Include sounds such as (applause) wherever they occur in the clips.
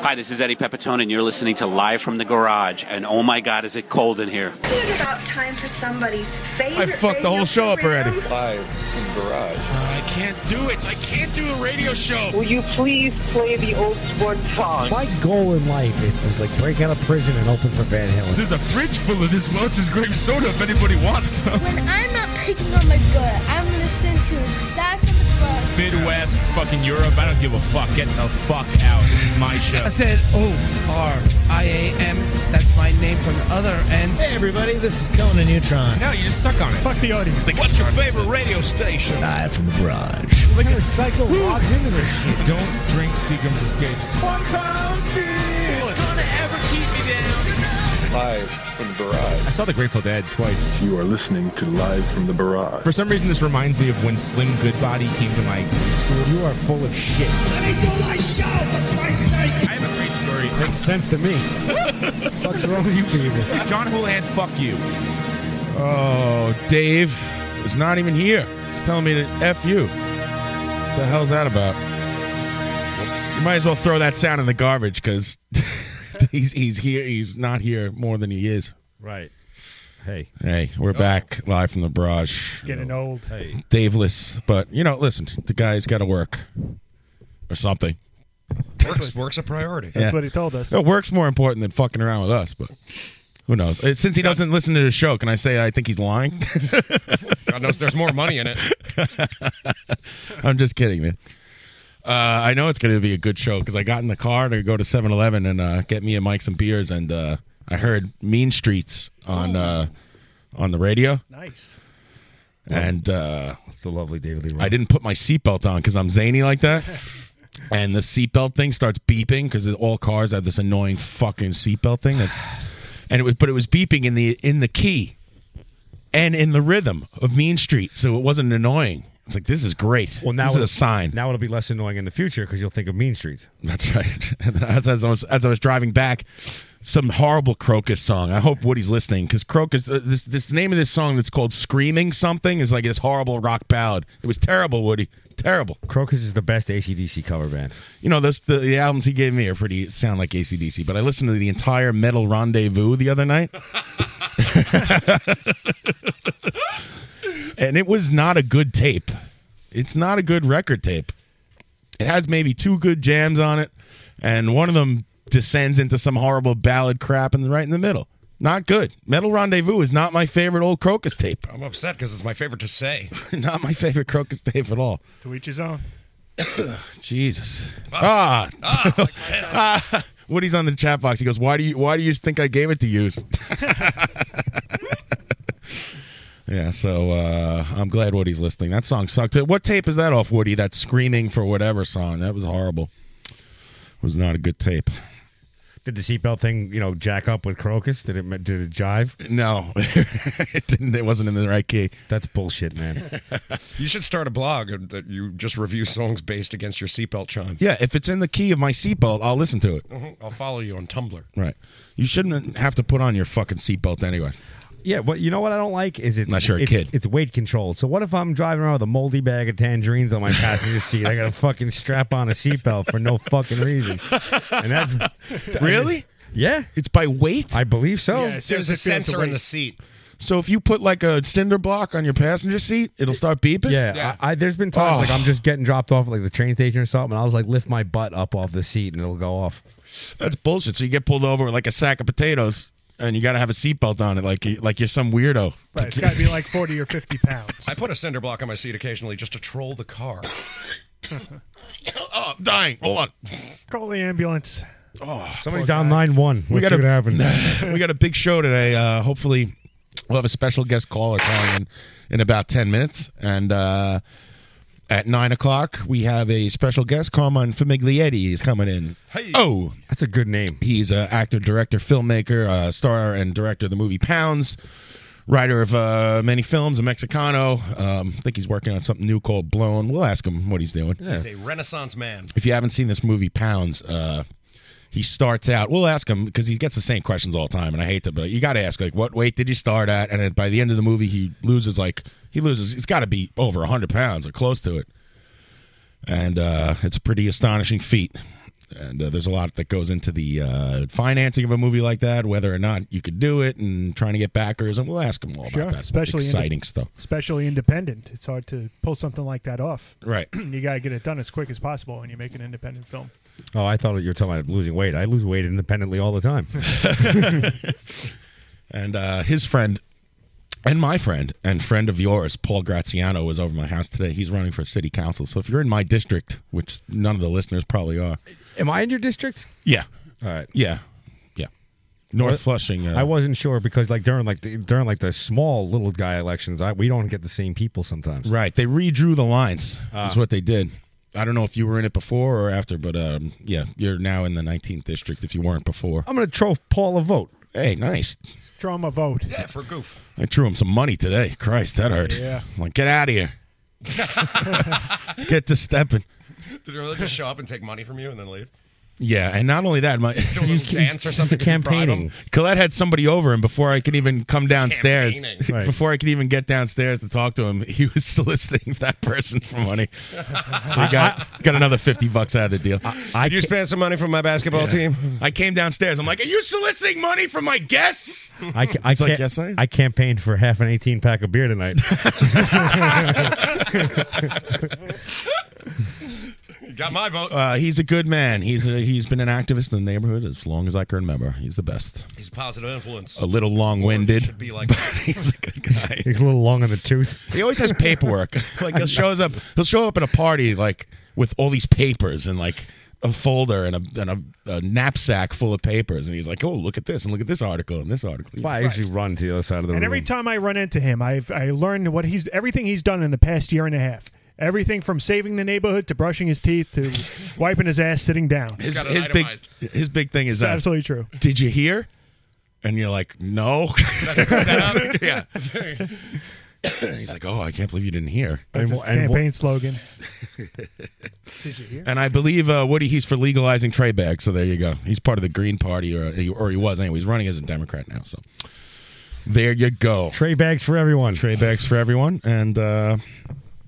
Hi, this is Eddie Pepitone, and you're listening to Live from the Garage. And oh my God, is it cold in here! It's about time for somebody's favorite. I fucked the radio whole show up program. already. Live from the garage. I can't do it. I can't do a radio show. Will you please play the old sport song? My goal in life is to like break out of prison and open for Van Halen. There's a fridge full of this Welch's grape soda if anybody wants some. When I'm not picking on my butt, I'm listening to Live from the Garage. Midwest, fucking Europe. I don't give a fuck. Get the fuck out. This is my show. I said O R I A M. That's my name from the other end. Hey everybody, this is Conan Neutron. No, you just suck on it. Fuck the audience. Like, what's your favorite radio station? Live from the garage. Look at the cycle logs into this shit. Don't drink Seagram's Escapes. One pound It's gonna ever keep me down. Live from the barrage. I saw The Grateful Dead twice. You are listening to Live from the barrage. For some reason, this reminds me of when Slim Goodbody came to my school. You are full of shit. I have a great story. Makes sense to me. What's wrong with you people? John Houlihan, fuck you. Oh, Dave is not even here. He's telling me to F you. What the hell's that about? You might as well throw that sound in the garbage because (laughs) he's, he's here. He's not here more than he is. Right. Hey. Hey, we're back live from the barrage. Getting old. Oh. Hey. Daveless, but you know, listen, the guy's got to work or something. Works, works a priority. Yeah. That's what he told us. It work's more important than fucking around with us, but who knows? Uh, Since he doesn't listen to the show, can I say I think he's lying? (laughs) God knows there's more money in it. I'm just kidding, man. Uh, I know it's going to be a good show because I got in the car to go to 7 Eleven and uh, get me and Mike some beers, and uh, I heard Mean Streets on uh, on the radio, Nice. and uh, The lovely David Lee. I didn't put my seatbelt on because I'm zany like (laughs) that. And the seatbelt thing starts beeping because all cars have this annoying fucking seatbelt thing. That, and it was, but it was beeping in the in the key, and in the rhythm of Mean Street, so it wasn't annoying. It's like this is great. Well, now this is a sign. Now it'll be less annoying in the future because you'll think of Mean Streets. That's right. (laughs) And then as, as, I was, as I was driving back, some horrible Crocus song. I hope Woody's listening because Crocus, uh, this this name of this song that's called "Screaming Something" is like this horrible rock ballad. It was terrible, Woody. Terrible. Crocus is the best ACDC cover band. you know those the, the albums he gave me are pretty sound like acdc but i listened to the entire metal rendezvous the other night and it was not a good tape it's not a good record tape it has maybe two good jams on it and one of them descends into some horrible ballad crap in the, right in the middle not good metal rendezvous is not my favorite old crocus tape (laughs) I'm upset because it's my favorite to say. not my favorite crocus tape at all To each his own. Jesus. Ah. Ah. (laughs) Woody's on the chat box. He goes, "Why do you why do you think I gave it to you?" (laughs) yeah, so uh, I'm glad Woody's listening. That song sucked. What tape is that off Woody? That screaming for whatever song. That was horrible. was not a good tape. Did the seatbelt thing, you know, jack up with Crocus? Did it did it jive? No. (laughs) it didn't it wasn't in the right key. That's bullshit, man. (laughs) you should start a blog that you just review songs based against your seatbelt chime. (laughs) Yeah, if it's in the key of my seatbelt, I'll listen to it. I'll follow you on Tumblr. Right. You shouldn't have to put on your fucking seatbelt anyway. Yeah, but you know what I don't like is it's Unless you're a it's, kid. It's weight controlled. So what if I'm driving around with a moldy bag of tangerines on (laughs) my passenger seat? I got to fucking strap on a seatbelt for no fucking reason, and that's Really? yeah, It's by weight? I believe so. Yeah, it's- Oh, There's a it feels sensor in weight. the seat. So if you put like a cinder block on your passenger seat, it'll start beeping. Yeah, Yeah. I, I, there's been times Oh. like I'm just getting dropped off at like the train station or something, and I was like lift my butt up off the seat and it'll go off. that's bullshit. So you get pulled over with like a sack of potatoes, and you got to have a seatbelt on it, like you, like you're some weirdo. Right. It's got to be like 40 or 50 pounds. I put a cinder block on my seat occasionally just to troll the car. (laughs) Oh, I'm dying. Hold on. Call the ambulance. Oh, Somebody down line one. We'll see gotta- what (laughs) happens. we got a big show today. Uh, hopefully, we'll have a special guest caller calling in in about ten minutes, and uh, at nine o'clock we have a special guest, Carmine Famiglietti, is coming in. Hey. Oh, That's a good name. He's an actor, director, filmmaker, uh, star, and director of the movie Pounds. Writer of uh, many films, a Mexicano. Um, I think he's working on something new called Blown. We'll ask him what he's doing. He's a renaissance man. If you haven't seen this movie Pounds, uh, he starts out. We'll ask him because he gets the same questions all the time, and I hate to, but you got to ask like, what weight did you start at? And then by the end of the movie, he loses like he loses. It's got to be over hundred pounds or close to it, and uh, it's a pretty astonishing feat. And uh, there's a lot that goes into the uh, financing of a movie like that, whether or not you could do it, and trying to get backers. And we'll ask them all Sure, about that. especially in- exciting stuff. Especially independent. It's hard to pull something like that off. (clears throat) Right. you got to get it done as quick as possible when you make an independent film. Oh, I thought you were talking about losing weight. I lose weight independently all (laughs) the time. And uh, his friend and my friend and friend of yours, Paul Graziano, was over my house today. He's running for city council. So if you're in my district, which none of the listeners probably are, Am I in your district? yeah, all right, yeah, yeah, North Well, Flushing. Uh, I wasn't sure because like during like the, during like the small little guy elections, I, we don't get the same people sometimes. Right. They redrew the lines. Ah. is what they did. I don't know if you were in it before or after, but um, yeah, you're now in the 19th district. If you weren't before, I'm gonna throw Paul a vote. Hey, nice. Draw him a vote. Yeah, for goof. I threw him some money today. Christ, that hurt. Yeah. I'm like, get out of (laughs) here. get to stepping. Did they really just show up and take money from you and then leave? Yeah, and not only that, my (laughs) Still a little dance or something. to bribe them? Colette had somebody over, and before I could even come downstairs, (laughs) Campaigning. Right. before I could even get downstairs to talk to him, he was (laughs) soliciting that person for money. So he got got another fifty bucks out of the deal. Could you spend some money from my basketball team? I came downstairs. I'm like, "Are you soliciting money from my guests?" I, ca- I It's like, can't. "Yes, I I, am." campaigned for half an 18 pack of (laughs) beer tonight. (laughs) You (laughs) got my vote. Uh, he's a good man. He's a, he's been an activist in the neighborhood as long as I can remember. He's the best. He's a positive influence. A little long-winded. Should be (laughs) like. he's a good guy. (laughs) He's a little long on the tooth. He always has (laughs) paperwork. like he shows up, he'll show up at a party like with all these papers and like a folder and a and a, a knapsack full of papers, and he's like, "Oh, look at this, and look at this article, and this article." Why I usually run to the other side of the And room. every time I run into him, I've I learned what he's everything he's done in the past year and a half. Everything from saving the neighborhood to brushing his teeth (laughs) to wiping his ass sitting down. His, his big his big thing is It's that, absolutely true. Did you hear? And you're like, no. (laughs) yeah. (laughs) And he's like, oh, I can't believe you didn't hear. That's his campaign slogan. (laughs) Did you hear? And I believe uh, Woody, he's for legalizing tray bags. So there you go. He's part of the Green Party, or or he was anyway. He's running as a Democrat now. So there you go. Tray bags for everyone. Tray bags for everyone. And uh,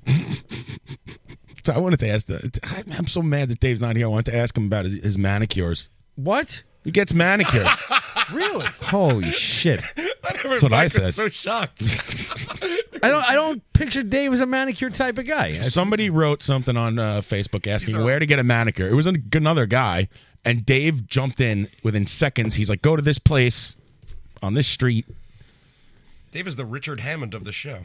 (laughs) so I wanted to ask. The, I'm- I'm so mad that Dave's not here. I wanted to ask him about his, his manicures. What? He gets manicures. really? (laughs) Holy shit! That's what I said. shocked. I don't. I don't picture Dave as a manicure type of guy. That's- Somebody wrote something on uh, Facebook asking where to get a manicure. It was an- another guy, and Dave jumped in within seconds. He's like, "Go to this place on this street." Dave is the Richard Hammond of the show.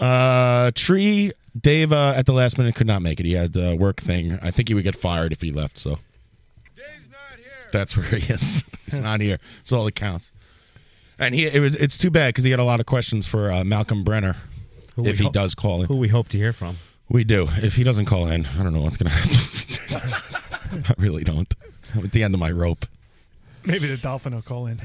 Uh, Tree Dave uh, at the last minute could not make it. He had a work thing. I think he would get fired if he left. So that's where he is. (laughs) He's not here. That's all that counts. And he it was it's too bad because he had a lot of questions for uh, Malcolm Brenner Who we if he ho- does call in. who we hope to hear from. We do. If he doesn't call in, I don't know what's gonna happen. (laughs) I really don't. I'm at the end of my rope. Maybe the dolphin will call in.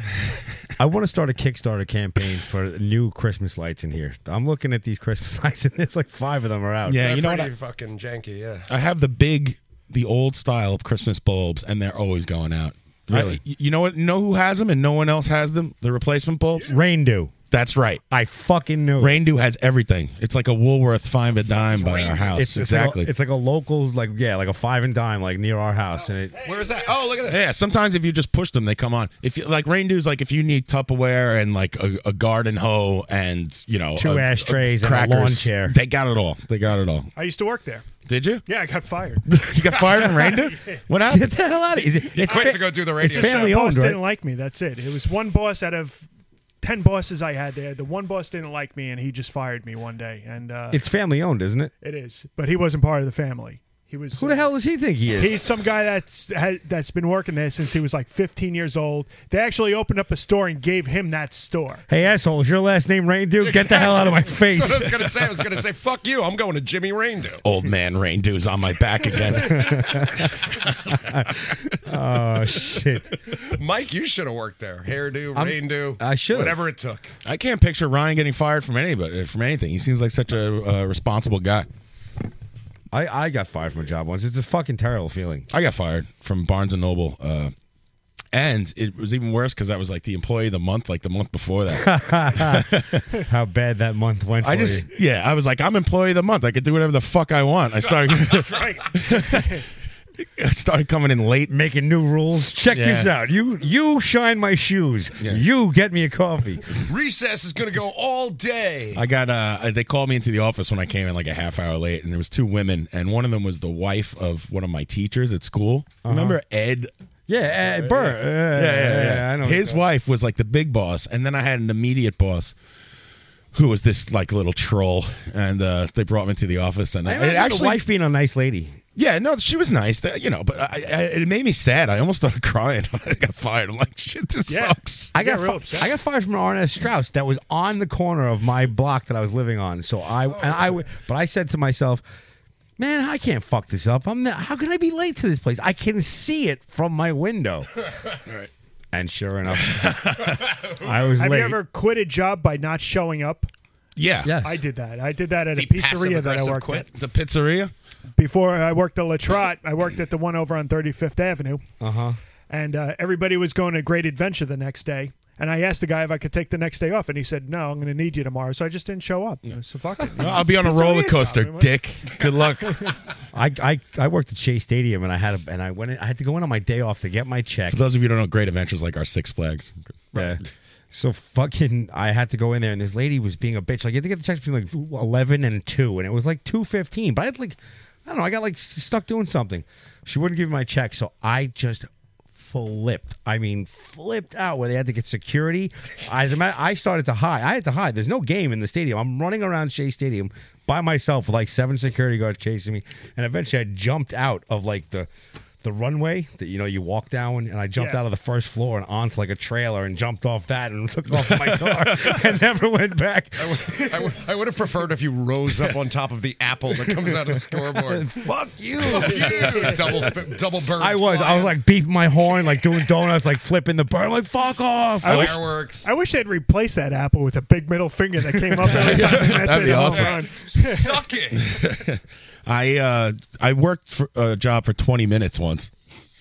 I want to start a Kickstarter campaign for new Christmas lights in here. I'm looking at these Christmas (laughs) lights, and there's like five of them are out. Yeah, They're you know what? pretty I, fucking janky. Yeah. I have the big, the old style Christmas bulbs, and they're always going out. Really? I- you know what? Know who has them, and no one else has them. The replacement bulbs. Rain Dew. That's right. I fucking knew. it. Raindew has everything. It's like a Woolworth five a dime by our house. It's it's like a- exactly. It's like, a, local, like yeah, like a five and dime, like near our house, and it. Where is that? Oh, look at that. yeah, sometimes if you just push them, they come on. If you, like Raindew's, like if you need Tupperware and like a, a garden hoe and you know Two a- ashtrays and a lawn chair. they got it all. They got it all. I used to work there. Did you? Yeah, I got fired. you got fired from (laughs) Raindew? What Get happened? the hell out of here! You quit to go do the radio. It's show. family The boss owned, right? didn't like me. That's it. It was one boss out of ten bosses I had there. The one boss didn't like me, and he just fired me one day. And uh, It's family owned, isn't it? it is, but he wasn't part of the family. He was. Who the hell does he think he is? He's some guy that's ha that's been working there since he was like 15 years old. They actually opened up a store and gave him that store. hey asshole, is your last name Rain Dew? Get the hell out of my face! That's what I was gonna say. I was gonna say, fuck you. I'm going to Jimmy Raindew. Old man Raindew's on my back (laughs) again. (laughs) oh shit! Mike, you should have worked there. Hairdo, I'm- Raindew. I should've. Whatever it took. I can't picture Ryan getting fired from anybody from anything. He seems like such a uh, responsible guy. I I got fired from a job once. It's a fucking terrible feeling. I got fired from Barnes and Noble uh, And it was even worse because I was like the employee of the month, like the month before that. (laughs) How bad that month went. For I just, yeah, I was like, I'm employee of the month. I could do whatever the fuck I want. I started, (laughs) That's right. I started coming in late, making new rules. Check this out. You you shine my shoes. (laughs) You get me a Uh, coffee. Recess is going to go all day. I got uh they called me into the office when I came in like a half hour late and there was two women and one of them was the wife of one of my teachers at school. Remember Ed Uh-huh. Yeah, Ed Burr. Uh, Yeah, yeah, yeah. I know. His (laughs) that. wife was like the big boss and then I had an immediate boss who was this like little troll and uh they brought me to the office and I I, it imagine actually the wife being a nice lady. yeah, no, she was nice, that- you know, but I, I, it made me sad. I almost started crying (laughs) when I got fired. I'm like, shit, this sucks. I got, fi- I got fired (laughs) from an R&S Strauss that was on the corner of my block that I was living on. So I and I w- but I said to myself, man, I can't fuck this up. I'm not, how could I be late to this place? I can see it from my window. right. And sure enough, I was Have late. you ever quit a job by not showing up? Yeah. Yes. I did that. I did that at a The pizzeria that I passive-aggressive worked quit? The pizzeria? at. Before I worked at La Trotte, I worked at the one over on 35th Avenue. Uh-huh. And uh, everybody was going to Great Adventure the next day. And I asked the guy if I could take the next day off, and he said, "No, I'm going to need you tomorrow." So I just didn't show up. So fuck it. (laughs) I'll be on a It's roller job. coaster, I mean, what- dick. Good luck. (laughs) I, I I worked at Shea Stadium and I had a, and I went in, I had to go in on my day off to get my check. For those of you who don't know, Great Adventures like our Six Flags. Yeah. So fucking, I had to go in there, and this lady was being a bitch. Like, you had to get the checks between like eleven and two, and it was like two fifteen. But I had like, I don't know, I got like s- stuck doing something. She wouldn't give me my check, so I just flipped. I mean, flipped out where they had to get security. As a matter, I started to hide. I had to hide. There's no game in the stadium. I'm running around Shea Stadium by myself with like seven security guards chasing me, and eventually I jumped out of like the. The runway that you know you walk down, and I jumped Yeah. out of the first floor and onto like a trailer, and jumped off that and (laughs) took off my car and never went back. I would, I would, I would have preferred if you rose up on top of the apple that comes out of the (laughs) (laughs) scoreboard. Fuck you! Fuck you! Double, double birds. I was, I was like beeping my horn, like doing donuts, like flipping the bird, like fuck off. I wish, Fireworks. I wish they'd replace that apple with a big middle finger that came (laughs) up every time. and That's That'd it, be a home awesome. (laughs) run. (laughs) Suck it. (laughs) I uh, I worked for a job for 20 minutes once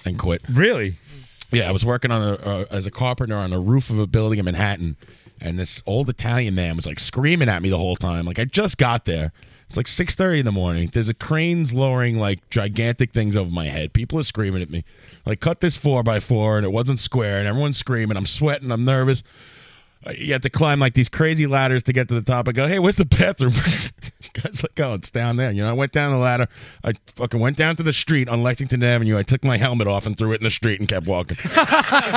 and quit. Really? Yeah, I was working on a uh, as a carpenter on the roof of a building in Manhattan, and this old Italian man was like screaming at me the whole time. Like I just got there. It's like 6:30 in the morning. There's a cranes lowering like gigantic things over my head. People are screaming at me. Like cut this four by four, and it wasn't square, and everyone's screaming. I'm sweating. I'm nervous. Uh, You have to climb like these crazy ladders to get to the top. I go, hey, where's the bathroom? (laughs) Guy's like, oh, it's down there. You know, I went down the ladder. I fucking went down to the street on Lexington Avenue. I took my helmet off and threw it in the street and kept (laughs) walking.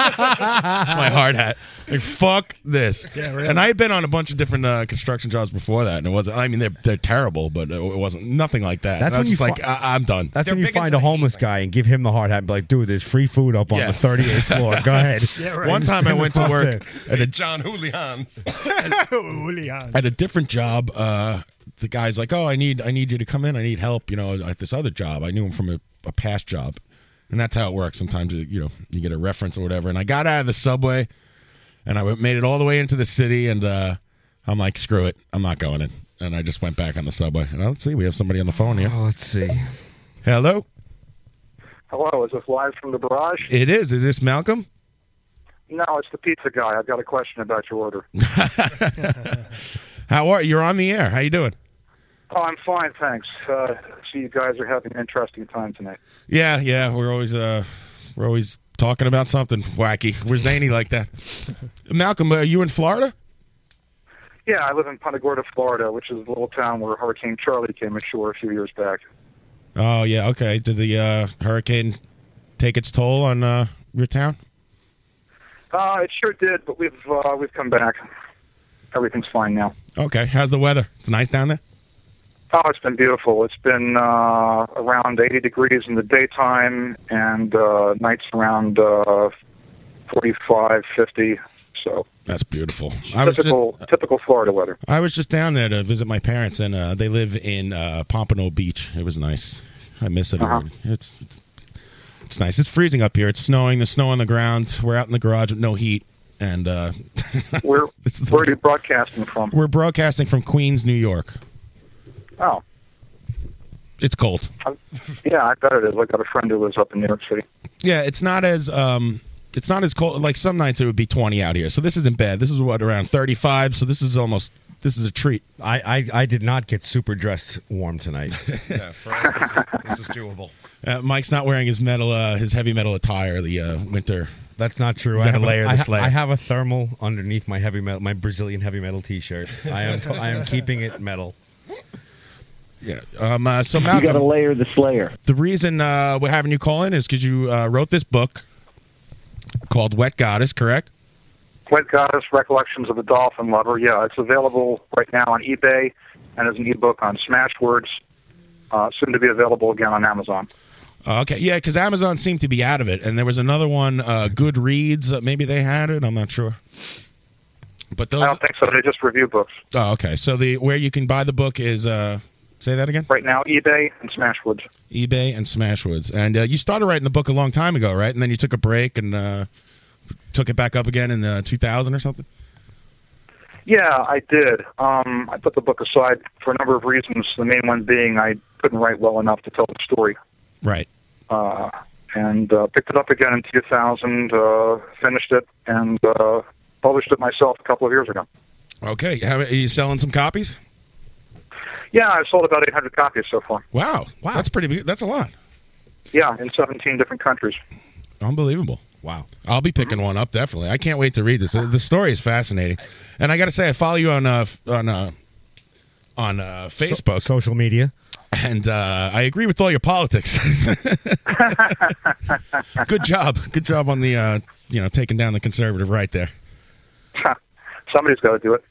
my hard hat. Like, fuck this. Yeah, really. And I had been on a bunch of different uh, construction jobs before that, and it wasn't. I mean, they're they're terrible, but it wasn't nothing like that. And That's I when was you just like, fi- I- I'm done. That's when you find a homeless guy and give him the hard hat and be like, dude, there's free food up (laughs) on Yeah. the 38th floor. (laughs) Go ahead. One time I went to (laughs) work at a John Julian's. Julian. at a different job, uh, the guy's like, "Oh, I need I need you to come in. I need help. You know, at this other job. I knew him from a, a past job, and that's how it works. Sometimes you, you know you get a reference or whatever. And I got out of the subway, and I went- made it all the way into the city, and uh, I'm like, screw it, I'm not going in. And I just went back on the subway. And uh, let's see, we have somebody on the phone here. Oh, let's see. Hello, Hello, is this live from the barrage? it is. Is this Malcolm? No, it's the pizza guy. I've got a question about (laughs) your order. How are you? You're on the air. How you doing? Oh, I'm fine, thanks. Uh, see, you guys are having an interesting time tonight. Yeah, yeah. We're always uh, we're always talking about something wacky. We're zany like that. Malcolm, are you in Florida? Yeah, I live in Punta Gorda, Florida, which is a little town where Hurricane Charlie came ashore a few years back. Oh yeah, okay. Did the uh, hurricane take its toll on uh, your town? Uh, it sure did, but we've uh, we've come back. Everything's fine now. Okay. How's the weather? It's nice down there. Oh, it's been beautiful. It's been uh, around 80 degrees in the daytime and uh, nights around uh, 45, 50. So That's beautiful. I was just typical typical (laughs) Florida weather. I was just down there to visit my parents, and uh, they live in uh, Pompano Beach. It was nice. I miss it. already. It's, it's it's nice. It's freezing up here. It's snowing. There's snow on the ground. We're out in the garage with no heat, and uh, (laughs) Where where are you broadcasting from? we're broadcasting from Queens, New York. Oh, It's cold. I- yeah, I bet it is. I got a friend who lives up in New York City. Yeah, it's not as um, It's not as cold. Like some nights it would be 20 out here, so this isn't bad. This is what around 35, so this is almost this is a treat. I I, I did not get super dressed warm tonight. Yeah, for us, this is, this is doable. (laughs) Uh, Mike's not wearing his metal uh, his heavy metal attire. The uh, winter. That's not true. Got to have a- layer I this ha- layer. I have a thermal underneath my heavy metal, my Brazilian heavy metal T-shirt. I am to- I am (laughs) keeping it metal. Yeah. Um. Uh, so You Malcolm, gotta layer this layer. The reason uh, we're having you call in is because you uh, wrote this book called Wet Goddess, correct? Wet Goddess Recollections of a Dolphin Lover. Yeah, it's available right now on eBay and as an ebook on Smashwords. Uh, soon to be available again on Amazon. Uh, okay. Yeah, because Amazon seemed to be out of it, and there was another one, uh, Goodreads. Uh, maybe they had it. I'm not sure. But those, I don't think so. They just review books Oh, okay. So the where you can buy the book is uh, say that again. right now. eBay and Smashwords. eBay and Smashwoods, and uh, you started writing the book a long time ago, right? And then you took a break and uh, took it back up again in uh, 2000 or something. Yeah, I did. Um, I put the book aside for a number of reasons. The main one being I couldn't write well enough to tell the story. Right. Uh, and uh, picked it up again in 2000, uh, finished it, and uh, published it myself a couple of years ago. Okay. How, are you selling some copies? Yeah, I've sold about 800 copies so far. Wow. Wow. That's pretty. big- That's a lot. Yeah, in 17 different countries. Unbelievable. Wow. I'll be picking one up definitely. I can't wait to read this. Uh, The story is fascinating, and I got to say, I follow you on uh, f- on uh, on uh, Facebook, social media, and uh, I agree with all your politics. (laughs) Good job. Good job on the uh, you know taking down the conservative right there. (laughs) Somebody's got to do it.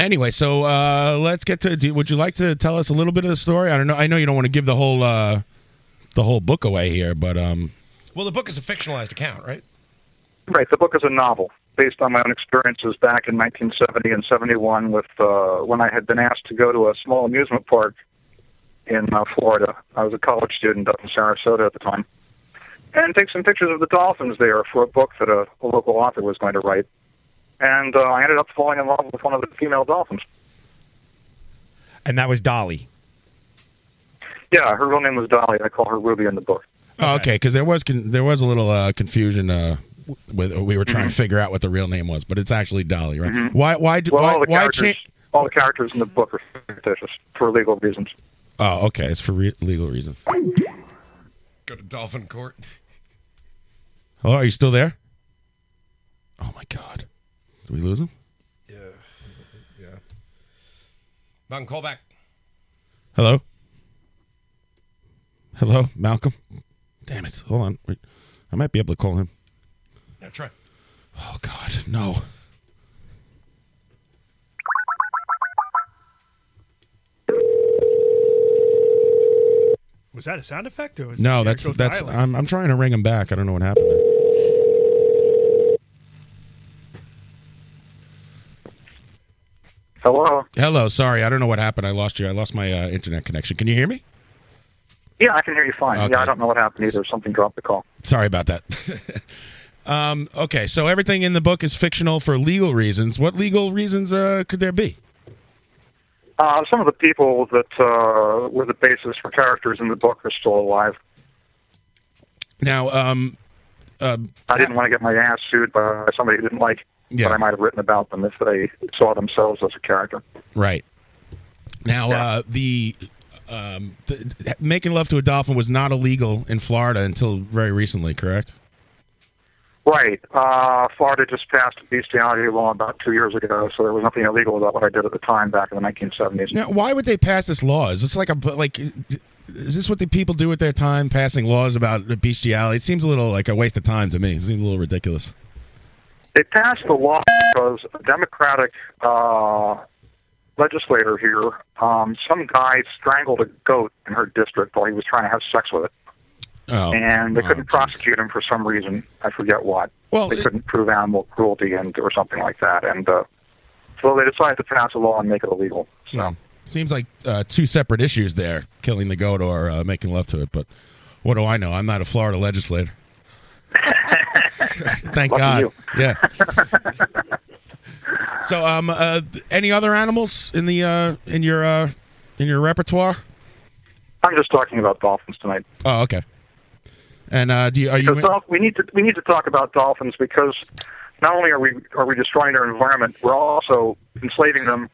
Anyway, so uh, let's get to. Do, would you like to tell us a little bit of the story? I don't know. I know you don't want to give the whole uh, the whole book away here, but um, Well, the book is a fictionalized account, right? Right, the book is a novel based on my own experiences back in 1970 and 71 with uh, when I had been asked to go to a small amusement park in uh, Florida. I was a college student up in Sarasota at the time. And take some pictures of the dolphins there for a book that a, a local author was going to write. And uh, I ended up falling in love with one of the female dolphins. and that was Dolly. Yeah, her real name was Dolly. I call her Ruby in the book. oh, okay, because there was con- there was a little uh, confusion uh, with we were trying to figure out what the real name was, but it's actually Dolly, right? Mhm. Why why d- Well, why all the why characters, cha- all the characters in the book are fictitious for legal reasons. Oh, okay, it's for re- legal reasons. Go to Dolphin Court. Hello, are you still there? Oh my god, did we lose him? Yeah. Mountain call back. Hello, hello, Malcolm. Damn it! Hold on, Wait. I might be able to call him. (laughs) Yeah, try. Oh God, no. Was that a sound effect or was No, that that's the actual that's. dialogue? I'm I'm trying to ring him back. I don't know what happened. There. Hello. Hello, sorry, I don't know what happened. I lost you. I lost my uh, internet connection. Can you hear me? Yeah, I can hear you fine. Okay. Yeah, I don't know what happened either. Something dropped the call. Sorry about that. (laughs) um, okay, so everything in the book is fictional for legal reasons. What legal reasons uh, could there be? Uh, some of the people that uh, were the basis for characters in the book are still alive. Now, um, um, I didn't want to get my ass sued by somebody who didn't like Yeah. what I might have written about them if they saw themselves as a character. right. Now, uh, the um, th- th- making love to a dolphin was not illegal in Florida until very recently, correct? Right. Uh, Florida just passed a bestiality law about two years ago, so there was nothing illegal about what I did at the time back in the 1970s. Now, why would they pass this law? Is this like a like? Is this what the people do with their time passing laws about bestiality? It seems a little like a waste of time to me. It seems a little ridiculous. They passed the law because a Democratic uh, legislator here, um, some guy strangled a goat in her district while he was trying to have sex with it. Oh, and (laughs) they couldn't prosecute him for some reason. I forget what. Well, they couldn't prove animal cruelty and or something like that. And uh, so they decided to pass a law and make it illegal. No. Seems like uh, two separate issues there: killing the goat or uh, making love to it. But what do I know? I'm not a Florida legislator. Thank Lucky God. you. Yeah. so, um, uh, any other animals in the uh, in your uh, in your repertoire? I'm just talking about dolphins tonight. Oh, okay. And uh, do you, are you? So Dolph- we need to we need to talk about dolphins because not only are we are we destroying their environment, we're also enslaving them,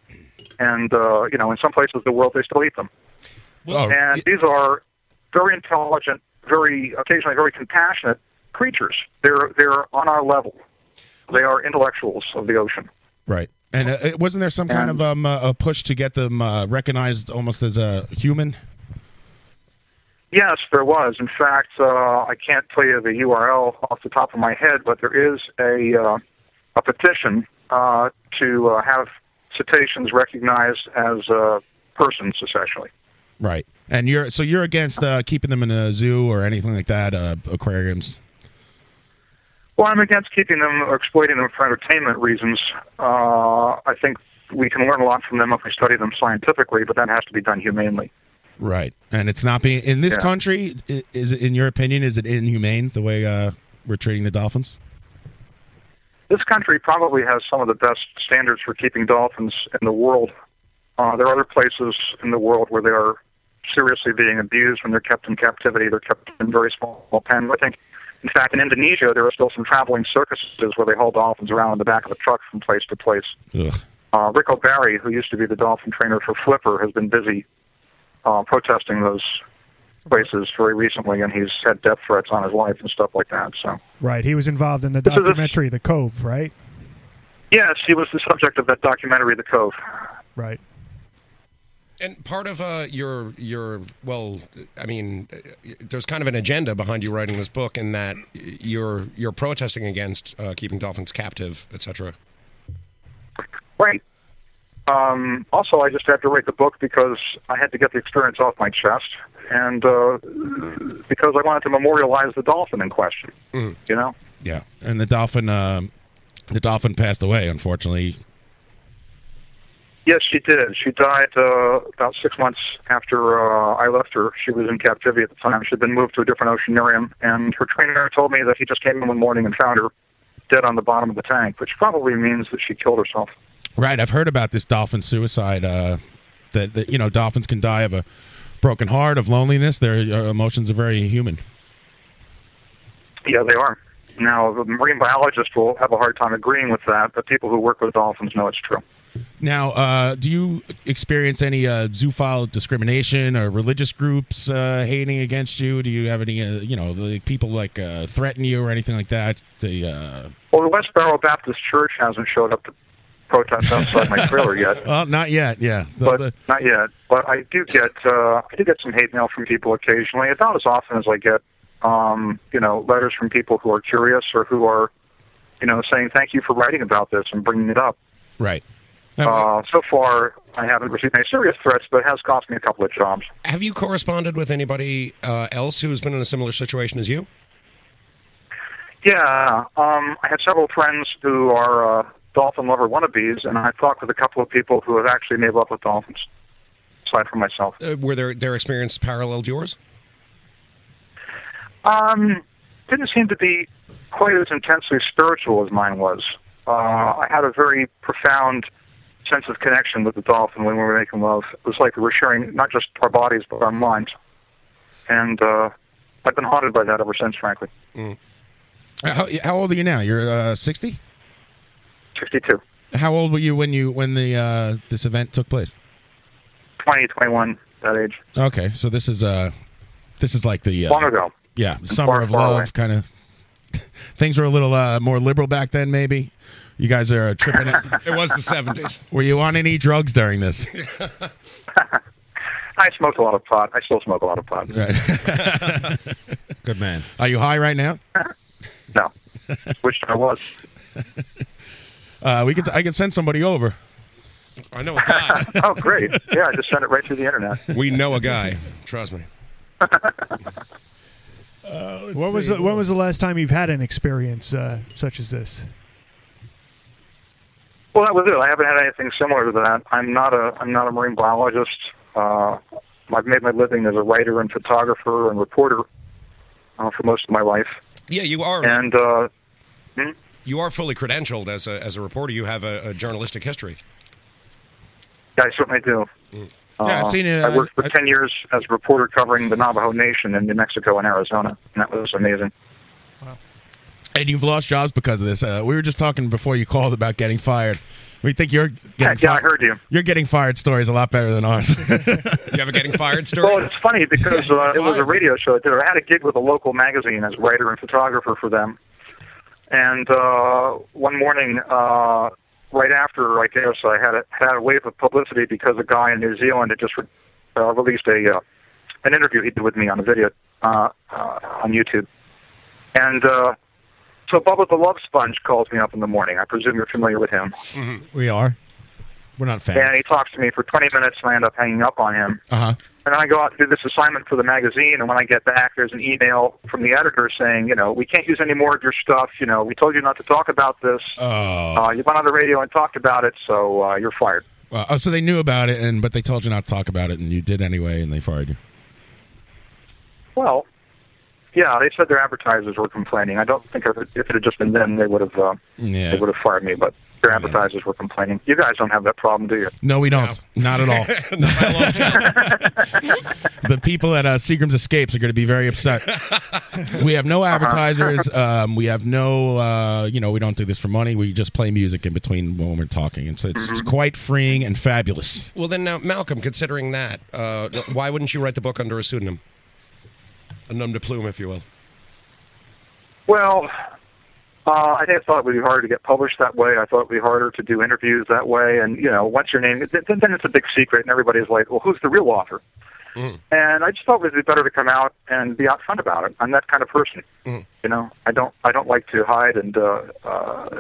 and uh, you know in some places of the world they still eat them. Oh, and these are very intelligent, very occasionally very compassionate creatures. They're they're on our level. They are intellectuals of the ocean. Right. And uh, it- wasn't there some kind of um, uh, a push to get them uh, recognized almost as a human? Yes, there was. In fact, uh, I can't tell you the URL off the top of my head, but there is a uh, a petition uh, to uh, have cetaceans recognized as uh, persons, essentially. Right. And you're so you're against uh, keeping them in a zoo or anything like that, uh, aquariums. Well, I'm against keeping them or exploiting them for entertainment reasons. Uh, I think we can learn a lot from them if we study them scientifically, but that has to be done humanely. Right. And it's not being in this Yeah. country. i- Is it, in your opinion, is it inhumane the way uh, we're treating the dolphins? This country probably has some of the best standards for keeping dolphins in the world. Uh, there are other places in the world where they are seriously being abused when they're kept in captivity. They're kept in very small pens. I think, in fact, in Indonesia, there are still some traveling circuses where they haul dolphins around in the back of a truck from place to place. Ugh. Uh, Rick O'Barry, who used to be the dolphin trainer for Flipper, has been busy uh, protesting those places very recently, and he's had death threats on his life and stuff like that. So. Right. He was involved in the documentary The Cove, right? Yes, he was the subject of that documentary, The Cove. Right. And part of uh, your your well, I mean, uh, there's kind of an agenda behind you writing this book, in that you're you're protesting against uh, keeping dolphins captive, etc. Right. Um, also, I just had to write the book because I had to get the experience off my chest, and uh, because I wanted to memorialize the dolphin in question. Mm. You know, Yeah. And the dolphin, um the dolphin passed away, unfortunately. yes, she did. She died uh, about six months after uh, I left her. She was in captivity at the time. She'd been moved to a different oceanarium, and her trainer told me that he just came in one morning and found her dead on the bottom of the tank, which probably means that she killed herself. Right. I've heard about this dolphin suicide. Uh, that, that you know, dolphins can die of a broken heart, of loneliness. Their uh, emotions are very human. Yeah, they are. Now, the marine biologists will have a hard time agreeing with that, but people who work with dolphins know it's true. Now, uh, do you experience any uh, zoophile discrimination or religious groups uh, hating against you? Do you have any, uh, you know, the people like uh, threaten you or anything like that? The uh, Well, the West Barrow Baptist Church hasn't showed up to protest outside my trailer yet, well, not yet. Yeah, The- but the- not yet. But I do get uh, I do get some hate mail from people occasionally, about as often as I get um, you know letters from people who are curious or who are you know saying thank you for writing about this and bringing it up. right. Uh, so far, I haven't received any serious threats, but it has cost me a couple of jobs. Have you corresponded with anybody uh, else who's been in a similar situation as you? Yeah, um, I have several friends who are uh, dolphin lover wannabes, and I've talked with a couple of people who have actually made love with dolphins, aside from myself. Uh, were their their experience paralleled yours? Um, didn't seem to be quite as intensely spiritual as mine was. Uh, I had a very profound sense of connection with the dolphin when we were making love. It was like we were sharing not just our bodies but our minds, and uh, I've been haunted by that ever since. Frankly, Mm. Uh, How, how old are you now? You're uh, sixty. sixty-two, How old were you when you when the uh, this event took place? twenty, twenty-one, that age. Okay, so this is uh, this is like the uh, Long ago. Yeah, And summer far, of far away. love kind of. (laughs) Things were a little uh, more liberal back then, maybe. You guys are uh, tripping it. (laughs) It was the seventies. Were you on any drugs during (laughs) this? I smoked a lot of pot. I still smoke a lot of pot. Right. Good man. Are you high right now? (laughs) No. Wish (laughs) I was. Uh, we could. I could send somebody over. I know a guy. (laughs) oh, great! Yeah, I just sent it right through the internet. (laughs) We know a guy. Trust me. What was the, when was the last time you've had an experience uh, such as this? Well, that was it. I haven't had anything similar to that. I'm not a I'm not a marine biologist. Uh, I've made my living as a writer and photographer and reporter uh, for most of my life. Yeah, you are. And uh, You are fully credentialed as a as a reporter. You have a, a journalistic history. I certainly do. Mm. Uh, Yeah, I've seen it. I I- worked for 10 years as a reporter covering the Navajo Nation in New Mexico and Arizona, and that was amazing. And you've lost jobs because of this. Uh, we were just talking before you called about getting fired. We think you're getting yeah, I fired. heard you. You're getting fired stories a lot better than ours. (laughs) You have a getting fired story? Well, it's funny because uh, it was a radio show. I did. I had a gig with a local magazine as writer and photographer for them. And uh, one morning, uh, right after I guess I had a, had a wave of publicity because a guy in New Zealand had just re- uh, released a uh, an interview he did with me on a video uh, uh, on YouTube. And uh, so Bubba the Love Sponge calls me up in the morning. I presume you're familiar with him. We are. We're not fans. And he talks to me for 20 minutes, and I end up hanging up on him. Uh huh. And I go out and do this assignment for the magazine, and when I get back, there's an email from the editor saying, you know, we can't use any more of your stuff. You know, we told you not to talk about this. Uh, you went on the radio and talked about it, so uh, you're fired. Well, oh, so they knew about it, and but they told you not to talk about it, and you did anyway, and they fired you. Well, yeah, they said their advertisers were complaining. I don't think if it if it had just been them, they would have uh, Yeah. they would have fired me. But their advertisers were complaining. You guys don't have that problem, do you? No, we don't. Not at all. (laughs) the people at uh, Seagram's Escapes are going to be very upset. we have Uh-huh. no (laughs) advertisers. Um, we have no, uh, you know, we don't do this for money. We just play music in between when we're talking. And so it's Mhm. Mm-hmm. quite freeing and fabulous. Well, then now, Malcolm, considering that, uh, why wouldn't you write the book under a pseudonym? A nom de plume, if you will. Well, uh, I think I thought it would be harder to get published that way. I thought it would be harder to do interviews that way. And, you know, once your name, then, then it's a big secret, and everybody's like, well, who's the real author? mm, And I just thought it would be better to come out and be upfront about it. I'm that kind of person. mm. You know, I don't, I don't like to hide and uh, uh,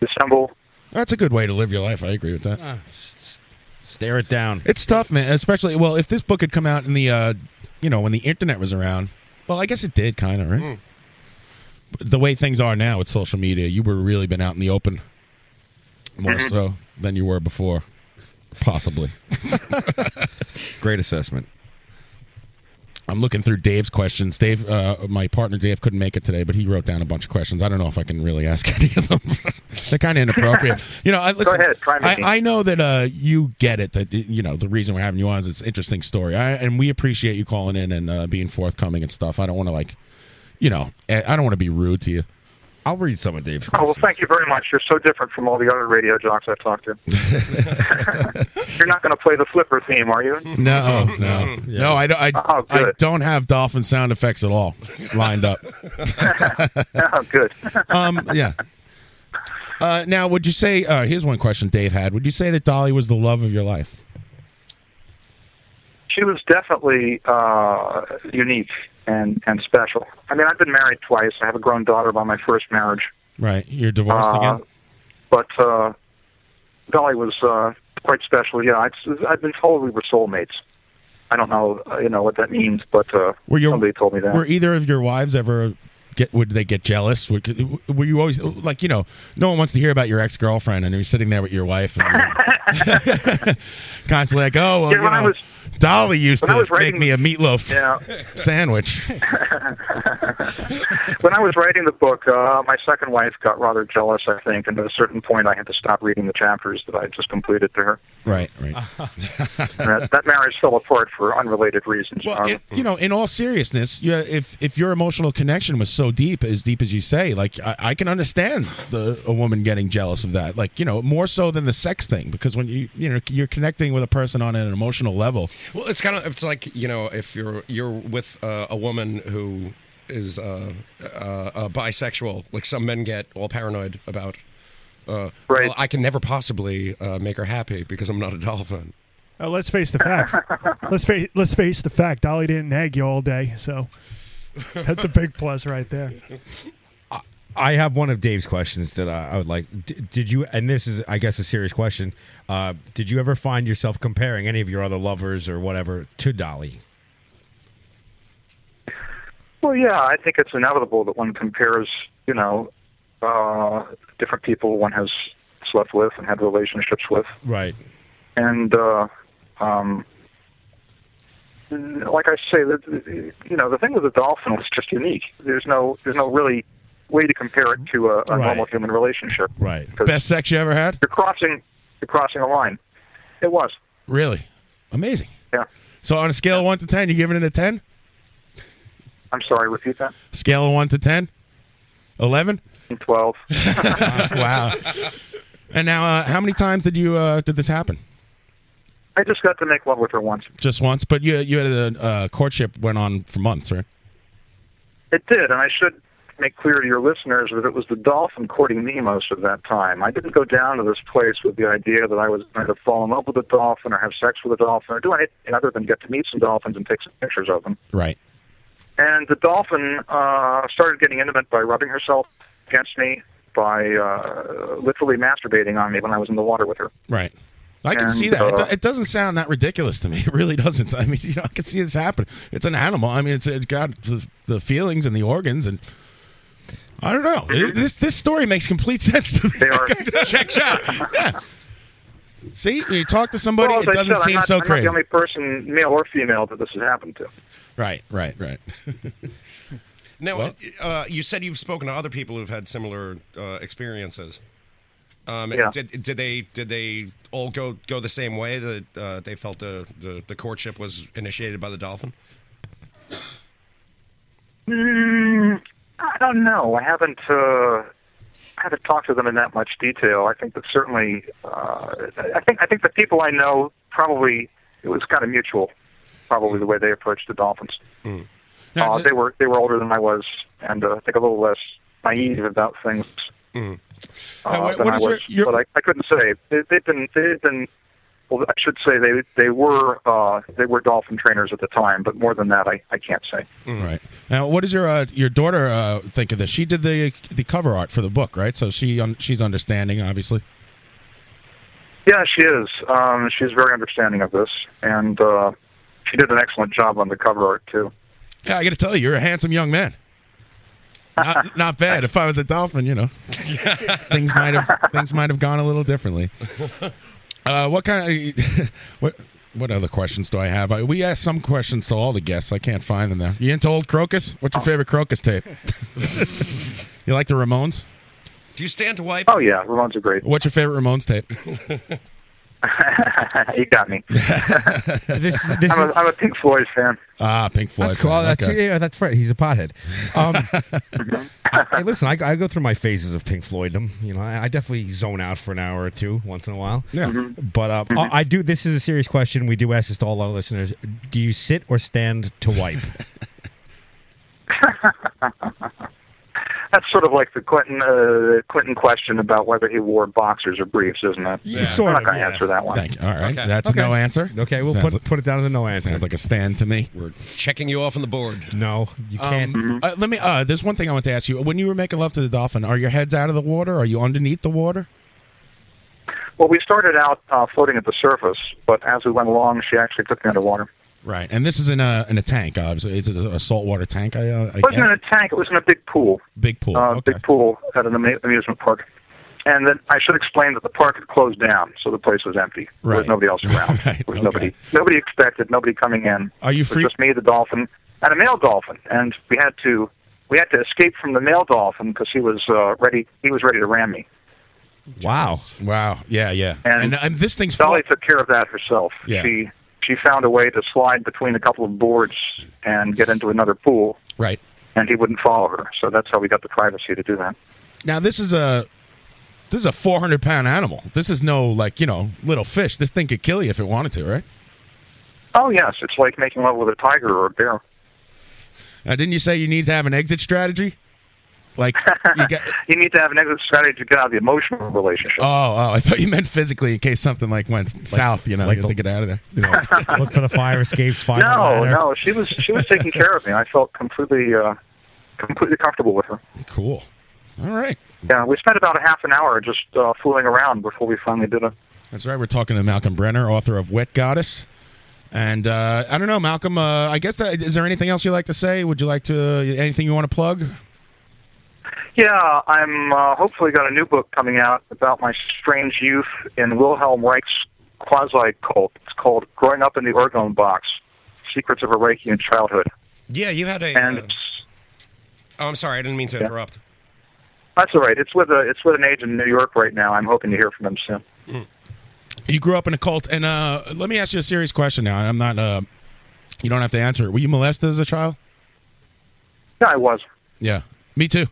dissemble. That's a good way to live your life. I agree with that. Ah, Stare it down. It's tough, man. Especially, well, if this book had come out in the, uh, you know, when the internet was around. Well, I guess it did, kind of, right? Hmm. But The way things are now with social media, you were really been out in the open more Mhm. so than you were before, (laughs) possibly. Great assessment. I'm looking through Dave's questions. Dave, uh, my partner Dave, couldn't make it today, but he wrote down a bunch of questions. I don't know if I can really ask (laughs) any of them. They're kind of (laughs) inappropriate. You know, I, Go listen, ahead, try me. I, I know that uh, you get it. That you know the reason we're having you on is it's an interesting story, I, and we appreciate you calling in and uh, being forthcoming and stuff. I don't want to like, you know, I I don't want to be rude to you. I'll read some of Dave's. Oh, well, thank you very much. You're so different from all the other radio jocks I've talked to. (laughs) You're not going to play the flipper theme, are you? (laughs) No, (laughs) (laughs) no, no. I don't. I, Oh, I good. don't have dolphin sound effects at all lined (laughs) up. oh, good. um, yeah. Uh, now, would you say? Uh, here's one question Dave had. Would you say that Dolly was the love of your life? she was definitely uh, unique and and special. I mean, I've been married twice. I have a grown daughter by my first marriage, Right. You're divorced Uh, again. but uh, Dolly was uh, quite special. Yeah, I'd, I've been told we were soulmates. I don't know, uh, you know, what that means, but uh, Were your- somebody told me that. Were either of your wives ever get? Would they get jealous? Would, were you always like you know? No one wants to hear about your ex girlfriend, and you're sitting there with your wife, and you're- (laughs) constantly like, oh well, Yeah, you when I know, was- Dolly used when I to was make writing- me a meatloaf Yeah. (laughs) (laughs) sandwich. when I was writing the book, uh, my second wife got rather jealous, I think, and at a certain point, I had to stop reading the chapters that I had just completed to (laughs) her. Right, right. And that, that marriage fell apart for unrelated reasons. Well, you know, in all seriousness, yeah, if if your emotional connection was so deep, as deep as you say, like I, I can understand the a woman getting jealous of that. Like you know, more so than the sex thing, because when you you know you're connecting with a person on an emotional level, Well, it's kind of it's like you know if you're you're with uh, a woman who is uh, uh, uh, bisexual, like some men get all paranoid about. Uh, right. I can never possibly uh, make her happy because I'm not a dolphin. Uh, let's face the facts. let's face let's face the fact. Dolly didn't nag you all day, so that's a big plus right there. I have one of Dave's questions that I, I would like. D- did you? And this is, I guess, a serious question. Uh, did you ever find yourself comparing any of your other lovers or whatever to Dolly? Well, yeah, I think it's inevitable that one compares, you know, uh, different people one has slept with and had relationships with, Right. and uh, um, like I say, that you know, the thing with the dolphin was just unique. There's no, there's no really way to compare it to a, a Right. normal human relationship. Right. best sex you ever had. You're crossing, you're crossing a line. It was. Really, amazing. Yeah. So on a scale of one to ten, you giving it a ten? I'm sorry, repeat that. Scale of one to ten? Eleven? (laughs) And Twelve. wow. And now, uh, how many times did you uh, did this happen? (laughs) I just got to make love with her once. Just once, but you you had a uh, courtship went on for months, right? It did, and I should make clear to your listeners that it was the dolphin courting me most of that time. I didn't go down to this place with the idea that I was going to fall in love with a dolphin or have sex with a dolphin or do anything other than get to meet some dolphins and take some pictures of them. Right. And the dolphin uh, started getting intimate by rubbing herself against me, by uh, literally masturbating on me when I was in the water with her. Right. I can And, see that. it, do- uh, it doesn't sound that ridiculous to me. (laughs) It really doesn't. I mean, you know, I can see this happen. It's an animal. I mean, it's, it's got the, the feelings and the organs, and I don't know. It- Mm-hmm. this this story makes complete (laughs) sense to me. They are. Checks out. Yeah. See, when you talk to somebody, well, as it I doesn't said, I'm seem not- so I'm crazy. Not the only person, male or female, that this has happened to. Right, right, right. Now, uh, you said you've spoken to other people who've had similar uh, experiences. Um, Yeah. did, did they did they all go go the same way that uh, they felt the, the the courtship was initiated by the dolphin? Mm, I don't know. I haven't. Uh, I haven't talked to them in that much detail. I think that certainly. Uh, I think. I think the people I know probably it was kind of mutual. Probably the way they approached the dolphins. Mm, uh, they were they were older than I was, and uh, I think a little less naive about things mm, uh, what- than what I is your- was. But I, I couldn't say they, they've been they've been. Well, I should say they they were uh, they were dolphin trainers at the time, but more than that, I, I can't say. mm. (laughs) Right. Now, what does your uh, your daughter uh, think of this? She did the the cover art for the book, right? So she un- she's understanding, obviously. Yeah, she is. Um, she's very understanding of this, and uh, she did an excellent job on the cover art too. Yeah, I got to tell you, you're a handsome young man. Not, not bad. If I was a dolphin, you know, things might have things might have gone a little differently. Uh, what kind of (laughs) what what other questions do I have? I, we asked some questions to all the guests. I can't find them now. You into old crocus? What's your favorite crocus tape? (laughs) you like the Ramones? Do you stand to wipe? Oh yeah, Ramones are great. What's your favorite Ramones tape? (laughs) (laughs) you got me. this, this I'm, a, I'm a Pink Floyd fan. Ah, Pink Floyd. That's cool. fan. That's Okay. yeah, that's right. He's a pothead. Um, (laughs) hey, listen, I, I go through my phases of Pink Floydum. You know, I, I definitely zone out for an hour or two once in a while. Yeah. Mm-hmm. (laughs) But um, I- I do. This is a serious question. We do ask this to all our listeners. Do you sit or stand to wipe? That's sort of like the Clinton uh, Clinton question about whether he wore boxers or briefs, isn't it? Yeah. sort I'm not of, going to yeah. answer that one. Thank you. All right, Okay. that's Okay. a no answer. Okay, we'll Sounds put put it down as a no answer. Sounds like a stand to me. We're checking you off on the board. Um, No, you can't. Mm-hmm. uh, let me. Uh, there's one thing I want to ask you. When you were making love to the dolphin, are your heads out of the water? Are you underneath the water? Well, we started out uh, floating at the surface, but as we went along, she actually took me underwater. Right. And this is in a in a tank. Obviously, is it a saltwater tank? I, uh, I It wasn't guess. in a tank. It was in a big pool. Big pool. Uh, Big pool at an ama- amusement park. And then I should explain that the park had closed down, so the place was empty. There was Right. nobody else around. (laughs) Right, There was nobody. Nobody expected. Nobody coming in. Are you It free- was just me, the dolphin, and a male dolphin. And we had to we had to escape from the male dolphin because he was uh, ready. He was ready to ram me. Wow. Wow. Yeah. Yeah. And, And, uh, and this thing's Dolly took care of that herself. Yeah. She she found a way to slide between a couple of boards and get into another pool, right. and he wouldn't follow her. So that's how we got the privacy to do that. Now this is a this is a 400 pound animal. This is no like you know little fish. This thing could kill you if it wanted to, right? Oh yes, it's like making love with a tiger or a bear. Now, didn't you say you need to have an exit strategy? Like (laughs) you got, You need to have an exit strategy to get out of the emotional relationship. Oh, oh, I thought you meant physically in case something like went south, you know, like you have to get out of there. (laughs) Look for the fire escapes. Find the no, ladder. no, she was she was taking care of me. I felt completely uh, completely comfortable with her. Cool. All right. Yeah, we spent about a half an hour just uh, fooling around before we finally did it. That's right. We're talking to Malcolm Brenner, author of Wet Goddess. And uh, I don't know, Malcolm, uh, I guess, uh, is there anything else you'd like to say? Would you like to, anything you want to plug? Yeah, I'm uh, hopefully got a new book coming out about my strange youth in Wilhelm Reich's quasi cult. It's called "Growing Up in the Orgone Box: Secrets of a Reichian Childhood." Yeah, you had a. And uh, oh, I'm sorry, I didn't mean to interrupt. That's all right. It's with a it's with an agent in New York right now. I'm hoping to hear from him soon. You grew up in a cult, and uh, let me ask you a serious question now. and I'm not. Uh, you don't have to answer it. Were you molested as a child? Yeah, I was. Yeah, me too.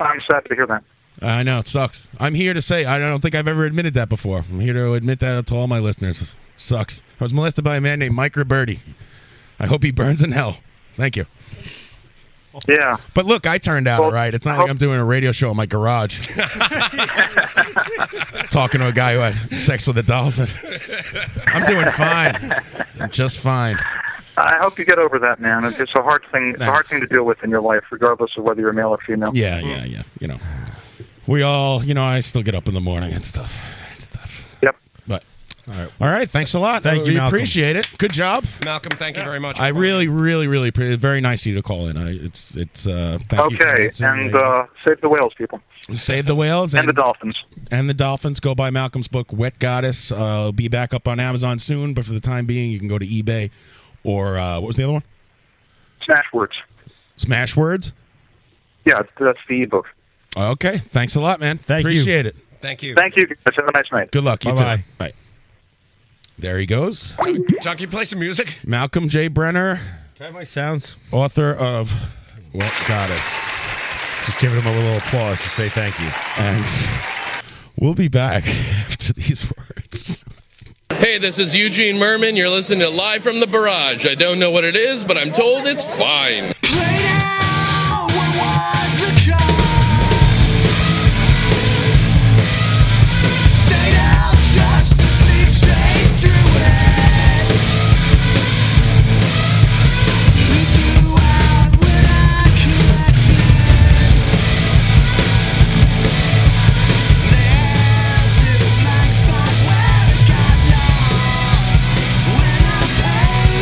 I'm sad to hear that. I know it sucks. I'm here to say I don't think I've ever admitted that before. I'm here to admit that to all my listeners. Sucks. I was molested by a man named Mike Roberti. I hope he burns in hell. Thank you. Yeah. But look, I turned out all right. It's not like I'm doing a radio show in my garage (laughs) talking to a guy who had sex with a dolphin. I'm doing fine. I'm just fine. (laughs) I hope you get over that, man. It's just a hard thing, it's a hard thing to deal with in your life, regardless of whether you're male or female. Yeah, yeah, yeah. You know, we all, you know, I still get up in the morning and stuff. and stuff. Yep. But all right, all right. Thanks a lot. Thank you, We Malcolm. appreciate it. Good job. Malcolm, thank you very much. I really, really, really. Pre- very nice of you to call in. I, it's, it's. uh thank you for okay, answering. and uh, save the whales, people. Save the whales and, the dolphins. And the dolphins go by Malcolm's book, Wet Goddess. Uh, it'll be back up on Amazon soon, but for the time being, you can go to eBay or uh, what was the other one? Smash words. Smash Words. Yeah, that's the ebook. Okay, thanks a lot, man. Thank Appreciate it. Thank you. Thank you. guys. Have a nice night. Good luck. You Bye-bye. too. Bye. There he goes. John, can you play some music? Malcolm J. Brenner, Can I have my sounds? author of What Goddess. Just giving him a little applause to say thank you. And we'll be back (laughs) after these words. Hey, this is Eugene Merman. You're listening to Live from the Barrage. I don't know what it is, but I'm told it's fine.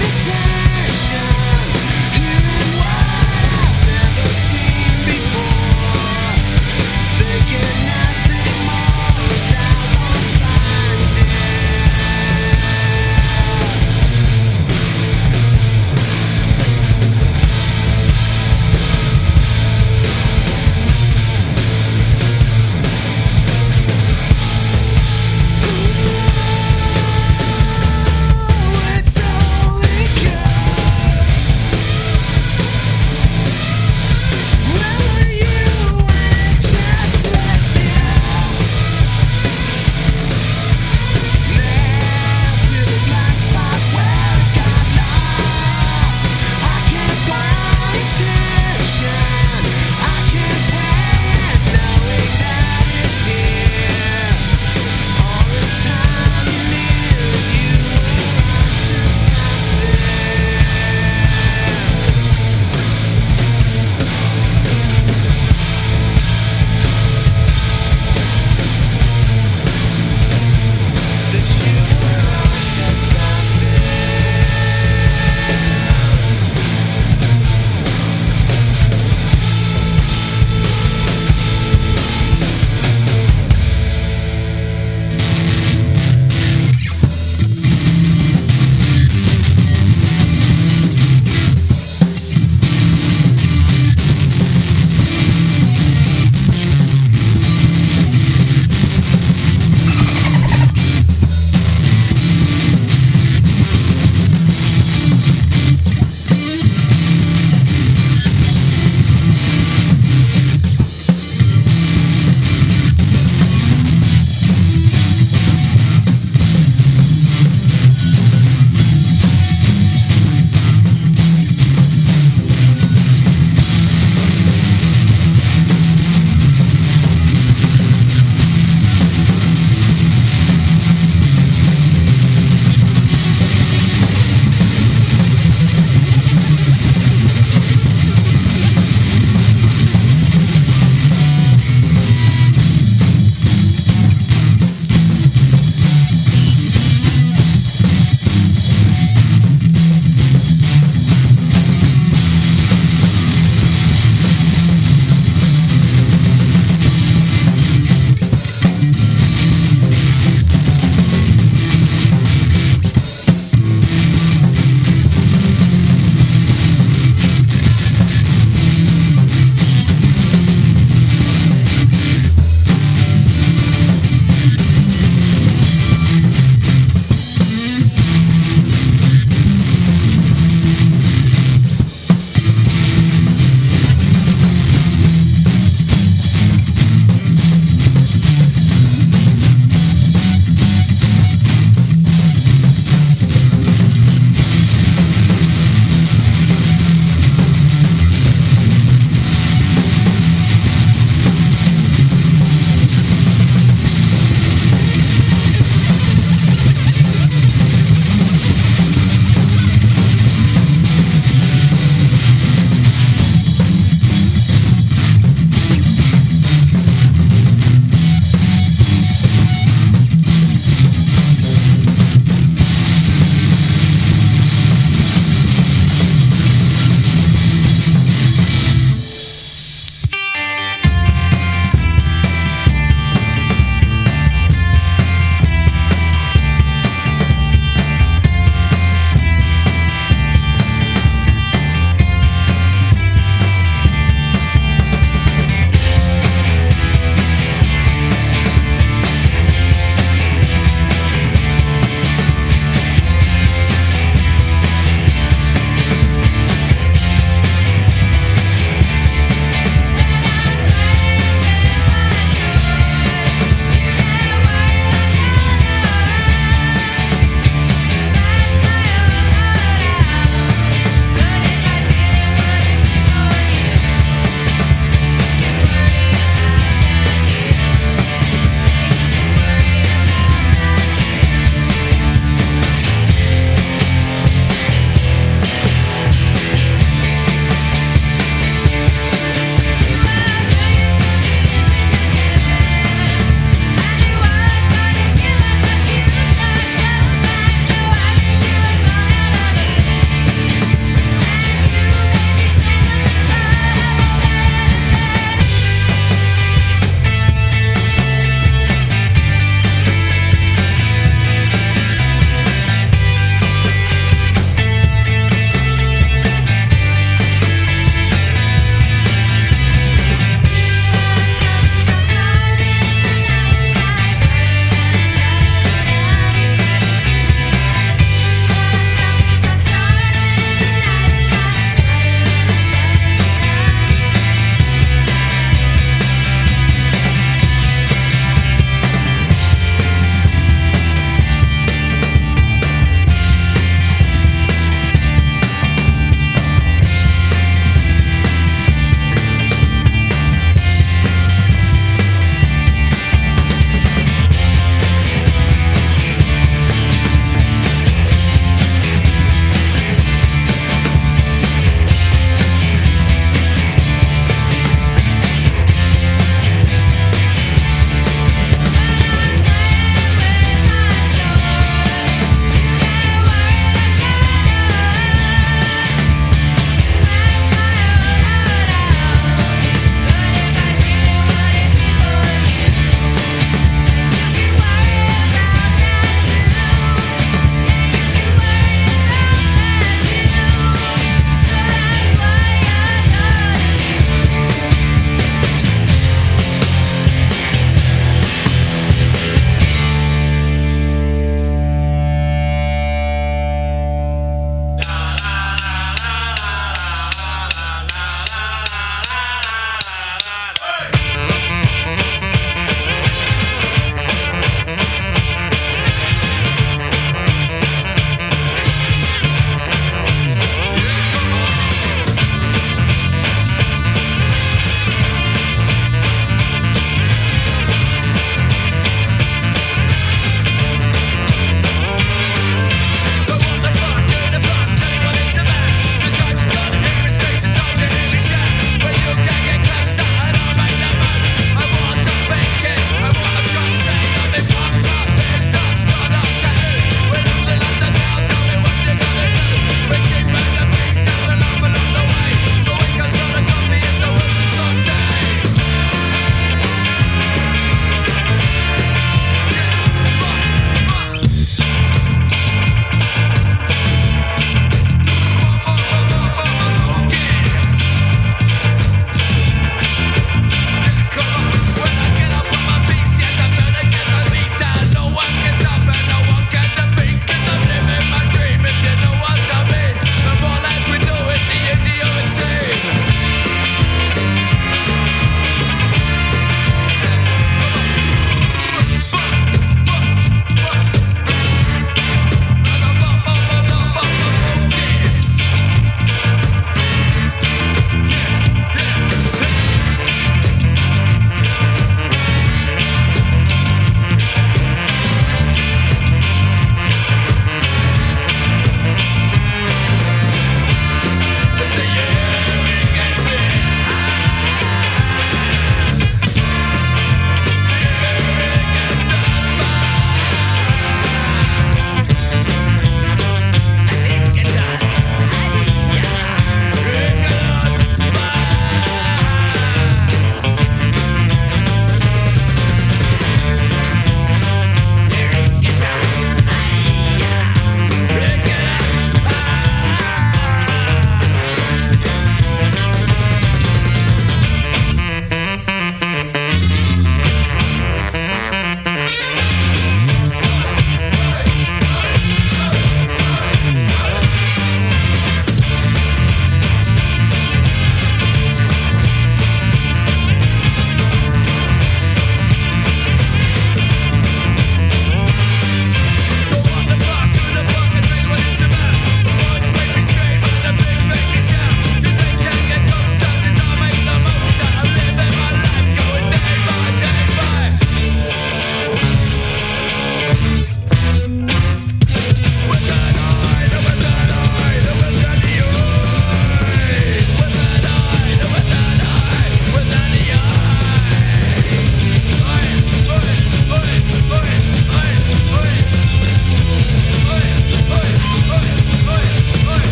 Attention, hearing what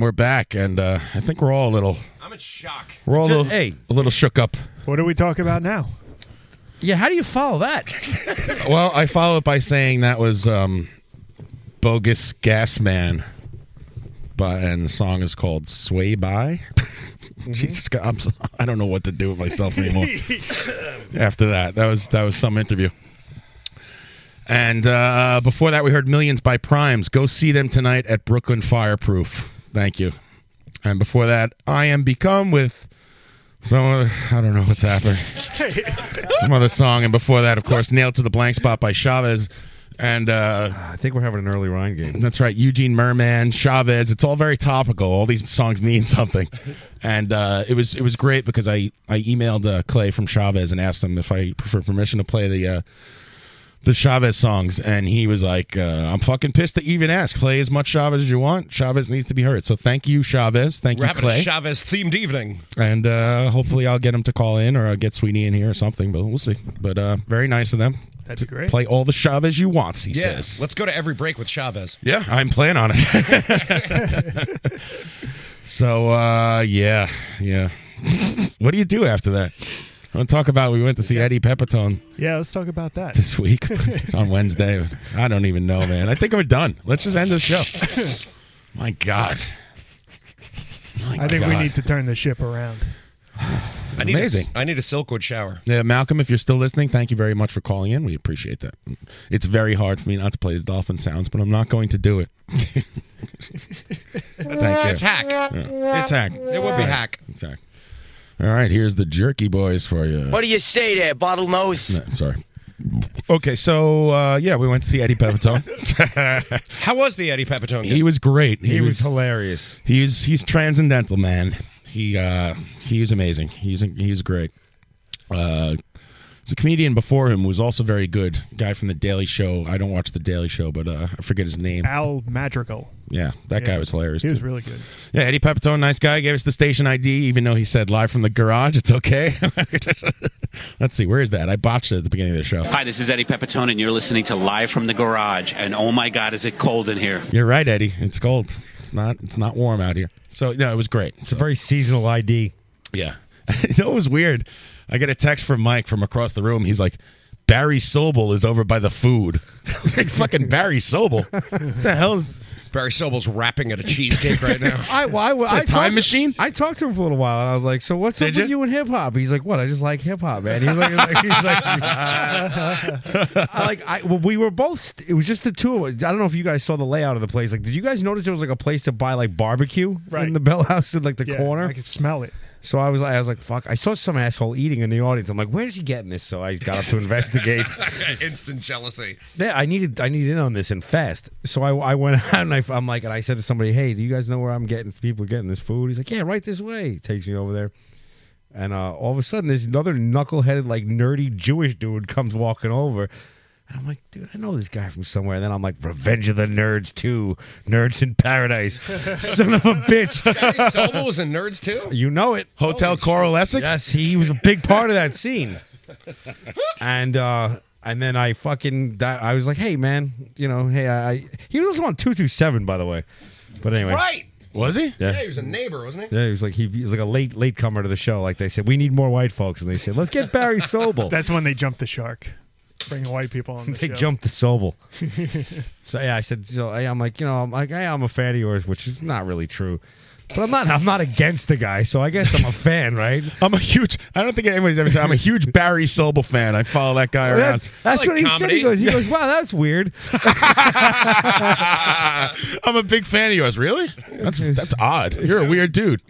we're back, Oh, and uh, I think we're all a little. I'm in shock. We're all a little, a little shook up. What do we talk about now? (laughs) Yeah, how do you follow that? Well, I follow it by saying that was um, bogus gas man, but and the song is called "Sway By." (laughs) Jesus, God, I'm, so- I don't know what to do with myself anymore. After that, that was that was some interview. And uh, before that, we heard Millions by Primes. Go see them tonight at Brooklyn Fireproof. Thank you. And before that, I Am Become with some other, I don't know what's happening. some other song. And before that, of course, Nailed to the Blank Spot by Chavez. And uh, I think we're having an early Ryan game. That's right. Eugene Merman, Chavez. It's all very topical. All these songs mean (laughs) something. And uh, it was it was great because I, I emailed uh, Clay from Chavez and asked him if I for permission to play the. Uh, the Chavez songs, and he was like, uh, "I'm fucking pissed that you even asked. Play as much Chavez as you want. Chavez needs to be heard. So thank you, Chavez. Thank We're you, having a Clay. Chavez themed evening. and uh, hopefully, I'll get him to call in, or I'll get Sweeney in here or something. But we'll see. But uh, very nice of them. That's to great. Play all the Chavez you want. He yeah, says. let's go to every break with Chavez. Yeah, I'm planning on it. (laughs) so uh, yeah, yeah. what do you do after that? I want to talk about. We went to see Eddie Pepitone Yeah, let's talk about that. this (laughs) week (laughs) Oh on Wednesday. I don't even know, man. I think we're done. Let's just end the (laughs) show. My God. My I think we God. need to turn the ship around. I need Amazing. A, I need a (laughs) Silkwood shower. Yeah, Malcolm, if you're still listening, thank you very much for calling in. We appreciate that. It's very hard for me not to play the dolphin sounds, but I'm not going to do it. (laughs) Thank you. It's hack. Yeah. It's hack. It would be Sorry. hack. It's hack. All right, here's the jerky boys for you. What do you say there, bottlenose? No, sorry. Okay, so uh, yeah, we went to see Eddie (laughs) Pepitone. How was the Eddie Pepitone? He was great. He was hilarious. He's he's transcendental, man. He uh he was amazing. He's he's great. Uh the comedian before him who was also very good. Guy from the Daily Show. I don't watch the Daily Show, but uh, I forget his name. Al Madrigal. Yeah, that Yeah. guy was hilarious. He was too. really good. Yeah, Eddie Pepitone, nice guy, gave us the station ID, even though he said live from the garage. It's okay. (laughs) Let's see, where is that? I botched it at the beginning of the show. Hi, this is Eddie Pepitone, and you're listening to Live from the Garage. And oh my God, is it cold in here? You're right, Eddie. It's cold. It's not. It's not warm out here. So no, it was great. It's a very seasonal ID. Yeah. (laughs) you know, it was weird. I get a text from Mike from across the room. He's like, "Barry Sobel is over by the food." (laughs) like fucking Barry Sobel. what the hell is? Barry Sobel's rapping at a cheesecake (laughs) right now. I, well, I, I Time talked- I talked to him for a little while, and I was like, "So what's Did up you? with you and hip hop?" He's like, "What? I just like hip hop, man." He's like, he's like, I, like I, well, we were both. St- it was just the two of us. I don't know if you guys saw the layout of the place. Like, did you guys notice there was like a place to buy like barbecue in the Bell House in like the Yeah, corner? I could smell it. So I was like, I was like, fuck! I saw some asshole eating in the audience. I'm like, where is he getting this? So I got up (laughs) to investigate. (laughs) Instant jealousy. Yeah, I needed I needed in on this and fast. So I, I went (laughs) out and I, am like, and I said to somebody, "Hey, do you guys know where I'm getting? People are getting this food." He's like, "Yeah, right this way." He takes me over there, and uh, all of a sudden, this another knuckleheaded, like nerdy Jewish dude comes walking over. And I'm like, dude, I know this guy from somewhere. And then I'm like, Revenge of the Nerds too, Nerds (laughs) in Paradise. (laughs) Son of a bitch. Barry Sobel was in Nerds too. You know it. Hotel Coral Essex? Yes, he was a big part of that scene. and uh and then I fucking that I was like, "Hey man, you know, hey, I, I he was also on 227 by the way." But anyway. Right. Was he? Yeah. Yeah, he was a neighbor, (laughs) wasn't he? Yeah, he was like he, he was like a late late comer to the show. Like they said, we need more white folks, and they said, let's (laughs) get Barry Sobel. That's when they jumped the shark, bringing white (laughs) people on the they show. jumped the Sobel. (laughs) So yeah, I said, so I, I'm like, you know, I'm like, hey, I'm a fan of yours, which is not really true, but I'm not, I'm not against the guy, so I guess I'm a fan, right? (laughs) I'm a huge. I don't think anybody's ever said I'm a huge Barry Sobel fan. I follow that guy Well, around. that's that's what he said. He (laughs) goes, he goes, wow, that's weird. I'm a big fan of yours. Really? That's that's odd. You're a weird dude.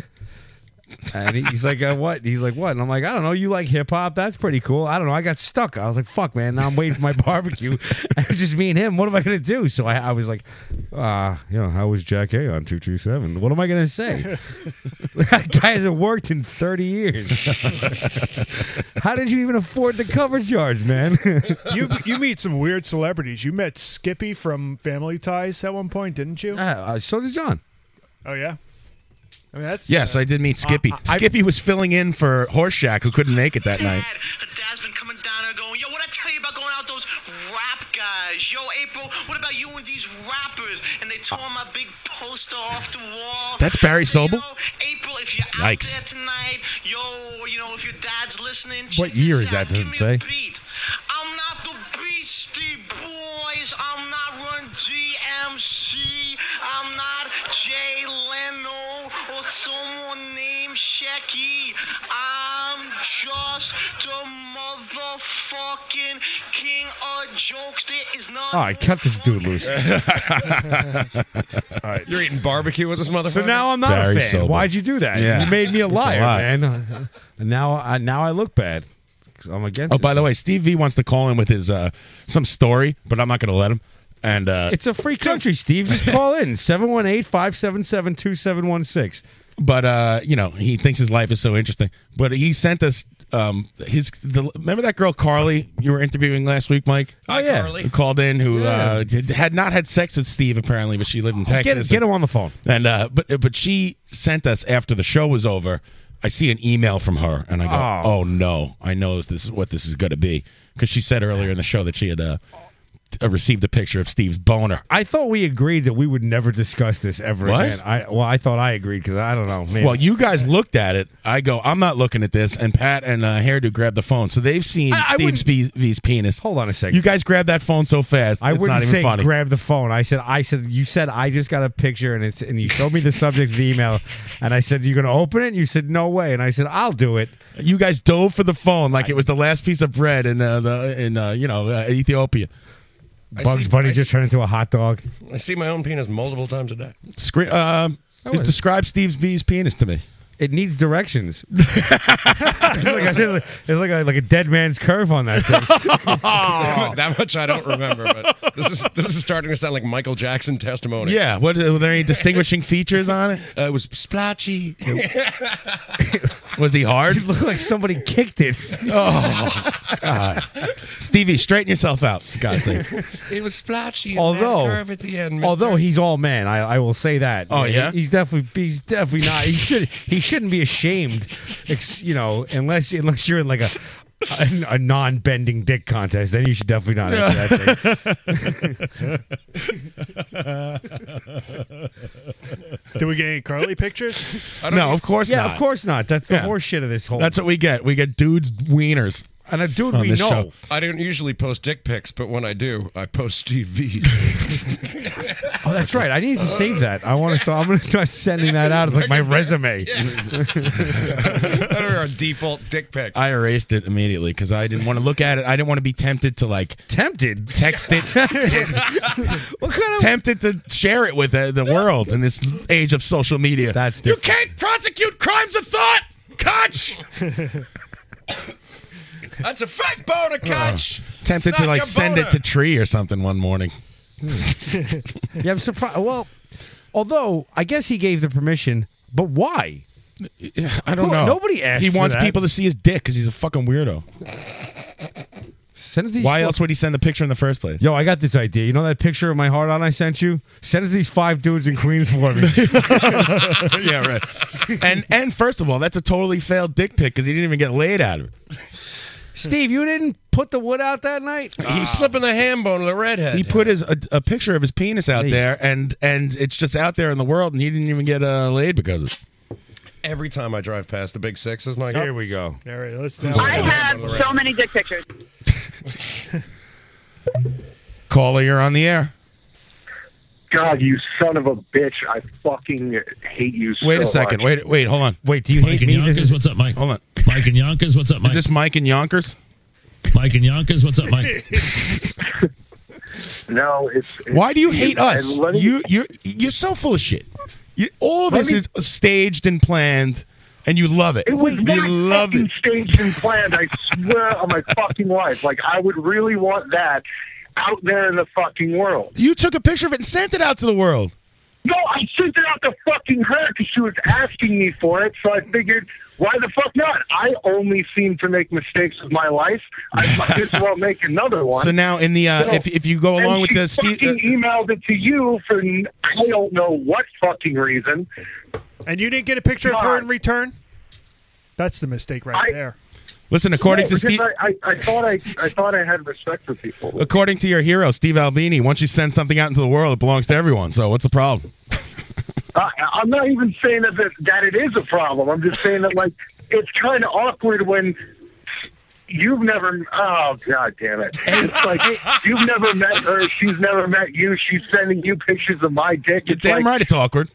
And he- he's like, uh, what? He's like, what? And I'm like, I don't know. You like hip hop? That's pretty cool. I don't know. I got stuck. I was like, fuck, man. Now I'm waiting for my (laughs) barbecue. And it's just me and him. What am I gonna do? So I, I was like, uh, you know, how was Jack A on two two seven? What am I gonna say? (laughs) that guy hasn't worked in thirty years. how did you even afford the cover charge, man? you you meet some weird celebrities. You met Skippy from Family Ties at one point, didn't you? uh, so did John. Oh yeah. I mean that's Uh, Yes, I did meet Skippy. Skippy was filling in for Horseshack, who couldn't make it that night. coming down and going, yo, what I tell you about going out with those rap guys? Yo, April, what about you and these rappers? And they tore my big poster off the wall. That's Barry Sobel. April, if you're out Yikes. there tonight, yo, you know, if your dad's listening, What year is that? Does it say? I'm not the Beastie Boys. I'm not Run DMC. I'm not Jay Leno or someone named Shecky. I'm just (laughs) the motherfucking king of jokes. There is none. All right, cut this dude loose. You're eating barbecue with this motherfucker. So now I'm not Very a fan. sober. Why'd you do that? Yeah. You made me a It's a liar, lie. man. And now, I, now I look bad. 'Cause I'm against. Oh, it. by the way, Steve V wants to call in with his uh, some story, but I'm not going to let him. And uh, It's a free country, Steve. Just call in 718 577 2716. but uh, you know he thinks his life is so interesting. But he sent us um, his. The, remember that girl Carly you were interviewing last week, Mike? Oh yeah, Carly. who called in who Yeah. uh, did, had not had sex with Steve apparently, but she lived in Texas. get him on the phone. And uh, but but she sent us after the show was over. I see an email from her, and I go, "Oh, no, I know this is what this is going to be," because she said earlier in the show that she had uh, uh, received a picture of Steve's boner. I thought we agreed that we would never discuss this ever What? again. I well, I thought I agreed because I don't know. Man. Well, you guys looked at it. I go, I'm not looking at this. And Pat and uh, Hairdo grabbed the phone, so they've seen I- I Steve wouldn't- Steve V's penis. Hold on a second. You guys grabbed that phone so fast. I it's wouldn't not even say funny. grab the phone. I said, I said, you said I just got a picture and it's and you showed me the subject of the email, and I said you're gonna open it. And you said no way, and I said I'll do it. you guys dove for the phone like it was the last piece of bread in uh, the in uh, you know uh, Ethiopia. I Bugs see- Bunny I just see- turned into a hot dog. I see my own penis multiple times a day. (laughs) (laughs) Scre- uh, describe Steve's B's penis to me. It needs directions. (laughs) it's like, I said, like- it's like a, like a dead man's curve on that thing. that much I don't remember, but this is this is starting to sound like Michael Jackson testimony. Yeah. What were there any distinguishing features on it? Uh, it was splotchy. (laughs) Was he (laughs) hard? looked like somebody kicked it. (laughs) oh God, Stevie, straighten yourself out. For God's (laughs) sake. it was splotchy. and although that curve at the end, (laughs) although mister. he's all man, I, I will say that. Oh, He- yeah? he's definitely he's definitely not. He should he shouldn't be ashamed, ex, you know, unless unless you're in like a. A, a non-bending dick contest, then you should definitely not. enter (laughs) that thing. Did we get any Carly pictures? No, of course yeah, not. of course not. That's the Yeah. horse shit of this whole. That's what we get. We get dudes wieners. And a dude on we this know. show. I don't usually post dick pics, but when I do, I post Steve V. Oh, that's right. I need to save that. I want to. So I'm going to start sending that out. (laughs) It's like my resume. that are our default (laughs) dick pic. I erased it immediately because I didn't want to look at it. I didn't want to be tempted to like tempted, text it, (laughs) tempted. tempted to share it with uh, the world in this age of social media. That's You can't prosecute crimes of thought, Koch. (laughs) That's a fake boner, Koch. tempted It's to not like your send it boner. to Tree or something one morning. (laughs) yeah, I'm surprised. Well, although I guess he gave the permission, but why? I don't know. Nobody asked. He for wants that. people to see his dick because he's a fucking weirdo. send it to these Why fuck- else would he send the picture in the first place? Yo, I got this idea. You know that picture of my heart on I sent you? Send it to these five dudes in Queens for (laughs) me. (laughs) yeah, right. And and first of all, that's a totally failed dick pic because he didn't even get laid out of it. Steve, you didn't put the wood out that night. He's slipping the ham bone to the redhead. He put his a, a picture of his penis out there, and and it's just out there in the world, and he didn't even get uh, laid because of it. Every time I drive past the big six, oh. is my Here we go. All right, let's I have so many dick pictures. Caller, you're on the air. God, you son of a bitch! I fucking hate you. Wait so a second. much. Wait, wait, hold on. Wait, do you hate me? This Yonkers, is- what's up, Mike? Hold on. Mike and Yonkers, what's up, Mike? Is this Mike and Yonkers? Mike and Yonkers, what's up, Mike? No, it's, it's- (laughs) Why do you hate and us? let me- You you you're so full of shit. You, all Let this me- is staged and planned, and you love it. It was you not love fucking it. staged and planned. I swear on my fucking life. Like I would really want that out there in the fucking world. You took a picture of it and sent it out to the world. No, I sent it out to fucking her because she was asking me for it. So I figured, why the fuck not? I only seem to make mistakes with my life. (laughs) I might as well make another one. So now in the, uh, if- if you go and along with she the Steve- uh, fucking emailed it to you for n- I don't know what fucking reason. And you didn't get a picture of her in return? That's the mistake right there. Listen, according No, to because Steve, I, I, I thought I, I thought I had respect for people. according to your hero Steve Albini, once you send something out into the world, it belongs to everyone. So what's the problem? I, I'm not even saying that, that that it is a problem. I'm just saying that like it's kind of awkward when you've never. Oh god damn it! It's like you've never met her. She's never met you. She's sending you pictures of my dick. You're Damn right, it's awkward.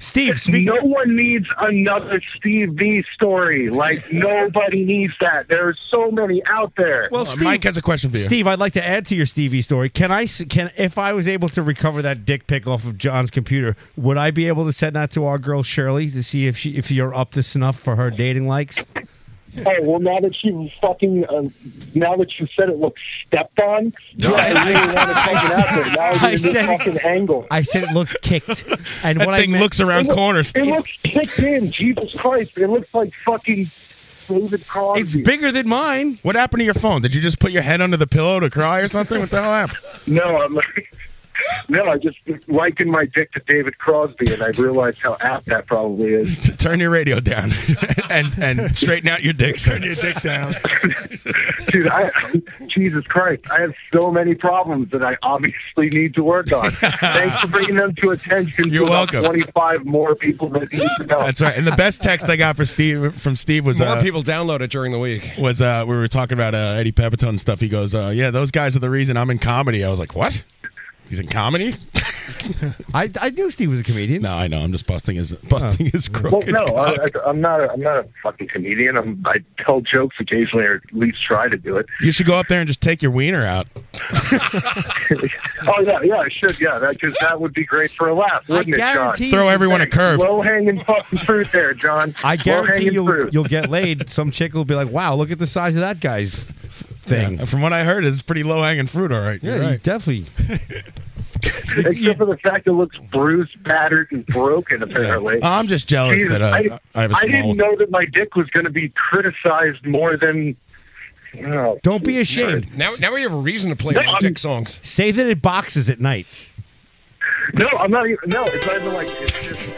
Steve, no one needs another Steve B story. Like nobody needs that. There are so many out there. Steve, I'd like to add to your Stevie story. Can I? s- Can if I was able to recover that dick pic off of John's computer, would I be able to send that to our girl Shirley to see if she if you're up to snuff for her dating likes? Oh well, now that you fucking uh, now that you said it looks stepped on, No. I really want to take it out there. (laughs) Now I you're in this said- fucking angle. I said it looked kicked, and That what thing I meant- looks around It look- corners. it looks kicked in. Jesus Christ! It looks like fucking David Crosby. It's bigger than mine. What happened to your phone? Did you just put your head under the pillow to cry or something? What the hell happened? No, I'm like, (laughs) no, I just likened my dick to David Crosby, and I realized how apt that probably is. Turn your radio down (laughs) and and straighten out your dick. Turn your dick down. Dude, I, Jesus Christ, I have so many problems that I obviously need to work on. Thanks for bringing them to attention. You're to about welcome. Twenty-five more people that need to know. That's right. And the best text I got for Steve from Steve was More uh, people download it during the week. was uh, we were talking about uh, Eddie Pepitone and stuff. He goes, uh, "Yeah, those guys are the reason I'm in comedy." I was like, "What? He's in comedy?" (laughs) I I knew Steve was a comedian. Oh. No, I know. I'm just busting his busting his Well, crooked. no, I, I, I'm not. A, I'm not a fucking comedian. I'm, I tell jokes occasionally, or at least try to do it. You should go up there and just take your wiener out. (laughs) oh yeah, yeah, I should. Yeah, because that would be great for a laugh, wouldn't it, John? guarantee Throw you- everyone a curve. Low hanging fucking fruit there, John. I guarantee Low-hanging you'll fruit. you'll get laid. Some chick will be like, "Wow, look at the size of that guy's thing." From what I heard, it's pretty low hanging fruit. All right, yeah, You're you right. definitely. Except for the fact it looks bruised, battered, and broken. Apparently, I'm just jealous Jesus, that, uh, I have a small- didn't know that my dick was going to be criticized more than. Oh, Don't be ashamed. Now, now we have a reason to play No, all I'm- dick songs. Say that it boxes at night. No, I'm not even. No, it's not even like it's just.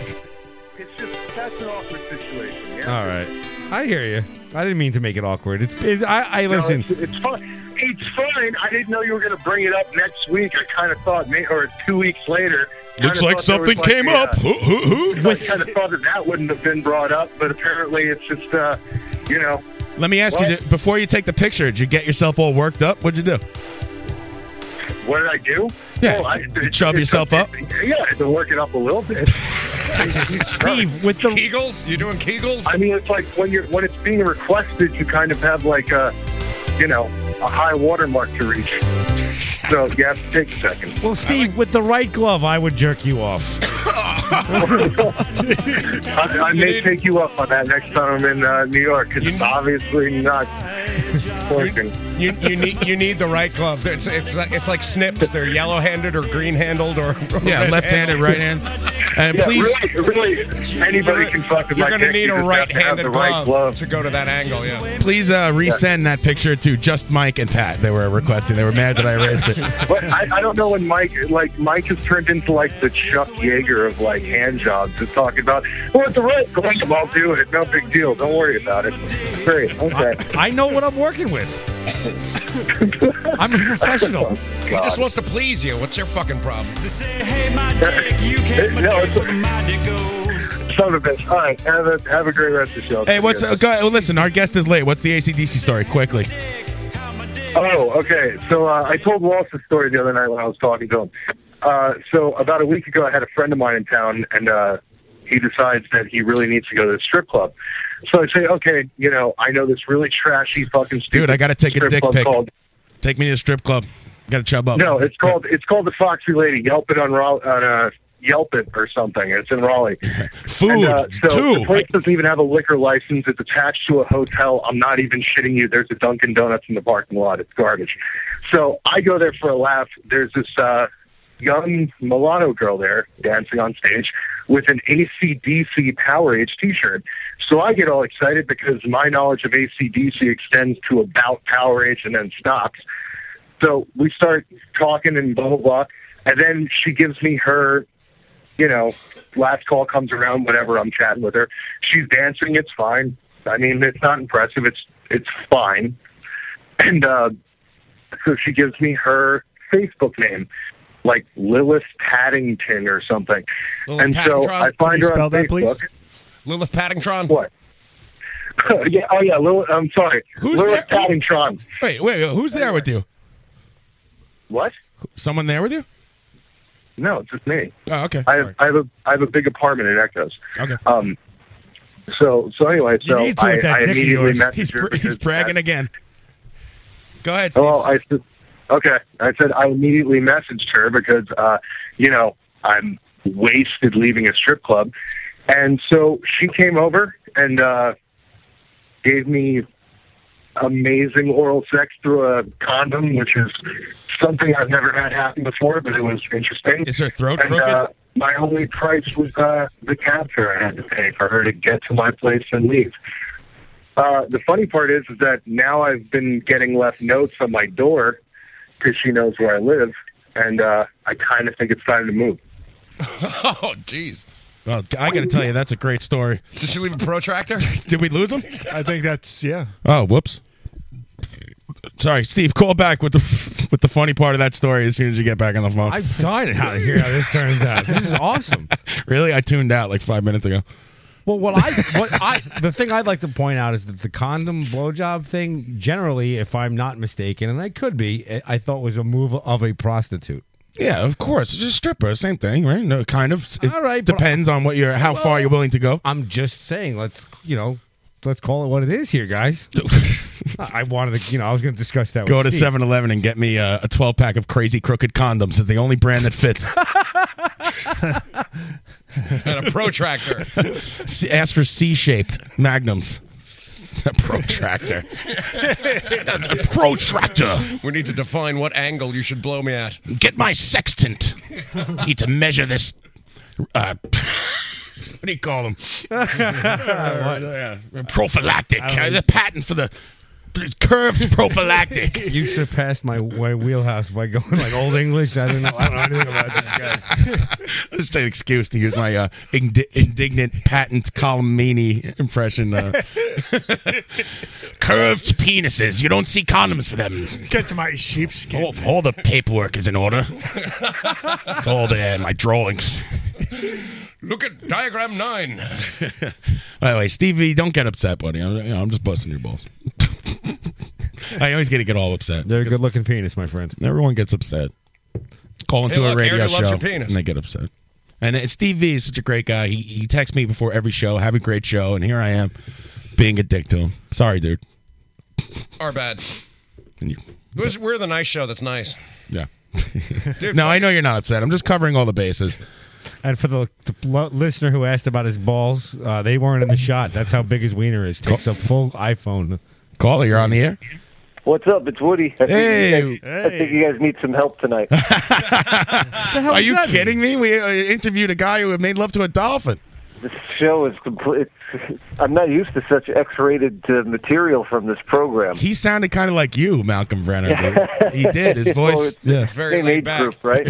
It's just that's an awkward situation. Yeah. All right, I hear you. I didn't mean to make it awkward. It's, it's I, I No, listen. it's, it's fine. It's fine. I didn't know you were going to bring it up next week. I kind of thought, may- or two weeks later. kinda Looks like thought there was something came a, up. Who- who- who? I kind of thought that that wouldn't have been brought up, but apparently it's just, uh, you know. Let me ask you What? you before you take the picture. Did you get yourself all worked up? What'd you do? What did I do? Yeah, Oh, I, it- shove it- yourself up. Yeah, I had to work it up a little bit. (laughs) Steve, with the Kegels, you doing Kegels? I mean, it's like when you're when it's being requested, you kind of have like a, you know, a high watermark to reach. So you have to take a second. Well, Steve, with the right glove, I would jerk you off. I, I may take you up on that next time I'm in uh, New York because it's obviously not working. You, you need you need the right gloves. It's it's like- it's like snips. They're yellow handed or green handled or (laughs) Yeah, red-handed. left-handed, right-hand. And Yeah, please, really, really, anybody can fuck with You're my gonna dick. need You a just have to have right-handed the right glove, glove. to go to that angle. Yeah. please uh, resend that picture to just Mike and Pat. They were requesting. They were mad that I raised it. But I, I don't know when Mike, like Mike, has turned into like the Chuck Yeager of like hand jobs. Just talking about, well, it's the right glove. I'll do it. No big deal. Don't worry about it. Great. Okay. I know what I'm working with. I'm a (laughs) (laughs) Oh professional. He just wants to please you. What's your fucking problem? no, it's (laughs) son of a bitch. All right. Have a have a great rest of the show. Hey, what's uh, go, listen? Our guest is late. What's the ACDC story? Quickly. Oh, okay. So uh, I told Walsh the story the other night when I was talking to him. Uh, so about a week ago, I had a friend of mine in town, and uh, he decides that he really needs to go to the strip club. So I say, okay, you know, I know this really trashy fucking stupid Dude, I gotta take a strip dick club pic. Called, Take me to the strip club. Got to chub up. no, it's called it's called the Foxy Lady. Yelp it on Raleigh, on uh, Yelp it or something. It's (laughs) in Raleigh. Food, And, uh, so too. The place doesn't even have a liquor license. It's attached to a hotel. I'm not even shitting you. There's a Dunkin' Donuts in the parking lot. It's garbage. So I go there for a laugh. There's this uh, young mulatto girl there dancing on stage with an ACDC Power Age T-shirt. So I get all excited because my knowledge of ACDC extends to about Power Age and then stops. So we start talking and blah blah blah, and then she gives me her, you know, last call comes around. Whenever I'm chatting with her, she's dancing. It's fine. I mean, it's not impressive. It's It's fine. And uh, so she gives me her Facebook name, like Lilith Paddington or something. Lilith and so Paddington? I Can find you her spell on that, Facebook. please? Lilith Paddington. What? (laughs) yeah. Oh yeah. Lilith. I'm sorry. Who's Lilith there? Paddington? Wait, wait, wait, who's there with you? What? Someone there with you? No, it's just me. Oh, okay. I have, I have a I have a big apartment in Echoes. Okay. Um. So so anyway, You so need to I, with that uh, I dick of immediately yours. messaged He's her bra- he's because uh, bragging again. (laughs) Go ahead, Steve. Well, I said, okay. I said I immediately messaged her because, uh, you know, I'm wasted leaving a strip club, and so she came over and uh, gave me amazing oral sex through a condom, which is something I've never had happen before, but it was interesting. Is her throat and, crooked? Uh, my only price was uh, the cab fare I had to pay for her to get to my place and leave. Uh, the funny part is, is that now I've been getting left notes on my door because she knows where I live, and uh, I kind of think it's time to move. (laughs) Oh, jeez. Well, I got to tell you, that's a great story. Did she leave a protractor? (laughs) Did we lose him? I think that's (laughs) yeah. Oh, whoops. Sorry, Steve. Call back with the (laughs) with the funny part of that story as soon as you get back on the phone. I'm dying how to hear how this turns out. This is awesome. really, I tuned out like five minutes ago. (laughs) Well, what I what I the thing I'd like to point out is that the condom blowjob thing, generally, if I'm not mistaken, and I could be, eh, I- I thought was a move of a prostitute. Yeah, of course. It's a stripper, same thing, right? No, kind of. It All right, but- depends on what you're, how far you're willing to go. I'm just saying, let's you know, let's call it what it is here, (laughs) guys. I I wanted to, you know, I was going to discuss that. Go with to Steve. 7-Eleven and get me uh, a 12 pack of crazy crooked condoms. It's the only brand that (laughs) fits. and (laughs) a protractor. S- Ask for C-shaped (laughs) magnums. A protractor. a protractor. We need to define what angle you should blow me at. Get my (laughs) sextant. Need to measure this. Uh, (laughs) what do you call them? (laughs) Prophylactic. I don't Uh, know. the patent for the curved prophylactic. You surpassed my, my wheelhouse by going like old English. (laughs) I don't know. I don't know anything about these guys. (laughs) Just an excuse to use my uh, indi- indignant patent Colomini impression. Uh, (laughs) curved penises. You don't see condoms for them. Get to my sheepskin. All, all the paperwork is in order. it's all there in my drawings. (laughs) Look at (laughs) diagram nine. By the way, Stevie, don't get upset, buddy. I'm, you know, I'm just busting your (laughs) balls. I always get to get all upset. They're a good looking penis, my friend. Everyone gets upset. Call Hey, into a look, radio Aaron show loves your penis. and they get upset. And uh, Steve V is such a great guy. He he texts me before every show, have a great show, and here I am being a dick to him. Sorry, dude. Our bad. And you, We're- We're the nice show that's nice. (laughs) yeah. no, I know you're not upset. I'm just covering all the bases. And for the, the lo- listener who asked about his balls, uh, they weren't in the shot. That's how big his wiener is. Takes a full iPhone. Caller, you're on the air. What's up? It's Woody. I think, Hey. you, guys, I think you guys need some help (laughs) tonight. Are you kidding me? We uh, interviewed a guy who had made love to a dolphin. this show is complete. It's, I'm not used to such X-rated uh, material from this program. He sounded kind of like you, Malcolm Brenner. dude. He did. (laughs) (laughs) His Well, voice. it's- yeah. Oh, It's very laid back. right?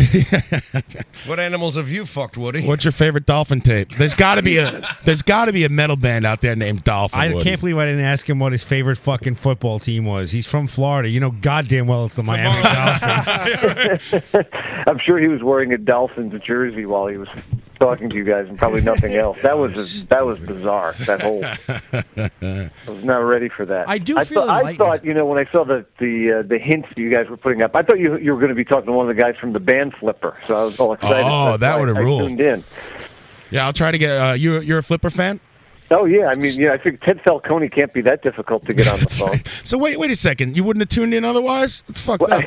(laughs) what animals have you fucked, (laughs) Woody? What's your favorite dolphin tape? There's got to be a there's got to be a metal band out there named Dolphin. I Woody. can't believe I didn't ask him what his favorite fucking football team was. He's from Florida. You know goddamn well it's the Miami Dolphins. (laughs) I'm sure he was wearing a Dolphins jersey while he was talking to you guys, and probably nothing else. That was that was bizarre. That whole. (laughs) I was not ready for that. I do I feel thought, I enlightened. thought, you know, when I saw the the uh, the hints that you guys were putting up, I thought you you were going to be talking to one of the guys from the band Flipper. So I was all excited. Oh, that That's why would've I ruled. Tuned in. Yeah, I'll try to get uh, you. You're a flipper fan. Oh yeah, I mean, yeah, I think Ted Falcone can't be that difficult to get on the phone. So wait, wait a second. You wouldn't have tuned in otherwise. That's fucked up.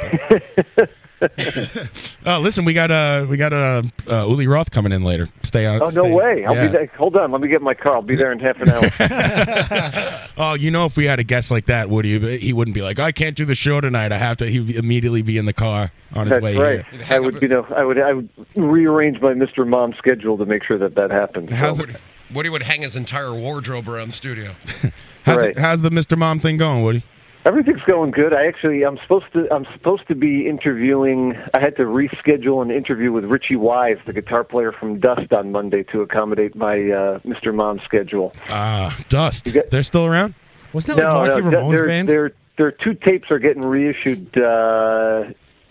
Oh, listen, we got uh, we got uh, uh, Uli Roth coming in later. Stay on. Oh no stay- way! I'll yeah. be there. Hold on, let me get in my car. I'll be there in half an hour. Oh, you know, if we had a guest like that, Woody, he wouldn't be like, I can't do the show tonight. I have to. He'd immediately be in the car (laughs) on his That's way right. here. I would, you know, I would, I would rearrange my Mr. Mom schedule to make sure that that happens. How's So- Woody, Woody would hang his entire wardrobe around the studio. How's, it, how's the Mr. Mom thing going, Woody? Everything's going good. I actually, I'm supposed to, I'm supposed to be interviewing. I had to reschedule an interview with Richie Wise, the guitar player from Dust, on Monday to accommodate my uh, Mr. Mom schedule. Ah, Dust. They're still around. Wasn't that like Marky Ramone's their, band? Their, their two tapes are getting reissued uh,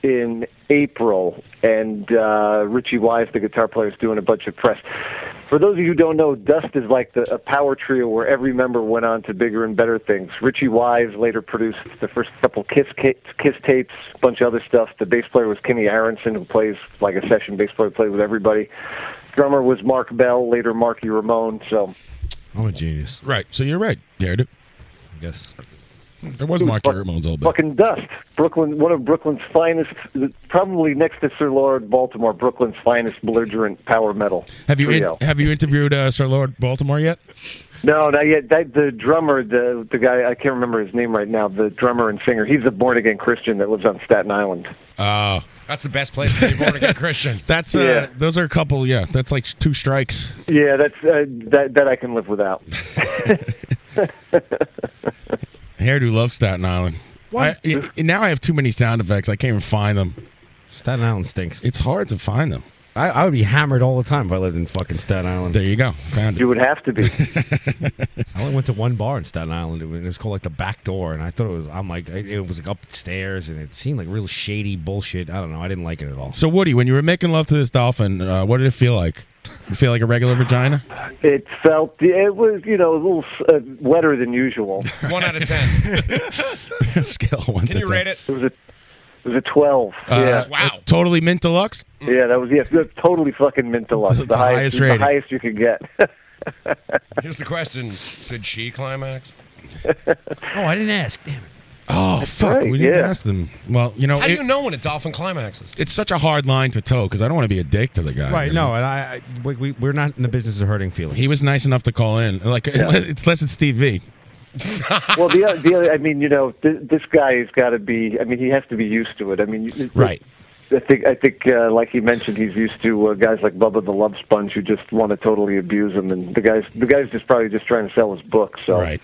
in April, and uh, Richie Wise, the guitar player, is doing a bunch of press. For those of you who don't know, Dust is like the, a power trio where every member went on to bigger and better things. Richie Wise later produced the first couple Kiss, Kiss, Kiss tapes, a bunch of other stuff. The bass player was Kenny Aronson, who plays like a session bass player, played with everybody. Drummer was Mark Bell, later Marky Ramone. So I'm a genius. Right. So you're right, Garrett. Yes. It was Marky Ramone's old band. Fucking dust. Brooklyn, one of Brooklyn's finest, probably next to Sir Lord Baltimore, Brooklyn's finest belligerent power metal. Have you in, trio. have you interviewed uh, Sir Lord Baltimore yet? No, not yet. That, the drummer, the the guy, I can't remember his name right now. The drummer and singer. He's a born again Christian that lives on Staten Island. Oh, That's the best place to be (laughs) born again Christian. that's uh, Yeah. those are a couple. Yeah, that's like two strikes. Yeah, that's uh, that that I can (laughs) live without. Hairdo loves Staten Island. Why? now I have too many sound effects. I can't even find them. Staten Island stinks. It's hard to find them. I, I would be hammered all the time if I lived in fucking Staten Island. There you go. Found You would have to be. I only went to one bar in Staten Island. It was, it was called like the back door, and I thought it was. I'm like, it, it was like upstairs, and it seemed like real shady bullshit. I don't know. I didn't like it at all. So Woody, when you were making love to this dolphin, uh, what did it feel like? Did it feel like a regular vagina? (laughs) It felt it was you know a little uh, wetter than usual. (laughs) One out of (laughs) ten. Scale one. Can you rate it? It was a it was a twelve. yeah. Wow. Uh, Totally mint deluxe. Yeah, that was yes, yeah, totally fucking mint deluxe. The, highest highest, the rating. highest you (laughs) could get. Here's the question: Did she climax? Oh, I didn't ask. Damn it. Oh fuck! right, we didn't yeah. ask them. Well, you know, How do it- you know when a dolphin climaxes? it's such a hard line to toe because I don't want to be a dick to the guy. Right? you know? No, and I, I we, we we're not in the business of hurting feelings. He was nice enough to call in. Like unless, (laughs) it's less it's Steve V. well, the other, the other, I mean, you know, th- this guy has got to be. I mean, he has to be used to it. I mean, you- Right. I think I think, uh, like he mentioned, he's used to uh, guys like Bubba the Love Sponge who just want to totally abuse him, and the guys, the guy's just probably just trying to sell his book. So Right.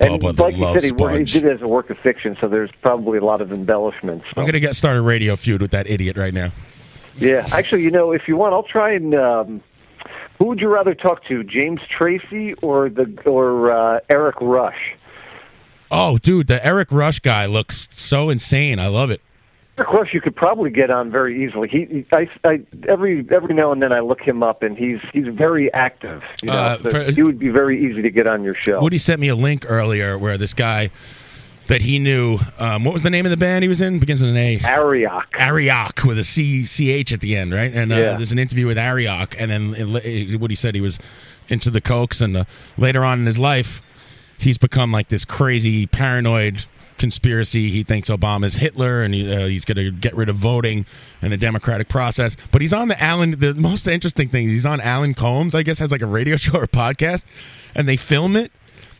And Bubba the like Love you said, he, wor- he Sponge. did it as a work of fiction, so there's probably a lot of embellishments. I'm gonna get start a radio feud with that idiot right now. Yeah, actually, you know, if you want, I'll try and. Um, who would you rather talk to, James Tracy or the or uh, Eric Rush? Oh, dude, the Eric Rush guy looks so insane. I love it. Eric Rush, you could probably get on very easily. He, he I, I, every every now and then I look him up, and he's he's very active. You know, Uh, so (laughs) for- he would be very easy to get on your show. Woody sent me a link earlier where this guy that he knew. Um, what was the name of the band he was in? Begins with an A. Ariok. Ariok with a C C H at the end, right? And uh, Yeah. there's an interview with Ariok, and then it, li- Woody said he was into the cokes, and uh, later on in his life, he's become like this crazy paranoid conspiracy. He thinks Obama's Hitler, and he, uh, he's going to get rid of voting and the democratic process. But he's on the Alan. The most interesting thing is he's on Alan Combs. I guess has like a radio (laughs) show or podcast, and they film it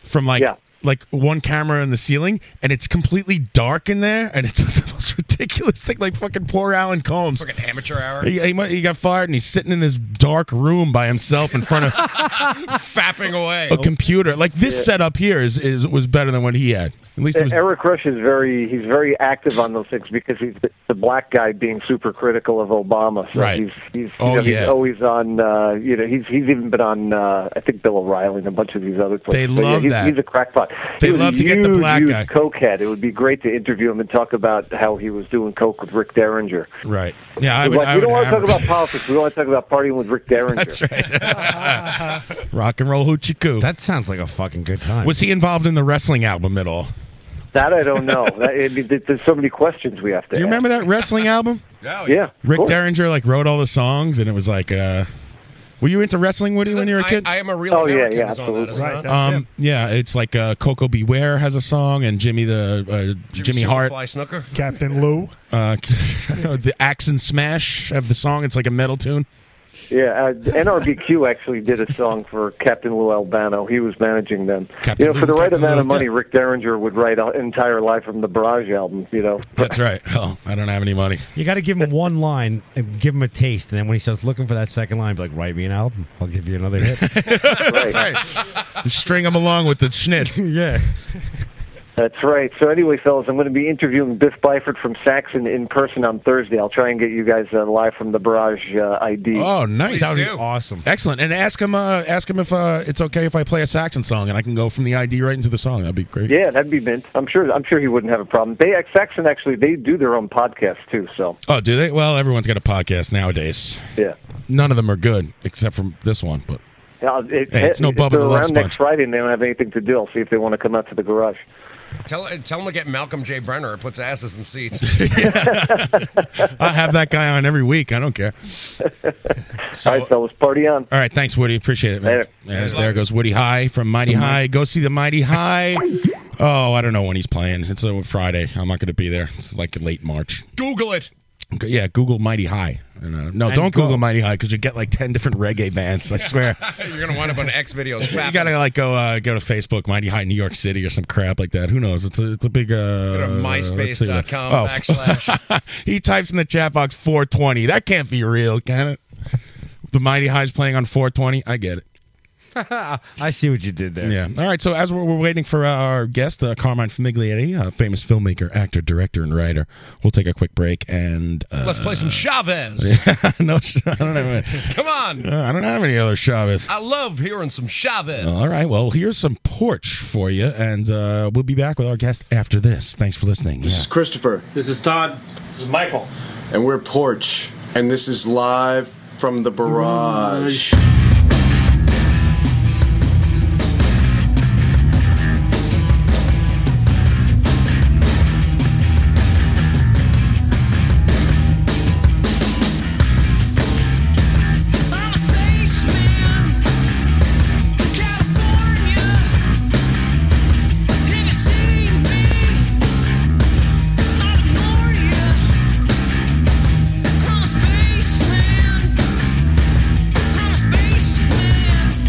from like. Like one camera in the ceiling, and it's completely dark in there, and it's (laughs) the most ridiculous thing. Like fucking poor Alan Combs. Fucking amateur hour. He, he, mu- he got fired, and he's sitting in this dark room by himself in front of (laughs) Fapping away. (laughs) a computer. Like this Yeah. setup here is, is was better than what he had. At least it was. E, Eric Rush is very he's very active on those things because he's the, the black guy being super critical of Obama. So Right. he's he's, you Oh, know, yeah. he's always on uh, you know he's he's even been on uh, I think Bill O'Reilly and a bunch of these other places. They But yeah, love he's, that. He's a crackpot. They He was love a to get the huge, black huge guy. cokehead. It would be great to interview him and talk about how he was doing coke with Rick Derringer. Right. Yeah, I He was would. like, I we would don't want to talk hammer- about politics. We want to talk about partying (laughs) with Rick Derringer. That's right. Rock and roll hoochie coo. That sounds like a fucking good time. Was he involved in the wrestling album at all? That I don't know. that, I mean, there- there's so many questions we have to. Do you ask. remember that wrestling album? Yeah. Rick Derringer like wrote all the songs, and it was like, uh, were you into wrestling, Woody, when you were a kid? I am a real oh, American. Yeah, yeah, is on that, isn't it? um, yeah, it's like uh, Coco Beware has a song, and Jimmy the uh, Jimmy, Hart, Fly snooker. Captain Lou, uh, (laughs) the Axe and Smash have the song. It's like a metal tune. Yeah, uh, NRBQ actually did a song for Captain Lou Albano. He was managing them. Captain you know, Lou, for the right Captain amount Lou, of money, yeah. Rick Derringer would write an entire Live from the Barrage album. You know, That's right. Well, I don't have any money. You got to give him one line and give him a taste, and then when he starts looking for that second line, be like, "Write me an album. I'll give you another hit." (laughs) (laughs) That's right. You string them along with the schnitz. yeah. That's right. So anyway, fellas, I'm going to be interviewing Biff Byford from Saxon in person on Thursday. I'll try and get you guys uh, live from the Barrage uh, ID. Oh, nice! That was awesome. Excellent. And ask him. Uh, ask him if uh, it's okay if I play a Saxon song, and I can go from the ID right into the song. That'd be great. Yeah, that'd be mint. I'm sure. I'm sure he wouldn't have a problem. They Saxon actually they do their own podcast too. So Oh, do they? Well, everyone's got a podcast nowadays. Yeah. None of them are good except from this one, but uh, it, Hey, it's no if Bubba the they're Love around Sponge. next Friday and they don't have anything to do. I'll see if they want to come out to the garage. Tell uh, tell him to get Malcolm J. Brenner. It puts asses (laughs) in seats. I have that guy on every week. I don't care. (laughs) All right, fellas, party on. All right, thanks, Woody. Appreciate it, man. Later. Mm-hmm. Yeah, there goes Woody High from Mighty High. Go see the Mighty High. Oh, I don't know when he's playing. It's a Friday. I'm not going to be there. It's like late March. Google it. Okay, Yeah, Google Mighty High. And, uh, no, And don't go. Google Mighty High because you get like ten different reggae bands. I (laughs) swear. (laughs) You're gonna wind up on X videos. You gotta like go uh, go to Facebook, Mighty High New York City, or some crap like that. Who knows? It's a it's a big uh, to let's see what- myspace.com Oh, backslash. (laughs) he types in the chat box 420. That can't be real, can it? The Mighty High's playing on 420. I get it. I see what you did there. Yeah. All right. So as we're, we're waiting for uh, our guest, uh, Carmine Famiglietti, a famous filmmaker, actor, director, and writer, we'll take a quick break and uh, Let's (laughs) play some Chavez. no, I don't have. Come on. Uh, I don't have any other Chavez. I love hearing some Chavez. Oh, All right. Well, here's some porch for you, and uh, we'll be back with our guest after this. Thanks for listening. Yeah. This is Christopher. This is Todd. This is Michael. And we're Porch. And this is live from the barrage. Spaceman. I'm a spaceman.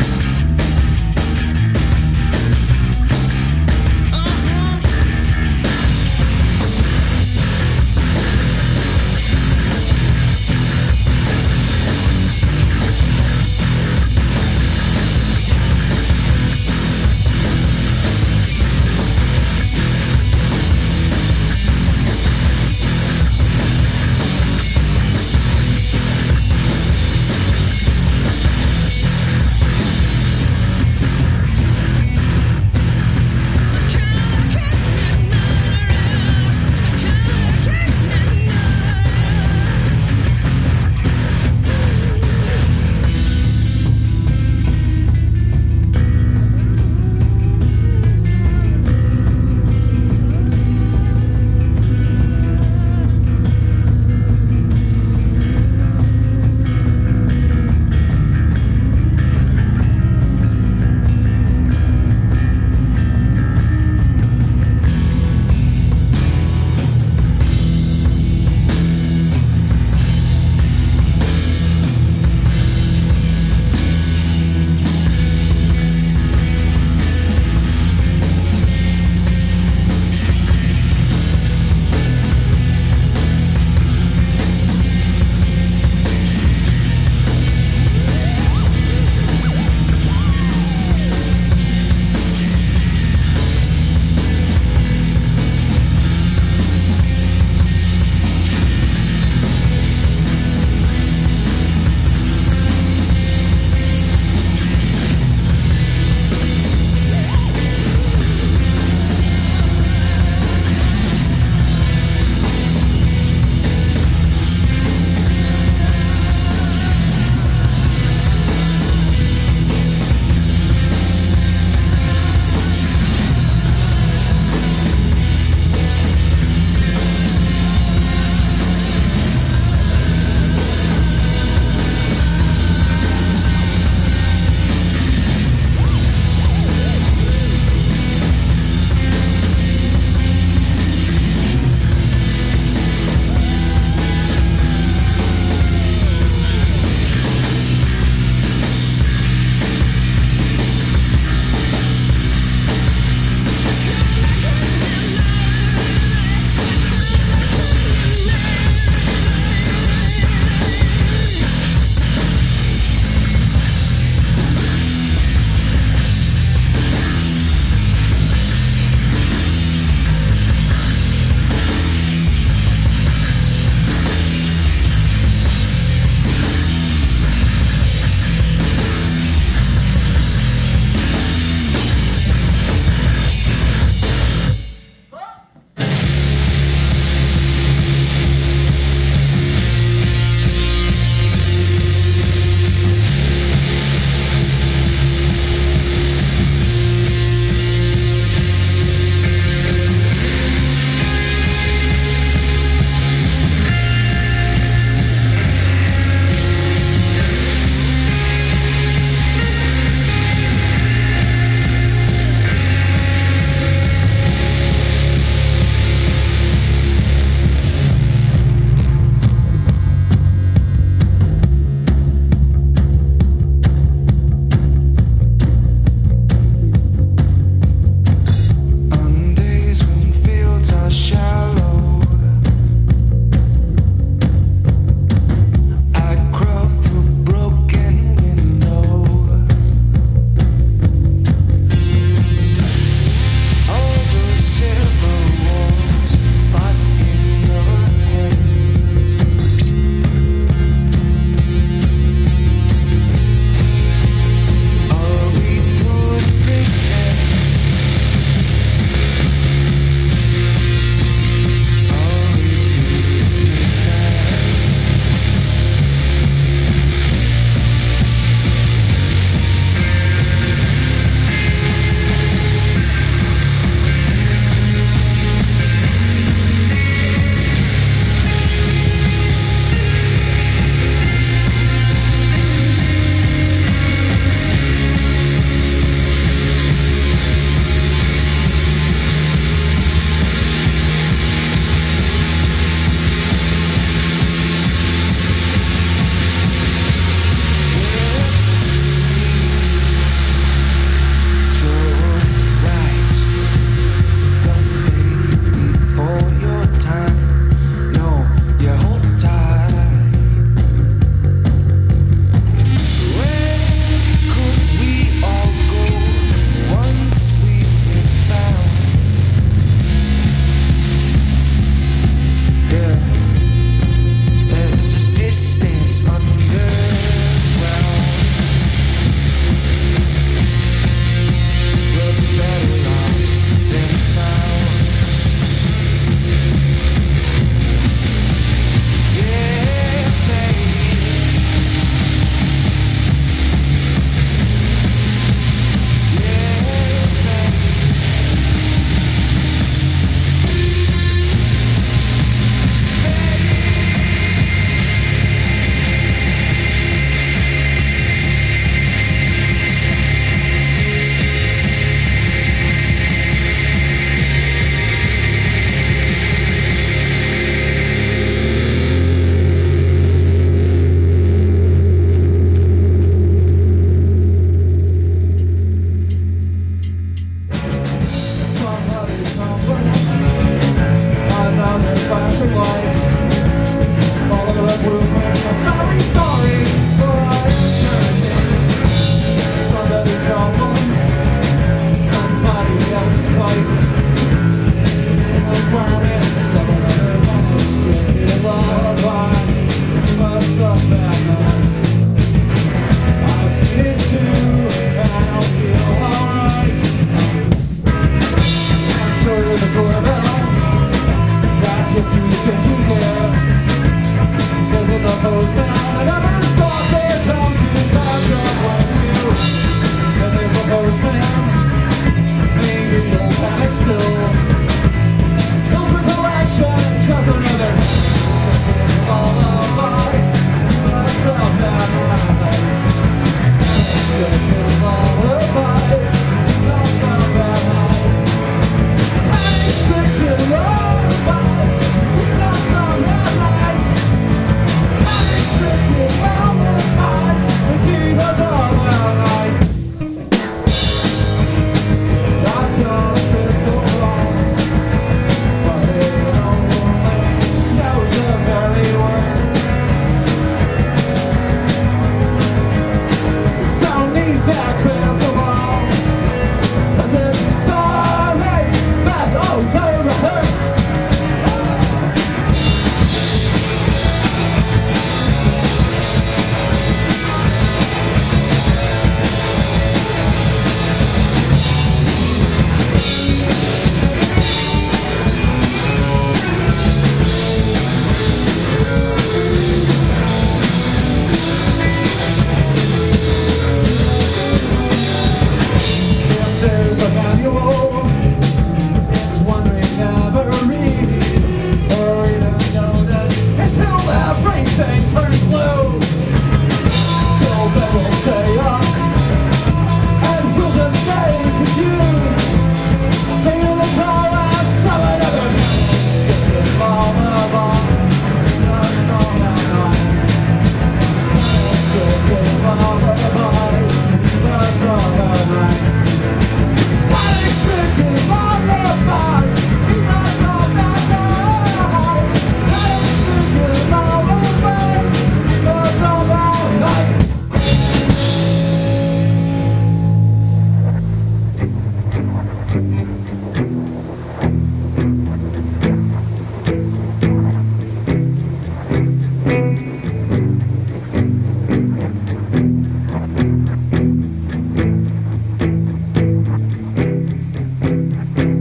oh,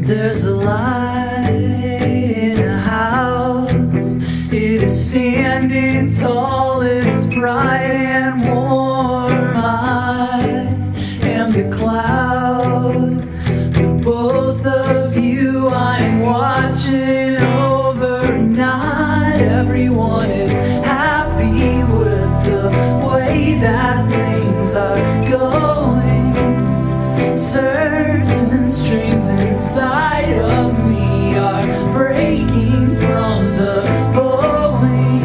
There's a light in a house. It is standing tall, it is bright and warm. I am the cloud. With both of you, I am watching overnight. Everyone is happy with the way that things are going. Certain strings inside of me are breaking from the bowing.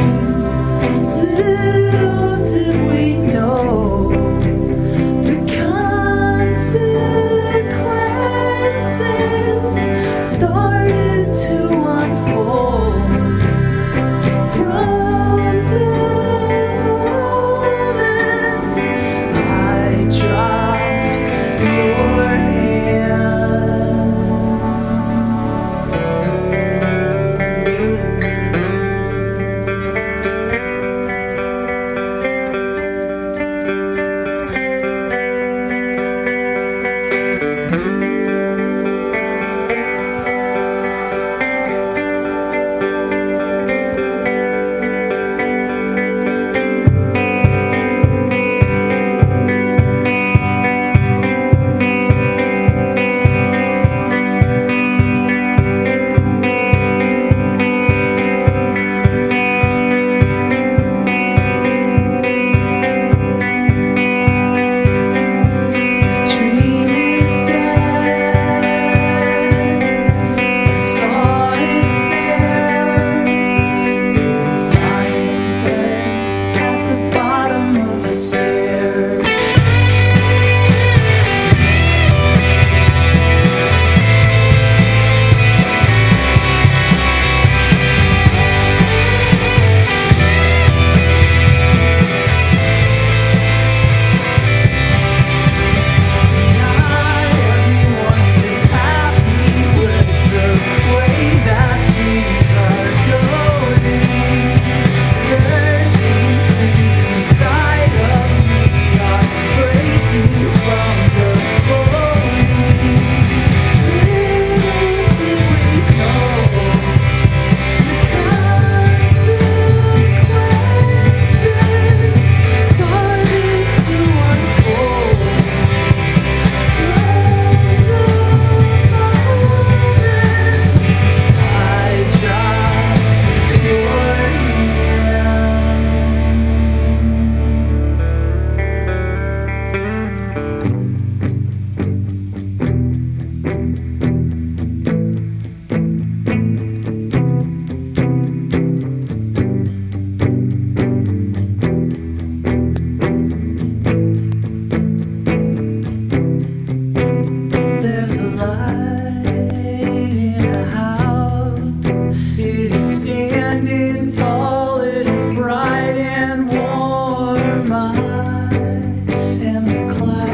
standing tall in his bright and warm eye, and the cloud.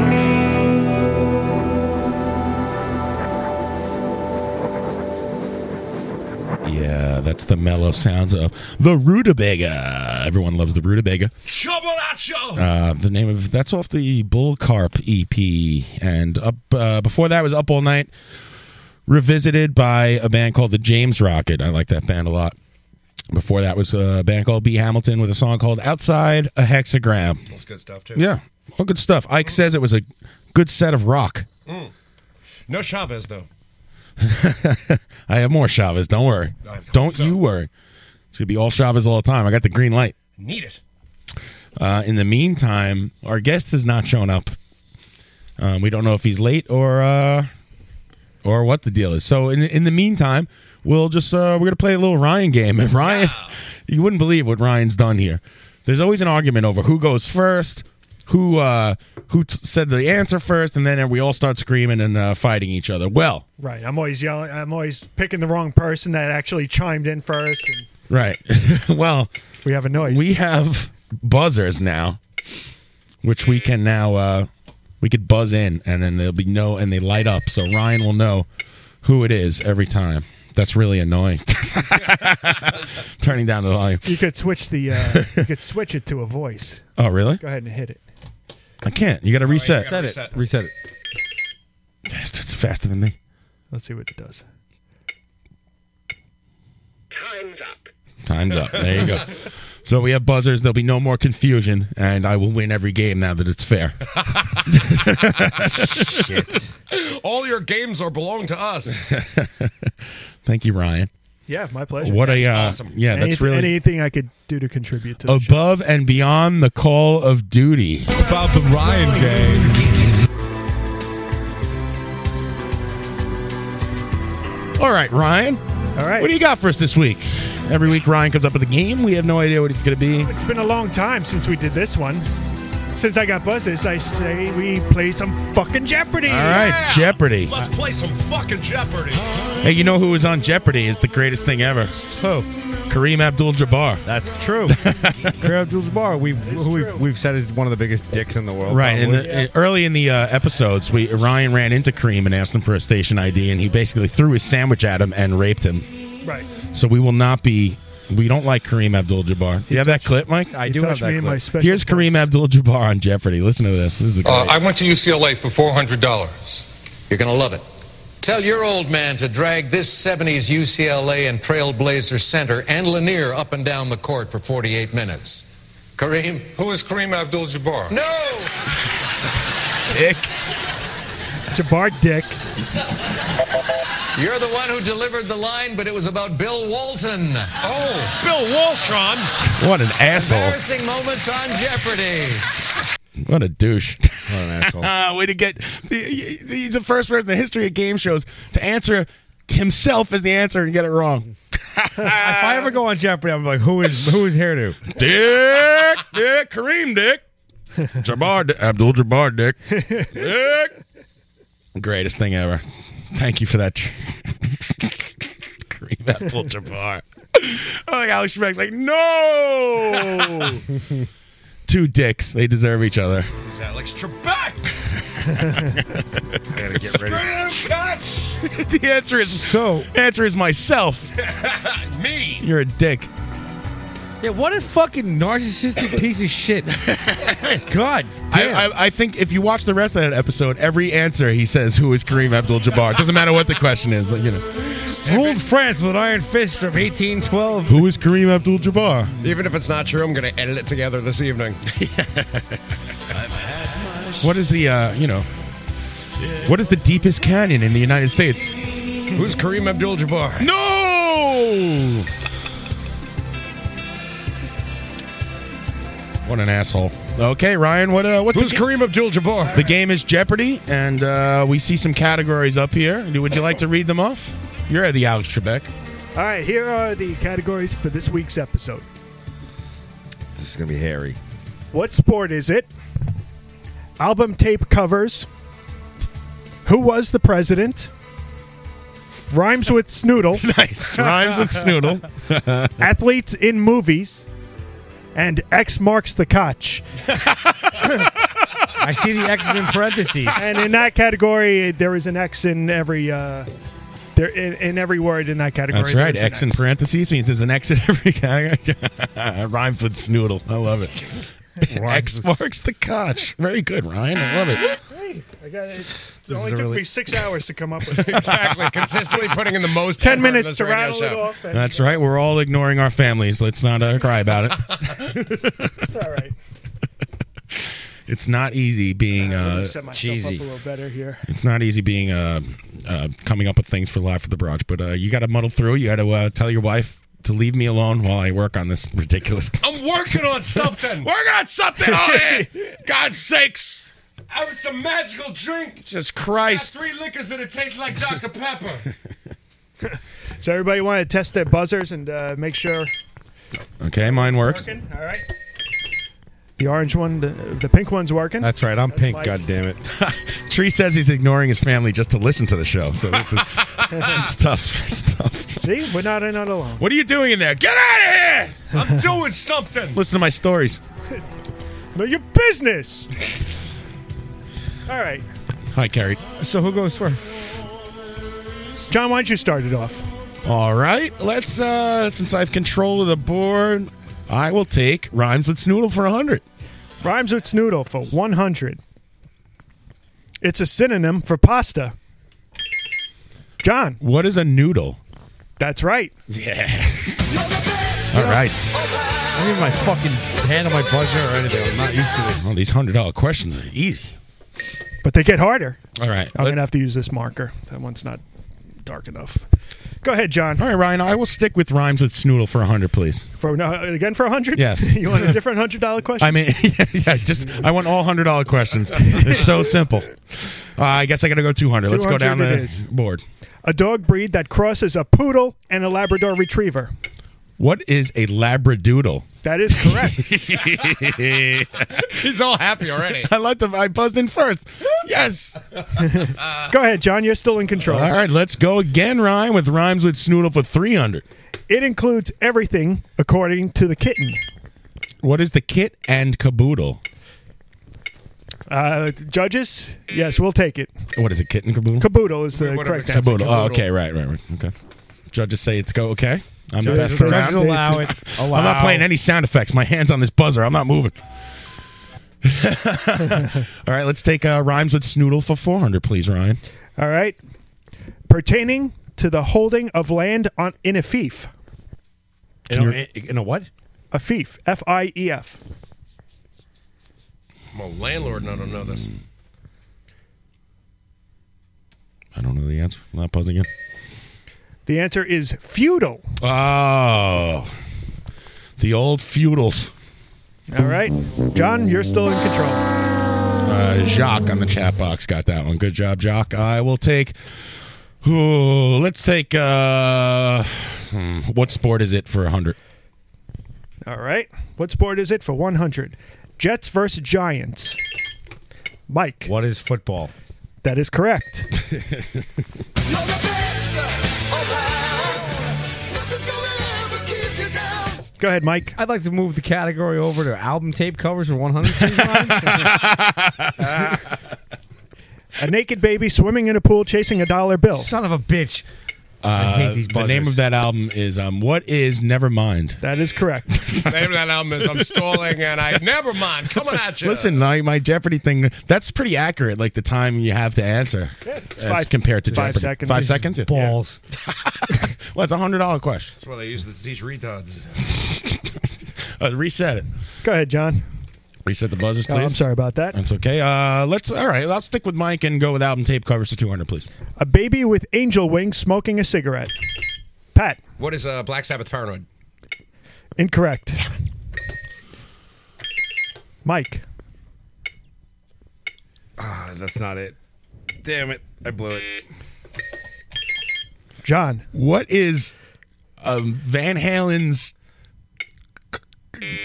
Yeah, that's the mellow sounds of the rutabaga. Everyone loves the rutabaga. Uh, the name of that's off the Bull Carp EP, and up uh, before that was Up All Night, revisited by a band called the James Rocket. I like that band a lot. Before that was a band called B Hamilton with a song called Outside a Hexagram. That's good stuff too. Yeah, all good stuff. Ike says it was a good set of rock. Mm. No Chavez though. (laughs) I have more Chavez. Don't worry. Don't you worry. It's gonna be all Chavez all the time. I got the green light. Need (laughs) it. Uh, in the meantime, our guest has not shown up. Um, we don't know if he's late or uh, or what the deal is. So in in the meantime, we'll just uh, we're gonna play a little Ryan game. And Ryan, (laughs) you wouldn't believe what Ryan's done here. There's always an argument over who goes first, who uh, who t- said the answer first, and then we all start screaming and uh, fighting each other. Well, Right. I'm always yelling. I'm always picking the wrong person that actually chimed in first. And Right. (laughs) well, we have a noise. We have buzzers now, which we can now uh we could buzz in, and then there'll be no, and they light up, so Ryan will know who it is every time. That's really annoying. (laughs) Turning down the volume. you could switch the. Uh, you could switch it to a voice. Oh, really? Go ahead and hit it. I can't. You got to reset. gotta Reset it. Reset it. It's faster than me. Let's see what it does. Time's up. There you go. So we have buzzers. There'll be no more confusion, and I will win every game now that it's fair. (laughs) All your games are belong (laughs) to us. Thank you, Ryan. Yeah, my pleasure. What a, That's uh, awesome. yeah, that's Anyth- really- Oh, anything I could do to contribute to. Above and beyond the call of duty. About the Ryan game. All right, Ryan. All right. What do you got for us this week? Every week, Ryan comes up with a game. We have no idea what it's going to be. It's been a long time since we did this one. Since I got buzzes, I say we play some fucking Jeopardy. All right, Jeopardy. Let's play some fucking Jeopardy. Hey, you know who was on Jeopardy? Is the greatest thing ever. Who? Kareem Abdul-Jabbar. That's (laughs) true. Kareem Abdul-Jabbar, we've, who we've we've said is one of the biggest dicks in the world. Right, in the, probably. early in the uh, episodes, we Ryan ran into Kareem and asked him for a station ID, and he basically threw his sandwich at him and raped him. Right. So we will not be. We don't like Kareem Abdul-Jabbar. You have that clip, Mike? I He do have touched that me in clip. my special Here's Kareem Abdul-Jabbar on Jeopardy. Listen to this. This is Oh. a Uh, I went to UCLA for $400. You're going to love it. Tell your old man to drag this 70s UCLA and Trailblazer Center and Lanier up and down the court for 48 minutes. Kareem? Who is Kareem Abdul Jabbar? No! dick. Jabbar Dick. You're the one who delivered the line, but it was about Bill Walton. Oh! Bill Waltron. what an asshole. Embarrassing moments on Jeopardy. What a douche. What an (laughs) asshole. Ah, Way to get. He's the first (laughs) person in the history of game shows to answer himself as the answer and get it wrong. (laughs) if I ever go on Jeopardy, I'm like, who is who is hairdo? Dick, Dick, Kareem, Dick, Jabbar, Abdul Jabbar, (laughs) Dick. Dick. Greatest thing ever. Thank you for that. tr- Kareem Abdul Jabbar. I like Alex Trebek's like, no! Two dicks. They deserve each other. (laughs) Is Alex Trebek? gotta get ready. the answer is so. Answer is (laughs) myself. Me. You're a dick. Yeah, what a fucking narcissistic piece of shit. God I, I, I think if you watch the rest of that episode, every answer he says, "Who is Kareem Abdul-Jabbar?" It doesn't matter what the question is. Like, you know, ruled France with iron fist from 1812. who is Kareem Abdul-Jabbar? Even if it's not true, I'm going to edit it together (laughs) this evening. What is the uh, you know? What is the deepest canyon in the United States? Who's Kareem Abdul-Jabbar? No! What an asshole. Okay, Ryan, what uh, what's Who's Kareem Abdul-Jabbar? The game is Jeopardy, and uh, we see some categories up here. Would you like to read them off? You're the Alex Trebek. All right, here are the categories for this week's episode. This is gonna be hairy. What sport is it? Album tape covers. Who was the president? Rhymes with snoodle. nice. Rhymes with snoodle. (laughs) Athletes in movies. And X marks the Koch. (laughs) I see the X's in (laughs) parentheses. And in that category, there is an X in every uh, there in, in every word in that category. That's right. there's an X in parentheses means there's an X in every category. (laughs) Rhymes with snoodle. I love it. X marks the Koch. Very good, Ryan. I love (laughs) it. Hey, I got it. It This only is a took really- me six hours to come (laughs) up with. exactly. Consistently putting in the most effort Ten in minutes this to radio rattle it show. off. and- That's right. We're all ignoring our families. Let's not uh, cry (laughs) about it. it's all right. It's not easy being Let uh, me set myself up a little better here. It's not easy being uh, uh, coming up with things for live for the barrage, but uh, you got to muddle through. You got to uh, tell your wife to leave me alone while I work on this ridiculous. thing. I'm working on (laughs) something. working on something oh, on it. (laughs) God's sakes. I was a magical drink. Just Christ. Got three liquors and it tastes like Dr. Pepper. (laughs) So everybody want to test their buzzers and uh, make sure Okay, mine works. Working? All right. the orange one, the, the pink one's working. That's right. I'm pink, Mike. God damn it. (laughs) Tree says he's ignoring his family just to listen to the show. So it's, (laughs) (laughs) it's tough. It's tough. (laughs) See, we're not in it alone. What are you doing in there? Get out of (laughs) here! I'm doing something. Listen to my stories. Know your (laughs) business. All right, Hi, Carrie. So who goes first? John, why don't you start it off? All right. Let's. uh Since I've control of the board, I will take rhymes with snoodle for hundred. Rhymes with snoodle for one hundred. It's a synonym for pasta. John, what is a noodle? That's right. Yeah. All right. I need my fucking hand on my buzzer or anything. I'm not used to this. Well, these hundred dollar questions are easy. But they get harder. All right. I'm gonna have to use this marker. That one's not dark enough. Go ahead, John. All right, Ryan. I will stick with rhymes with snoodle for hundred, please. For no, again for a hundred. (laughs) Yes. you want a different hundred dollar question? I mean, (laughs) yeah, yeah, just I want all hundred dollar questions. They're so simple. Uh, I guess I got to go two hundred. Let's go 200 down it the is. board. a dog breed that crosses a poodle and a Labrador Retriever. What is a labradoodle? That is correct. (laughs) (laughs) He's all happy (laughs) already. I like the I buzzed in first. (laughs) Yes. go ahead, John. You're still in control. All right, let's go again, Ryan, with rhymes with snoodle for three hundred. It includes everything according to the kitten. What is the kit and caboodle? Uh, judges, yes, we'll take it. What is it, kit and caboodle? Caboodle is the correct answer. Caboodle. Oh, okay, right, right, right. Okay. Judges say it's go okay. I'm the Judges best around. allow it. I'm Allow. not playing any sound effects. My hands on this buzzer. I'm not moving. (laughs) All right, let's take uh, rhymes with snoodle for 400, please, Ryan. All right. Pertaining to the holding of land on in a fief. In a, in a what? A fief. F I E F. I'm a landlord and I don't know this. I don't know the answer. I'm not buzzing in. The answer is feudal. Oh, the old feudals. All right. John, you're still in control. Uh, Jacques on the chat box got that one. Good job, Jacques. I will take. Ooh, let's take. Uh, hmm, what sport is it for 100? All right. What sport is it for 100? Jets versus Giants. Mike. What is football? That is correct. Go ahead, Mike. I'd like to move the category over to album tape covers for 100. please, Ryan. (laughs) a naked baby swimming in a pool chasing a dollar bill. Son of a bitch. I hate these Uh, The name buzzers. of that album is um, What Is Nevermind. That is correct. Name of that album is I'm stalling and I never mind. Coming at you. Listen, my, my Jeopardy thing, that's pretty accurate, like the time you have to answer. as five- compared to five Jeopardy. seconds. Five This seconds? is Balls. (laughs) well, it's a $100 question. That's why they use it to teach retards. Uh, reset it. Go ahead, John. Reset the buzzers, Oh, please. I'm sorry about that. That's okay. Uh, let's. All right, I'll stick with Mike and go with album tape covers to 200, please. A baby with angel wings smoking a cigarette. Pat. What is uh, Black Sabbath Paranoid? Incorrect. Mike. Ah, that's not it. Damn it. I blew it. John. What is um, Van Halen's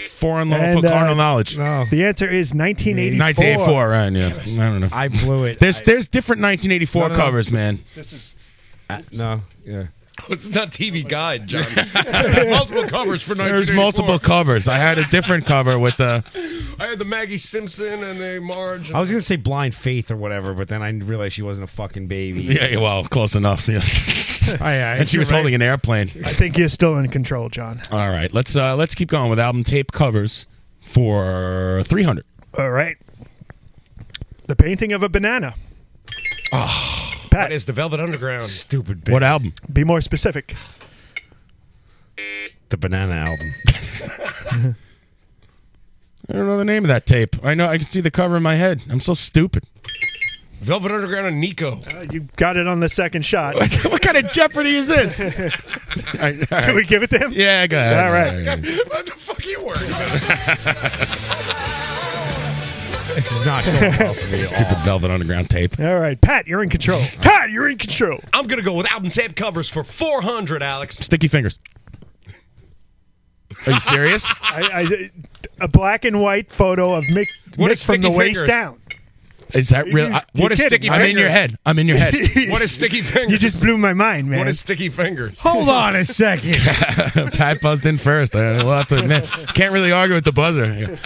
foreign law for And, uh, carnal knowledge? Oh. The answer is 1984. 1984, right? Yeah, I don't know. I blew it. There's there's different 1984 No, no, no. covers, man. This is Uh, no, yeah. This is not TV Guide, John. multiple covers for 1984. There's multiple covers. I had a different cover with uh, the. I had the Maggie Simpson and the Marge. I was gonna say blind faith or whatever, but then I realized she wasn't a fucking (laughs) baby. Yeah, well, close enough. (laughs) Yeah. and she was holding an airplane. I think you're still in control, John. All right, let's uh, let's keep going with album tape covers for 300. All right. The painting of a banana. Ah. That is the Velvet Underground. Stupid. What album? Be (laughs) more specific. The Banana album. (laughs) I don't know the name of that tape. I know I can see the cover in my head. I'm so stupid. Velvet Underground and Nico. Uh, you got it on the second shot. what kind of jeopardy is this? (laughs) Should we give it to him? Yeah, go ahead. All (laughs) right. what the fuck are you worried about? This is not going Oh, well for me. at all. Stupid Velvet Underground tape. All right, Pat, you're (laughs) in control. Pat, you're in control. I'm gonna go with album tape covers for 400, Alex. Sticky fingers. Are you serious? I, I, a black and white photo of Mick, What Mick is from the sticky waist fingers? down. Is that real? You- I- you're kidding, I'm right? in your head. I'm in your head. (laughs) (laughs) What is sticky fingers? You just blew my mind, man. What is sticky fingers? Hold on a second. (laughs) Pat buzzed in first. I will have to admit, can't really argue with the buzzer.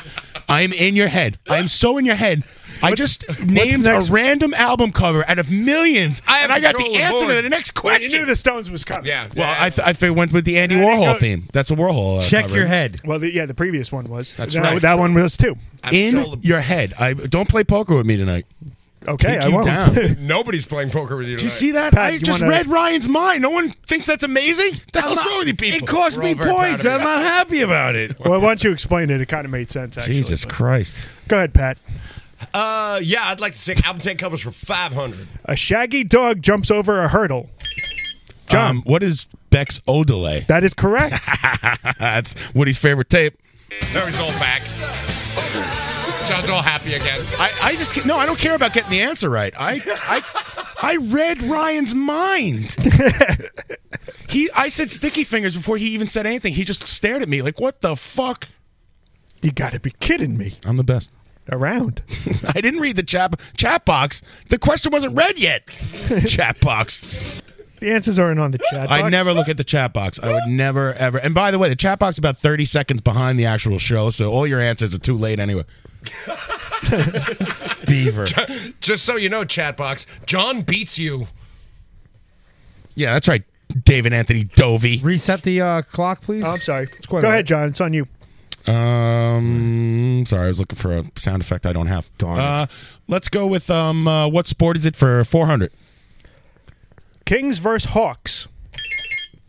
I'm in your head. I'm so in your head. I just named a next? random album cover out of millions, I have and I got control the of the answer to board. the next Well, you question. knew the Stones was coming. Yeah. Well, I, th- I fi- went with the Andy Warhol theme. That's a Warhol. Uh, Check cover. your head. Well, the, yeah, the previous one was. That's that, right. That one was too. In Absolute- your head. I don't play poker with me tonight. Okay, Take I you won't. (laughs) down. Do (laughs) Nobody's playing poker with you. you tonight. see that? Pat, I you just wanna- read Ryan's mind. No one thinks that's amazing. The hell's wrong with you It people? cost We're me all very proud points. of you. I'm not happy about (laughs) it. Well, once you explained it, it kind of made sense, actually. Jesus but- Christ! Go ahead, Pat. Uh, yeah, I'd like to say album tape covers for 500. A shaggy dog jumps over a hurdle. John, Um, what is Beck's O delay? That is correct. (laughs) That's Woody's favorite tape. There he's all back. John's all happy again. I, I just ca- no, I don't care about getting the answer right. I I I read Ryan's (laughs) mind. he I said sticky fingers before he even said anything. He just stared at me like, "What the fuck?" you got to be kidding me. I'm the best. Around. (laughs) I didn't read the chat chat box. The question wasn't read (laughs) yet. chat box. The answers aren't on the chat. I box. never look at the chat box. I would never ever. And by the way, the chat box is about 30 seconds behind the actual show, so all your answers are too late (laughs) anyway. Beaver. (laughs) Just so you know, chat box, John beats you. Yeah, that's right. David Anthony Dovey. Reset the uh, clock, please. Oh, I'm sorry. Go quite all ahead, right. John. It's on you. Um, sorry, I was looking for a sound effect I don't have. Darn it. Uh, let's go with um, uh, what sport is it for 400? Kings versus Hawks.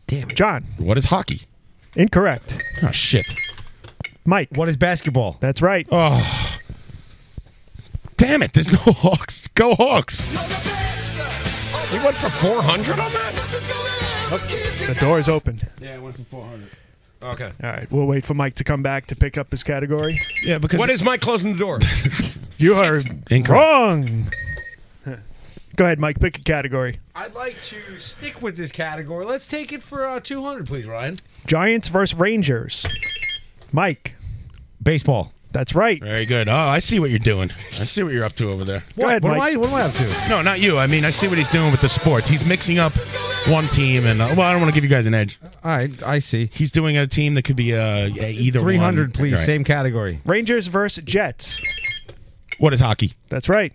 Damn it. John. What is hockey? Incorrect. Oh shit! Mike. What is basketball? That's right. Oh, damn it! There's no Hawks. Go Hawks! He went for 400 on that? The door is open. Okay. All right. We'll wait for Mike to come back to pick up his category. Yeah, because What is Mike closing (laughs) the door? You are Incorrect. wrong. (laughs) Go ahead, Mike. Pick a category. I'd like to stick with this category. Let's take it for uh, 200, please, Ryan. Giants versus Rangers. Mike. Baseball. That's right. Very good. Oh, I see what you're doing. I see what you're up to over there. Go ahead, what, am Mike. I, what am I up to? No, not you. I mean, I see what he's doing with the sports. He's mixing up one team, and uh, well, I don't want to give you guys an edge. All right, I see. He's doing a team that could be uh, either one. 300, please. All right. Same category. Rangers (laughs) versus Jets. What is hockey? That's right.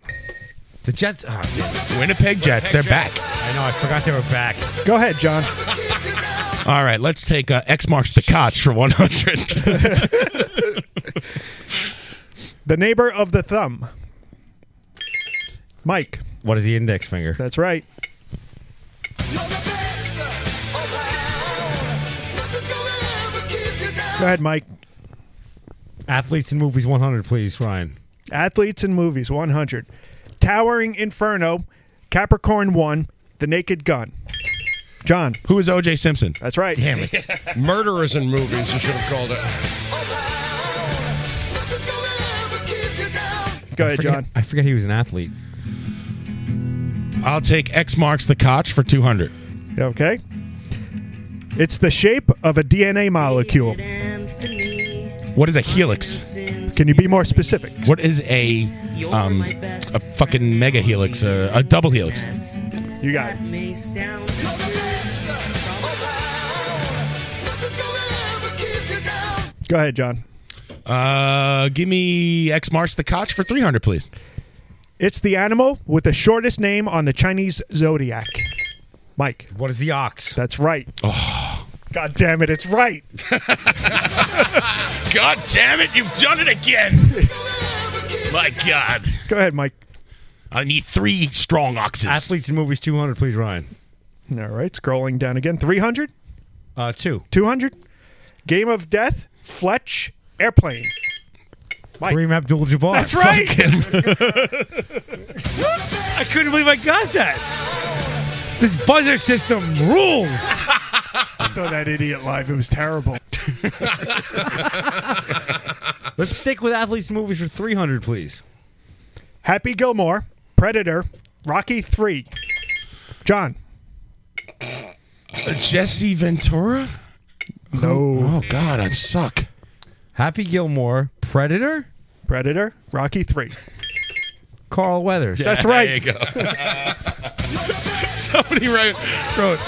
The Jets. ah, damn it. Winnipeg Jets. They're back. I know. I forgot they were back. Go ahead, John. All right, let's take uh, X marks the Koch for 100. (laughs) The neighbor of the thumb. Mike. What is the index finger? That's right. Go ahead, Mike. Athletes in movies 100, please, Ryan. Athletes in movies 100. Towering Inferno, Capricorn 1, The Naked Gun. John. Who is O.J. Simpson? That's right. Damn it. Murderers in movies, you should have called it. (laughs) Go ahead, Forget- John. I forget he was an athlete. I'll take X marks the Koch for 200. Okay. It's the shape of a DNA molecule. What is a helix? Can you be more specific? What is a um, a fucking mega helix? Uh, a double helix? You got it. May sound Go ahead, (laughs) John. Uh, give me X marks the Koch for three hundred, please. It's the animal with the shortest name on the Chinese zodiac. Mike. What is the ox? That's right. Oh. God damn it, it's right. God damn it, you've done it (laughs) again! My God. Go ahead, Mike. I need three strong (laughs) oxes. Athletes in movies 200, please, Ryan. All right, scrolling down again. 300? Uh, two. 200? Game of Death, Fletch, Airplane. Mike. Kareem Abdul Jabbar. That's right. (laughs) I couldn't believe I got that. This buzzer system rules. (laughs) I saw that idiot live. It was (laughs) terrible. Let's stick with athletes in movies for 300, please. Happy Gilmore, Predator, Rocky 3. John. Jesse Ventura? No. Oh God, I suck. Happy Gilmore, Predator, Predator, Rocky 3. Carl Weathers. That's right. (laughs) Somebody wrote, wrote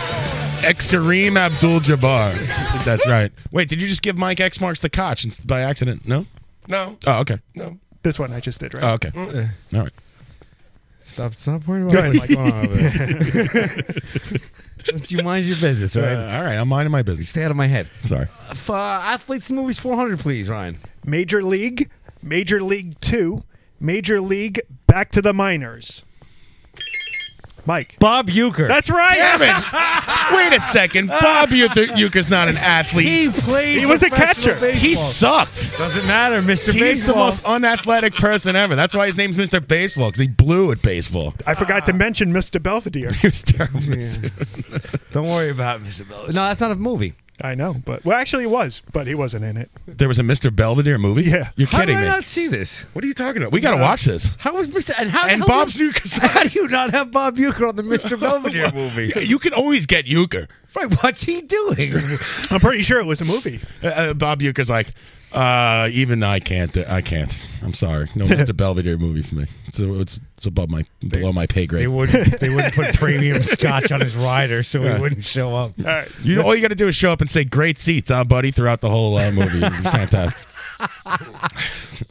Exareem Abdul Jabbar. That's right. Wait, did you just give Mike X marks the Koch ins- by accident? No? No. Oh, okay. No. This one I just did, right? Oh, okay. Mm. All right. Stop, stop worrying Go about (laughs) ahead, what's Mike. going on over there. Don't you mind your business, right? Uh, all right, I'm minding my business. Stay out of my head. Sorry. F- uh, athletes in movies 400, please, Ryan. Major League, Major League 2, Major League Back to the Minors. Mike. Bob Euchre. That's right. Damn it! (laughs) Wait a second. Bob Euth- Euchre's not an athlete. He played. He was a professional catcher. baseball. He sucked. Doesn't matter, He's Mr. the Baseball. most unathletic person ever. That's why his name's Mr. Baseball because he blew at baseball. I forgot to mention Mr. (laughs) Belvedere. He was terrible. Don't worry about it, Mr. Bell. No, that's not a movie. I know, but well, actually, he was, but he wasn't in it. There was a Mr. Belvedere movie. Yeah. you're How did kidding I me. (laughs) not see this? What are you talking about? We Uh, got to No. watch this. How was Mr. And how? the And hell Bob's do you- Euchre's not- (laughs) How do you not have Bob Euchre on the (laughs) Mr. Belvedere movie? You can always get Euchre. Right, what's he doing? I'm pretty sure it was a movie. Uh, Uh, Bob Euchre's like, uh, even I can't. I can't. I'm sorry. (laughs) No Mr. Belvedere movie for me. It's, it's, it's above my below my pay grade. they would they wouldn't put (laughs) premium scotch on his rider, so Yeah. he wouldn't show up. All right. You know, all you got to do is show up and say "great seats, huh, buddy" throughout the whole uh, movie. It'd be fantastic.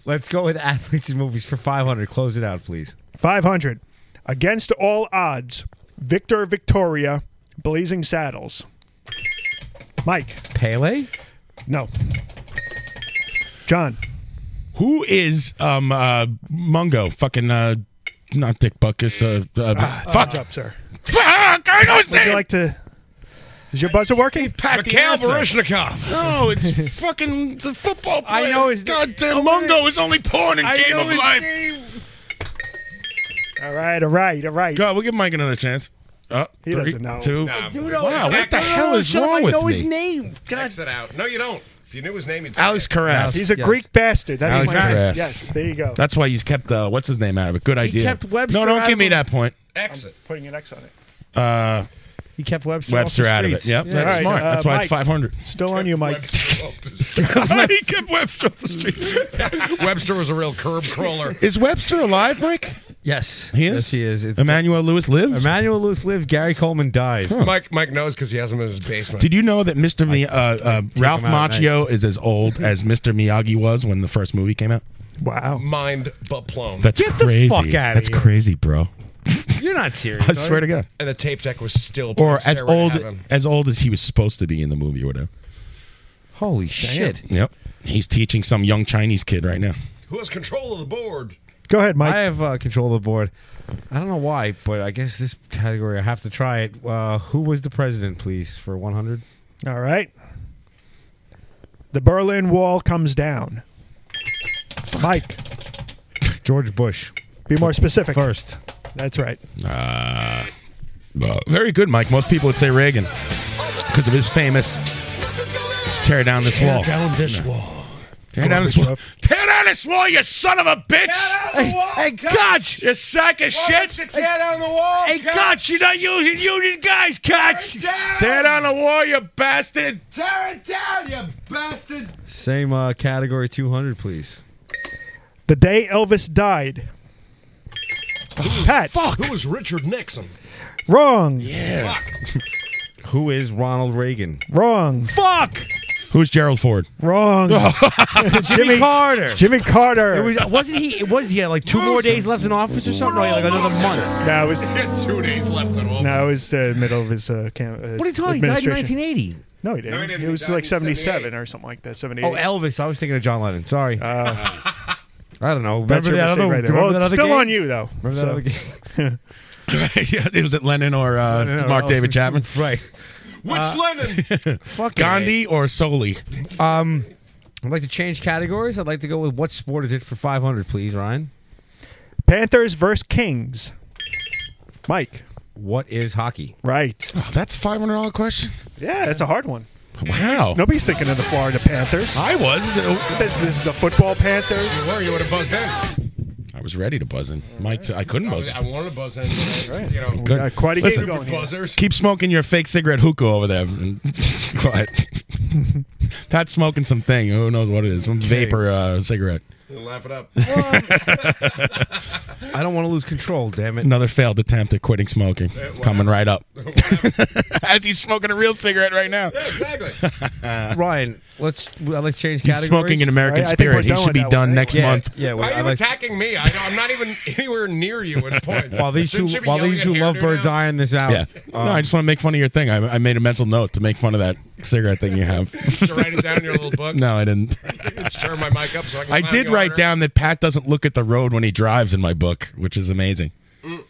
Let's go with athletes in movies for 500. Close it out, please. 500. Against all odds, Victor Victoria, Blazing Saddles. Mike. Pele. No. John. Who is um uh Mungo? Fucking uh, not Dick Buckus. Uh, uh, fuck, What's up, sir? fuck! I know his Would you name. like to. Is your buzzer working? Pat the Mikhail answer. Baryshnikov. No, it's (laughs) fucking the football player. I know his name. goddamn Oh, Mungo is only porn in I Game know of his Life. name. All right, all right, all right. God, we'll give Mike another chance. Uh, He three, doesn't know. two- Nah, Dude, no, Wow, what X- the hell is shut up, wrong I with know me? his name. God. X it out. No, you don't. If you knew his name, you'd say Alex it. (laughs) Carras. He's a Yes. Greek bastard. That's Alex my Karras. Yes, there you go. That's why he's kept uh, what's his name out of it. Good idea. kept Webster no, don't out give of me it. that point. X it. putting an X on it. Uh, He kept Webster, Webster off the out of it. streets. Yep, Yeah. that's All right, smart. uh, that's why Mike. it's 500. Still on you, Mike. he kept Webster off the street. (laughs) Webster was a real curb crawler. Is Webster alive, Mike? Yes. He is. Yes, he is. It's Emmanuel Lewis lives. Emmanuel Lewis lives. Gary Coleman dies. Mike Mike knows because he has him in his basement. Hmm. Did you know that Mr. Mi- uh, uh, Ralph him out at Macchio is as old as Mr. Miyagi was when the first movie came out? Wow. Mind but plumb. That's Get the crazy. fuck outta That's here. crazy, bro. (laughs) You're not serious. I are swear to you? God. and the tape deck was still Or playing as Stairway to old Heaven. as old as he was supposed to be in the movie or whatever. Holy shit. Yep. He's teaching some young Chinese kid right now. Who has control of the board? Go ahead, Mike. I have uh, control of the board. I don't know why, but I guess this category I have to try it. Uh, who was the president, please, for 100? All right. The Berlin Wall comes down. Mike, George Bush. be more specific. First. That's right. Uh, well, very good, Mike. Most people would say Reagan because of his famous tear down this wall. Down this wall. Tear down this wall. Tear down this wall, you son of a bitch! Hey, hey Koch! You sack of shit! tear down the wall. Hey, Koch, you're not using union guys, Koch! Tear down the wall, you bastard! Tear it down, you bastard. Same uh, category 200, please. The day Elvis died. Pat, Who was Richard Nixon? Wrong. Yeah. (laughs) Who is Ronald Reagan? Wrong. Fuck. Who's Gerald Ford? Wrong. (laughs) Oh. (laughs) Jimmy, Carter. Jimmy Carter. It was, wasn't he? It was he had like two more days left in office or something? Or like another month. No, (laughs) it was two days left in all. No, it was the middle of his uh, cam- What are you talking? He died in 1980. No, he didn't. it was like 77 or something like that. 78. Oh, Elvis. I was thinking of John Lennon. Sorry. Uh, (laughs) I don't know. Remember That's your that mistake other? right there. remember Well, that it's other still game? on you, though. Remember that So- other game? (laughs) yeah, it was it Lennon or uh, Lennon or Mark Elvis. David Chapman? (laughs) right. Uh, Which (laughs) Lennon? Gandhi or Soli? Um, I'd like to change categories. I'd like to go with what sport is it for 500, please, Ryan? Panthers versus Kings. Mike. What is hockey? Right. Oh, that's a five hundred dollar question. Yeah, that's a hard one. Wow. Nobody's thinking of the Florida Panthers. I was. This this is the football Panthers. You were. You would have buzzed in. I was ready to buzz in. Mike, t- I couldn't I, buzz was, in. I wanted to buzz in. But, I- you know, Good. Listen, buzzers. Keep smoking your fake cigarette hookah over there. (laughs) and- Quiet. Pat's smoking some thing. Who knows what it is? Some vapor uh, cigarette. Laugh it up. I don't want to lose control, damn (laughs) it. Another failed attempt at quitting smoking. Coming right up. (laughs) As he's smoking a real cigarette right now. exactly. (laughs) Ryan, let's well, let's change He's categories. smoking an American All right, I think spirit. we're He done should with be that one, done right? next Yeah, month. (laughs) Yeah, well, Why are I you like- attacking me? I know, I'm not even (laughs) anywhere near you in points. while these two Shouldn't you be while these two yelling at hairdo lovebirds now? iron this out. Yeah. no, I just want to make fun of your thing. I, I made a mental note to make fun of that cigarette thing you have. (laughs) Did you write it down in your little book? no, I didn't. Just turn my (laughs) mic up so I can. I laugh did you write harder. down that Pat doesn't look at the road when he drives in my book, which is amazing. Mm.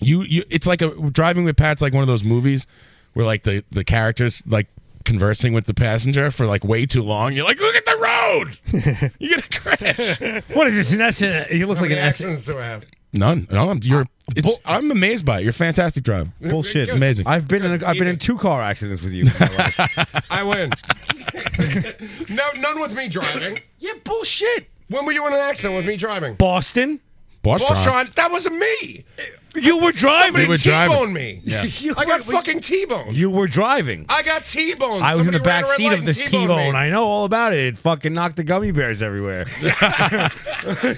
You, you, it's like a driving with Pat's like one of those movies where like the the characters like conversing with the passenger for like way too long. You're like, look at the road. You're gonna crash. what is this? An S? uh, He looks How like an many S. accents do I have? None. No, I'm, you're. It's, I'm amazed by it. You're a fantastic driver. Bullshit. It's amazing. I've been in a, I've been in two car accidents with you. (laughs) I win. (laughs) no, none with me driving. Yeah, bullshit. When were you in an accident with me driving? Boston. Boston. Bostron, that wasn't me. You were driving. Somebody You were T-boned driving. me. Yeah. (laughs) You I got fucking T-boned. You were driving. I got T-boned. I was in the Somebody ran back a red seat light of and this T-boned T-bone. me. I know all about it. It fucking knocked the gummy bears everywhere. (laughs)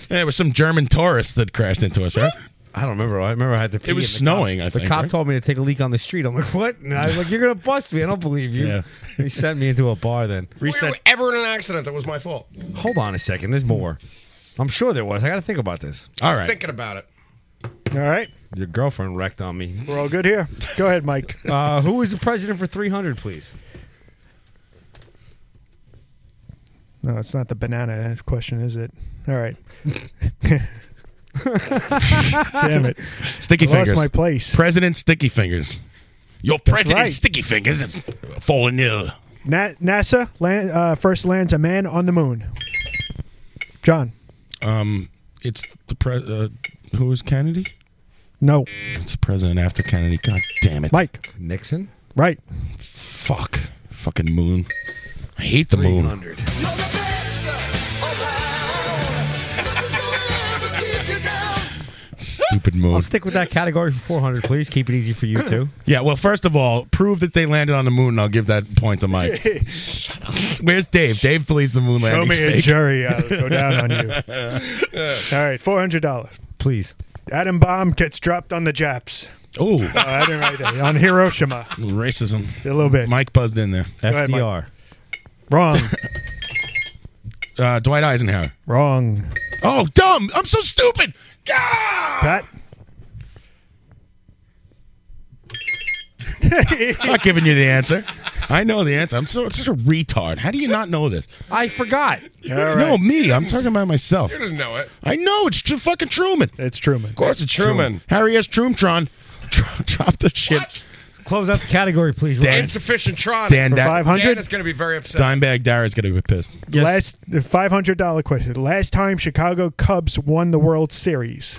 Yeah, it was some German tourist that crashed into us, right? I don't remember. I remember I had to. pee It was and the cop- snowing. I (laughs) the think cop right? told me to take a leak on the street. I'm like, what? And I was like, you're gonna bust me. I don't believe you. Yeah. He sent me into a bar. Then Were you ever in an accident that was my fault? Hold on a second. There's more. I'm sure there was. I got to think about this. I was thinking about it. All right. Your girlfriend wrecked on me. We're all good here. Go ahead, Mike. Uh, who is the president for 300, please? No, it's not the banana question, is it? All right. (laughs) Damn (laughs) it. Sticky I fingers. Lost my place. President Sticky Fingers. Your That's president right. Sticky Fingers is falling ill. Na- NASA land, uh, first lands a man on the moon. John. Um, it's the pre. Uh, who was Kennedy? No. It's the president after Kennedy. God damn it, Mike. Nixon. Right. Fuck. Fucking moon. I hate the moon. 300. Stupid moon. I'll stick with that category for 400, please. Keep it easy for you (laughs) too. Yeah. Well, first of all, prove that they landed on the moon, and I'll give that point to Mike. Where's Dave? Dave believes the moon Show landing. me a jury. I'll (laughs) go down on you. All right. $400. Please. Atom bomb gets dropped on the Japs. Oh, No, I didn't write that. On Hiroshima. racism. A little bit. Mike buzzed in there. ahead, Mike. FDR. Wrong. (laughs) Uh, Dwight Eisenhower. Wrong. Oh, dumb! I'm so stupid. Pat. I'm (laughs) not giving you the answer. I know the answer. I'm so such a retard. How do you not know this? I forgot. No, me. I'm talking about myself. You didn't know it. I know it's tr- fucking Truman. It's Truman. Of course, it's Truman. Harry S. (laughs) Trumtron. Tr- Drop the shit. Close out the category, please. Dan. Ryan. Insufficient Tron. Dan, that- Dan is going to be very upset. Dimebag Dara's gonna be pissed. Last the five hundred dollar question. Last time Chicago Cubs won the World Series.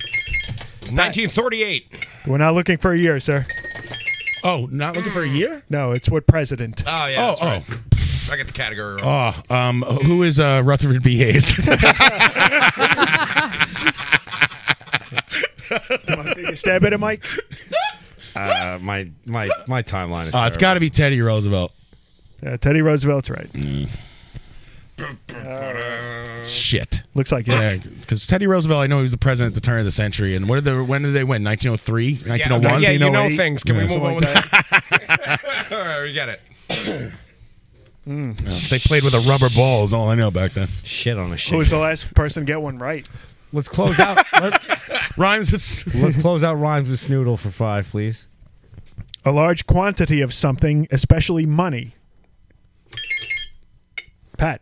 1938. We're not looking for a year, sir. Oh, not looking for a year? No, it's what president. Oh yeah. that's Oh, right. I got the category wrong. Oh, um, who is uh, Rutherford B. (laughs) Hayes? (laughs) Take a stab at it, Mike. Uh, my my my timeline is. Uh, it's got to be Teddy Roosevelt. Mm. Uh, Teddy Roosevelt's right. Shit. Looks like it. Because Teddy Roosevelt, I know he was the president at the turn of the century. And what did they, when did they win? 1903? 1901? yeah, you know things. Can we Yeah. move on with that? (laughs) All right, we get it. Yeah. (laughs) They played with a rubber ball, is all I know back then. Shit on a Who was the last person to get one right? Let's close out. rhymes with. Let's close out rhymes with Snoodle for five, please. A large quantity of something, especially money. Pat.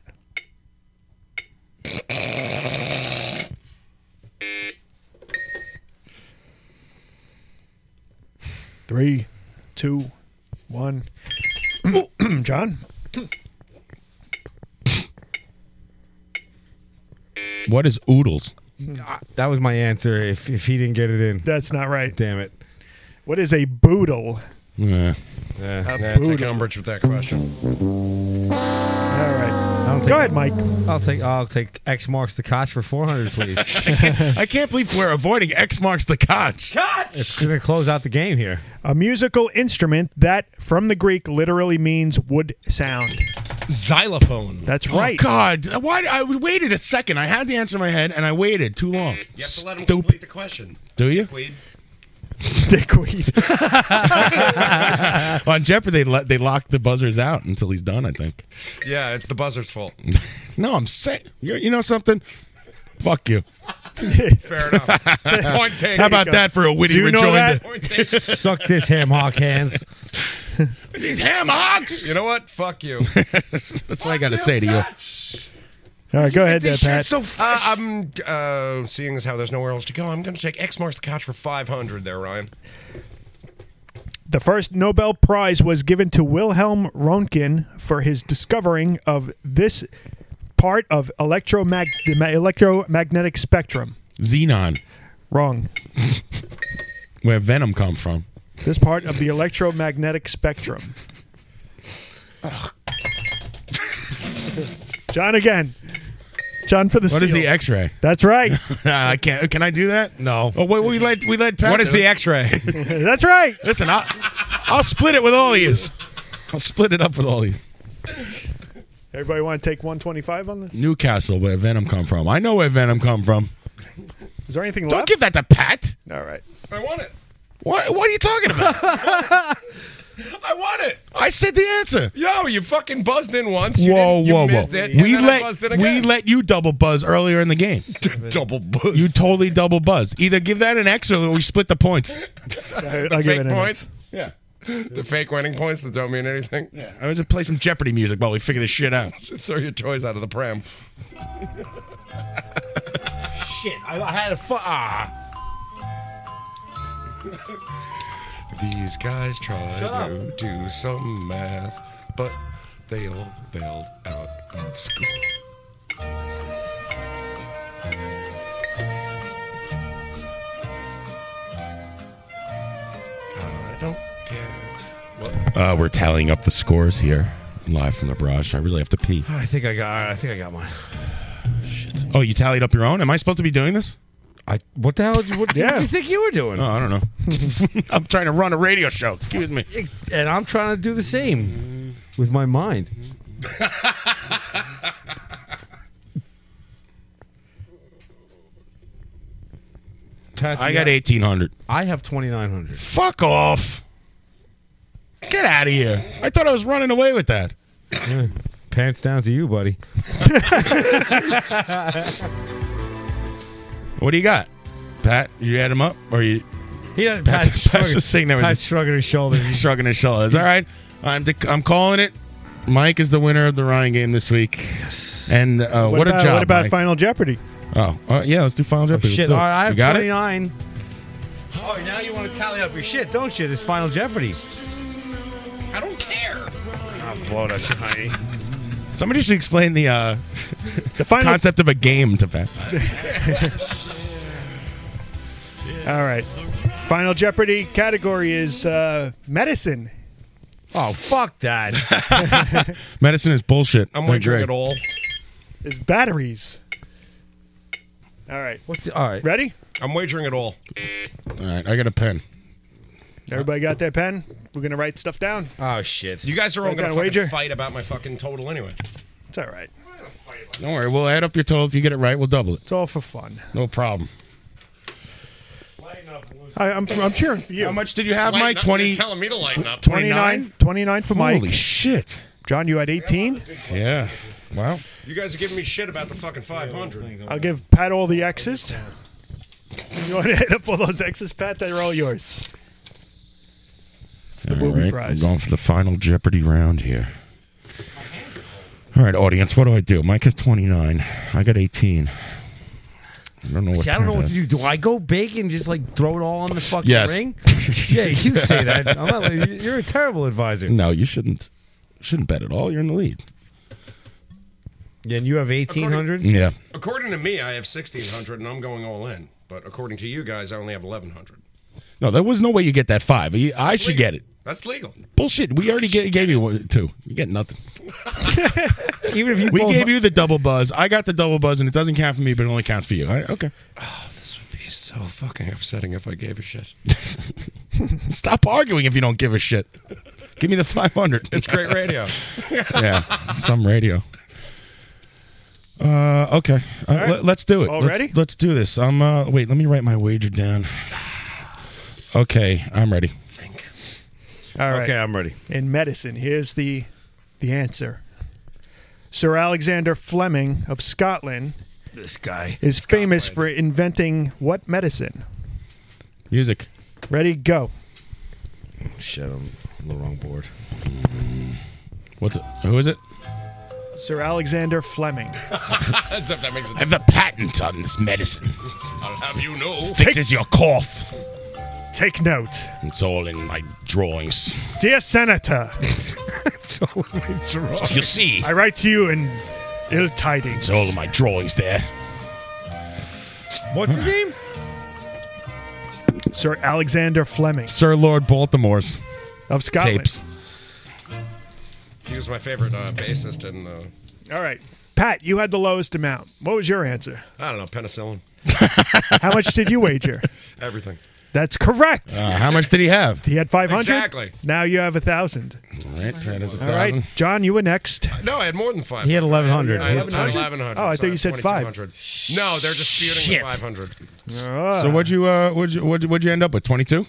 Three, two, one. (clears throat) John? What is oodles? That was my answer. If if he didn't get it in, that's not right. Damn it. What is a boodle? Yeah. Yeah, A yeah, take boodle. umbrage with that question. All right. I don't Go ahead, Mike. I'll take I'll take X marks the Koch for four hundred, please. (laughs) I can't believe we're avoiding X marks the Koch. It's gonna close out the game here. A musical instrument that, from the Greek, literally means wood sound. Xylophone. That's Oh, right. God, why I waited a second. I had the answer in my head and I waited too long. You have to let him Stupid. complete the question. Do you? (laughs) Queen. On Jeopardy, they let, they lock the buzzers out until he's done. I think. Yeah, it's the (laughs) buzzer's fault. No, I'm saying you you know something. Fuck you. (laughs) (laughs) Fair enough. Point taken. How about that for a witty Do you know rejoinder? (laughs) that? Suck this ham hock hands. These ham hocks. You know what? Fuck (laughs) you. That's all I got to say to you. All right, go ahead, These uh, Pat. shirts so fresh. uh, I'm uh, seeing as how there's nowhere else to go. I'm going to take X marks the couch for 500 there, Ryan. The first Nobel Prize was given to Wilhelm Röntgen for his discovering of this part of electromag- the ma- electromagnetic spectrum. Xenon, Wrong. where Venom come from? This part of the (laughs) electromagnetic spectrum. John again. John for the What is steal. the (laughs) X-ray? That's right. I can't. Can I do that? No. Oh, wait, we let we let. Pat What is do it. (laughs) the X-ray? That's right. Listen, I'll, I'll split it with all of yous. I'll split it up with all of you. Everybody want to take 125 on this? Newcastle, where Venom come from? I know where Venom come from. Is there anything Don't left? give that to Pat. All right. I want it. What? What are you (laughs) talking about? (laughs) I want it. I said the answer. Yo, you fucking buzzed in once. You Whoa, didn't- you whoa, whoa! missed It, we and then I buzzed in let we again. let you double buzz earlier in (laughs) the game. double buzz. You totally double buzz. Either give that an X or we split the (laughs) points. the I'll give fake it an points. (laughs) Yeah. The fake winning points that don't mean anything. Yeah. I would just play some Jeopardy music while we figure this shit out. (laughs) Throw your toys out of the pram. Shit, I, I had a fu- ah. These guys tried Shut up. to do some math, but they all failed out of school. I don't care. What? Uh, we're tallying up the scores here, live from the barrage. I really have to pee. I think I got. I think I got mine. Oh, you tallied up your own? Am I supposed to be doing this? I what the hell? (laughs) What did Yeah. you think you were doing? Oh, I don't (laughs) know. I'm trying to run a radio show. Excuse me. And I'm trying to do the same with my mind. Pat, I you got 1800. I have 2900. Fuck off. Get out of here. I thought I was running away with that. Oh, Yeah. Pants down to you, buddy. What do you got? Pat, you add him up? Or you. He doesn't. Pat's, Pat's Pat's shrugging- just sitting there with Pat's his- shrugging his (laughs) shoulders. shrugging his shoulders. All right. I'm, dec- I'm calling it. Mike is the winner of the Ryan game this week. Yes. And uh, what, what, about, a job. What about Mike. Final Jeopardy? Oh, all right, yeah, let's do Final Jeopardy. Let's Shit, do it. all right, I You have got it? 29. Oh, now you want to tally up your shit, don't you? This Final Jeopardy. I don't care. Oh, blow that shit, honey. Somebody should explain the uh, the final- concept of a game to (laughs) Pat. All right. Final Jeopardy category is uh, medicine. Oh, fuck (laughs) that. Medicine is bullshit. I'm They're wagering great. it all. It's batteries. All right. What's all right? Ready? I'm wagering it all. All right, I got a pen. Everybody got their pen? We're going to write stuff down. Oh shit. You guys are all Write going down to a wager. fight about my fucking total anyway. It's all right. Don't worry, we'll add up your total. If you get it right, we'll double it. It's all for fun. No problem. I, I'm, I'm cheering for you. How much did you have, Mike? Twenty. Twenty. Telling me to lighten up. 29, 29 for Mike. Holy shit. John, you had 18? Yeah. Wow. You guys are giving me shit about the fucking five hundred. I'll give Pat all the X's. You want to (laughs) hit up all those X's, Pat? They're all yours. It's the booby prize. I'm going for the final Jeopardy round here. All right, audience, what do I do? Mike has 29. I got 18. I don't know what See, I don't know that what to is. do. Do I go big and just like throw it all on the fucking Yes. ring? yeah, you say that. I'm not, (laughs) you're a terrible advisor. No, you shouldn't. Shouldn't bet at all. You're in the lead. Yeah, and you have 1800? Yeah. According to me, I have sixteen hundred, and I'm going all in. But according to you guys, I only have eleven hundred. No, there was no way you get that five. You- I should get it. That's legal. Bullshit. We already ga- gave you one, two. You get nothing. (laughs) Even if you we gave you the double buzz. I got the double buzz, and it doesn't count for me, but it only counts for you. All right, okay. (laughs) It'd be so fucking upsetting if I gave a shit. Stop arguing if you don't give a shit. Give me the 500. It's great radio. (laughs) yeah, some radio. Uh, okay, uh, right. let, us do it. All Let's- ready? Let's do this. I'm. Uh, wait, let me write my wager down. Okay, I'm ready. All right. Okay, I'm ready. In medicine, here's the the answer. Sir Alexander Fleming of Scotland This guy. is famous for inventing what medicine? Music. Ready, go. Shit, I'm on the wrong board. What's it? Who is it? Sir Alexander Fleming. As if that makes I have the patent on this medicine. I'll have you know. Fixes your cough. Take note. It's all in my drawings. (laughs) Dear Senator, You see, I write to you in ill it's tidings. all in my drawings there. What's his name? Sir Alexander Fleming Sir Lord Baltimore's of Scotland. tapes. He was my favorite uh, bassist, and uh, All right. Pat, you had the lowest amount. What was your answer? (laughs) I don't know penicillin. How much did you wager? Everything. That's correct. Uh, how much did he have? He had 500. Exactly. Now you have a 1,000. All right, that is a All right. thousand. John, you were next. No, I had more than five. He had 1100. I had 1100? 1100. Oh, I so thought you have said five. 2200. No, they're disputing Shit. the 500. So what'd you uh what'd you what'd you, what'd you end up with? Twenty two.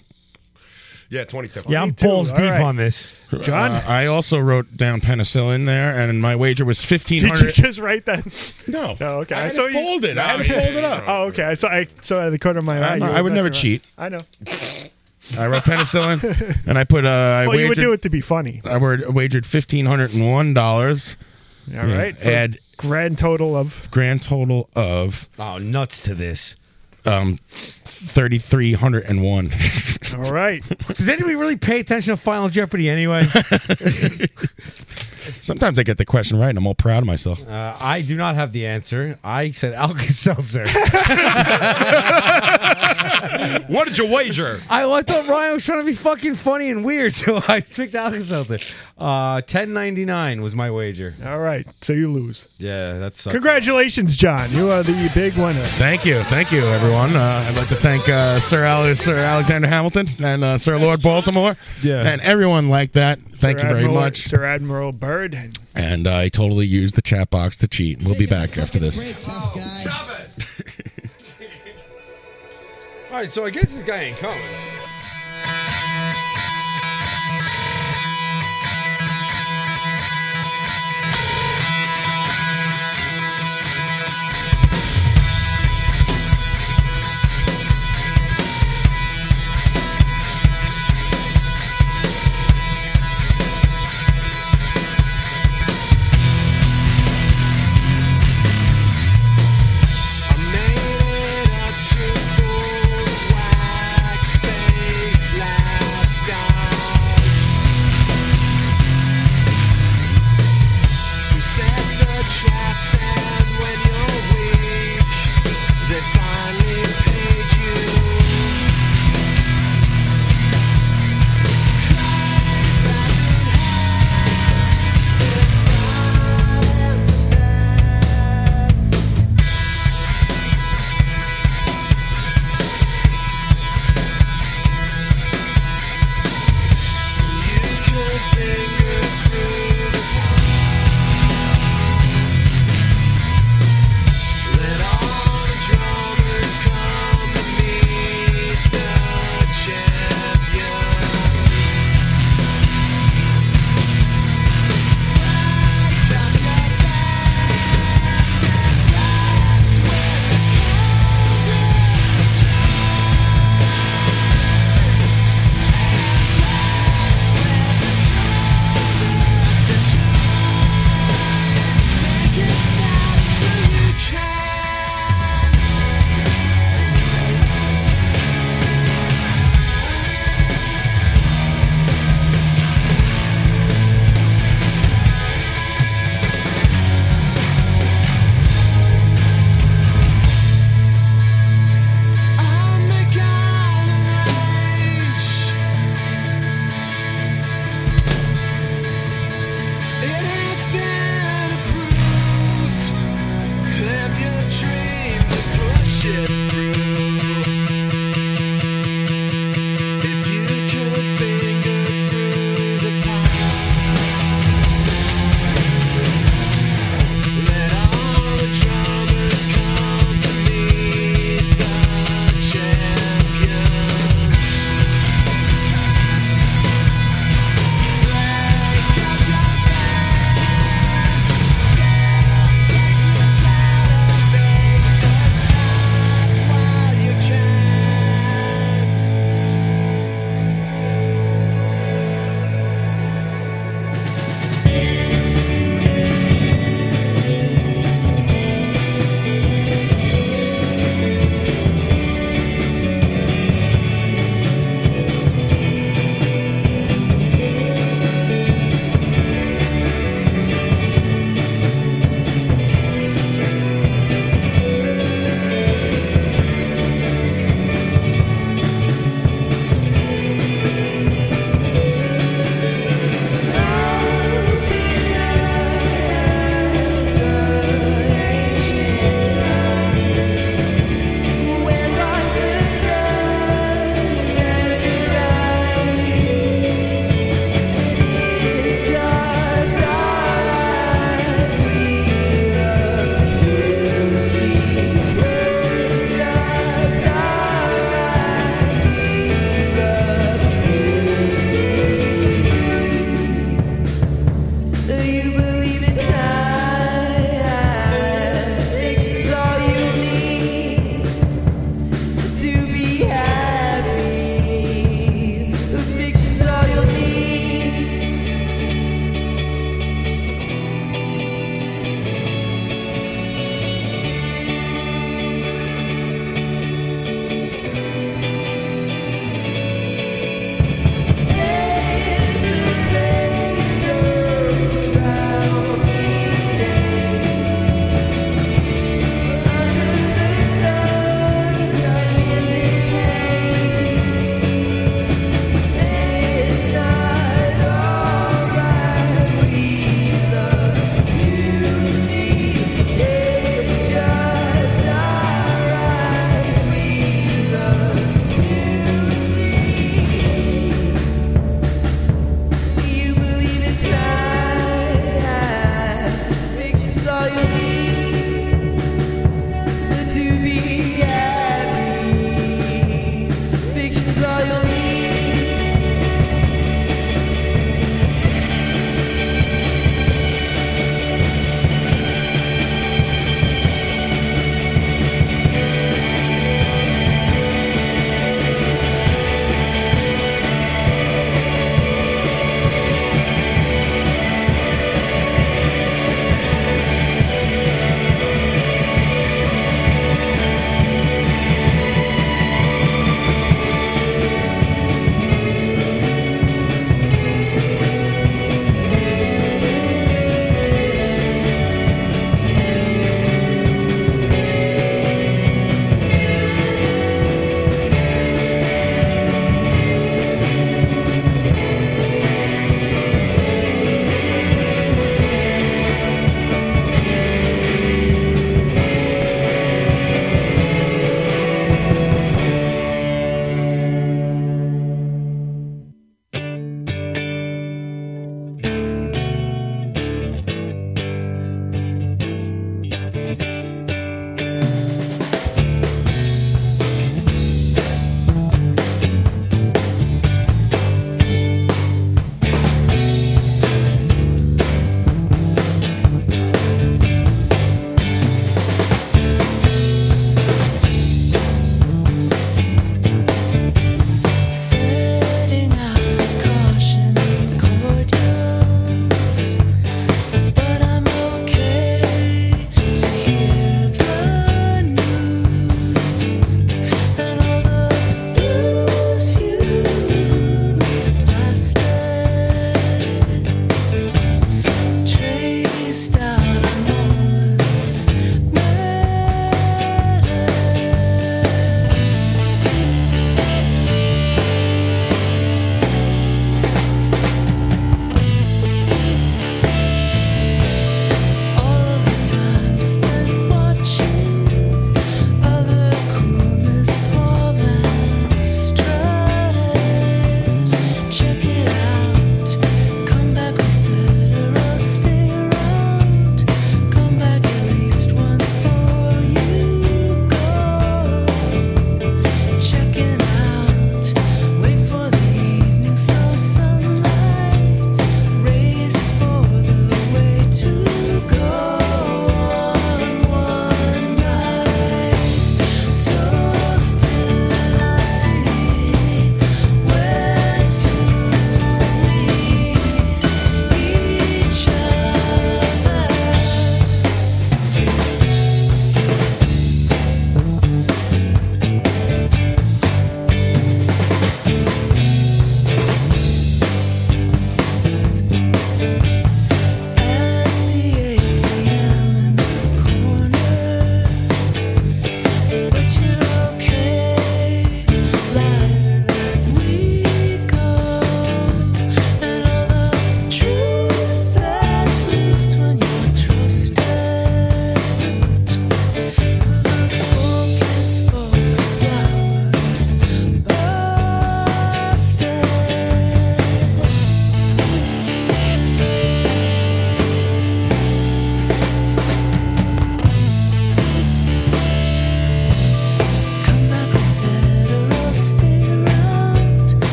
Yeah, 22. Yeah, I'm balls deep on this. John? Uh, I also wrote down penicillin there, and my wager was fifteen Did you hundred. just write that? (laughs) No. No, okay. I had saw it you- folded. I No, had it yeah, yeah, folded yeah, up. yeah. Oh, okay. I saw, I saw out of the corner of my eye. I'm Ah, you not- were I would never cheat. messing around. I know. I wrote penicillin, (laughs) and I put uh, I well, wagered, you would do it to be funny. I wor- wagered fifteen hundred and one dollars. All right. For Add grand total of. grand total of Oh, nuts to this. um thirty three hundred and one. (laughs) All right. Does anybody really pay attention to Final Jeopardy anyway? Sometimes I get the question right, and I'm all proud of myself. uh, I do not have the answer. I said Alka Seltzer. What did you wager? I, I thought Ryan was trying to be fucking funny and weird, (laughs) so I picked Alka Seltzer. Uh, Ten ninety nine was my wager. All right. So you lose. Yeah, that's Congratulations, John. You are the big winner. Thank you, thank you, everyone. Uh, I'd like to thank uh, Sir, Ale- Sir Alexander Hamilton and uh, Sir Lord Baltimore, Yeah. and everyone like that. Thank Sir you very Admiral- much. Sir Admiral Byrd. And I totally used the chat box to cheat. We'll be back after this. (laughs) All right, so I guess this guy ain't coming. I made it up to the white space.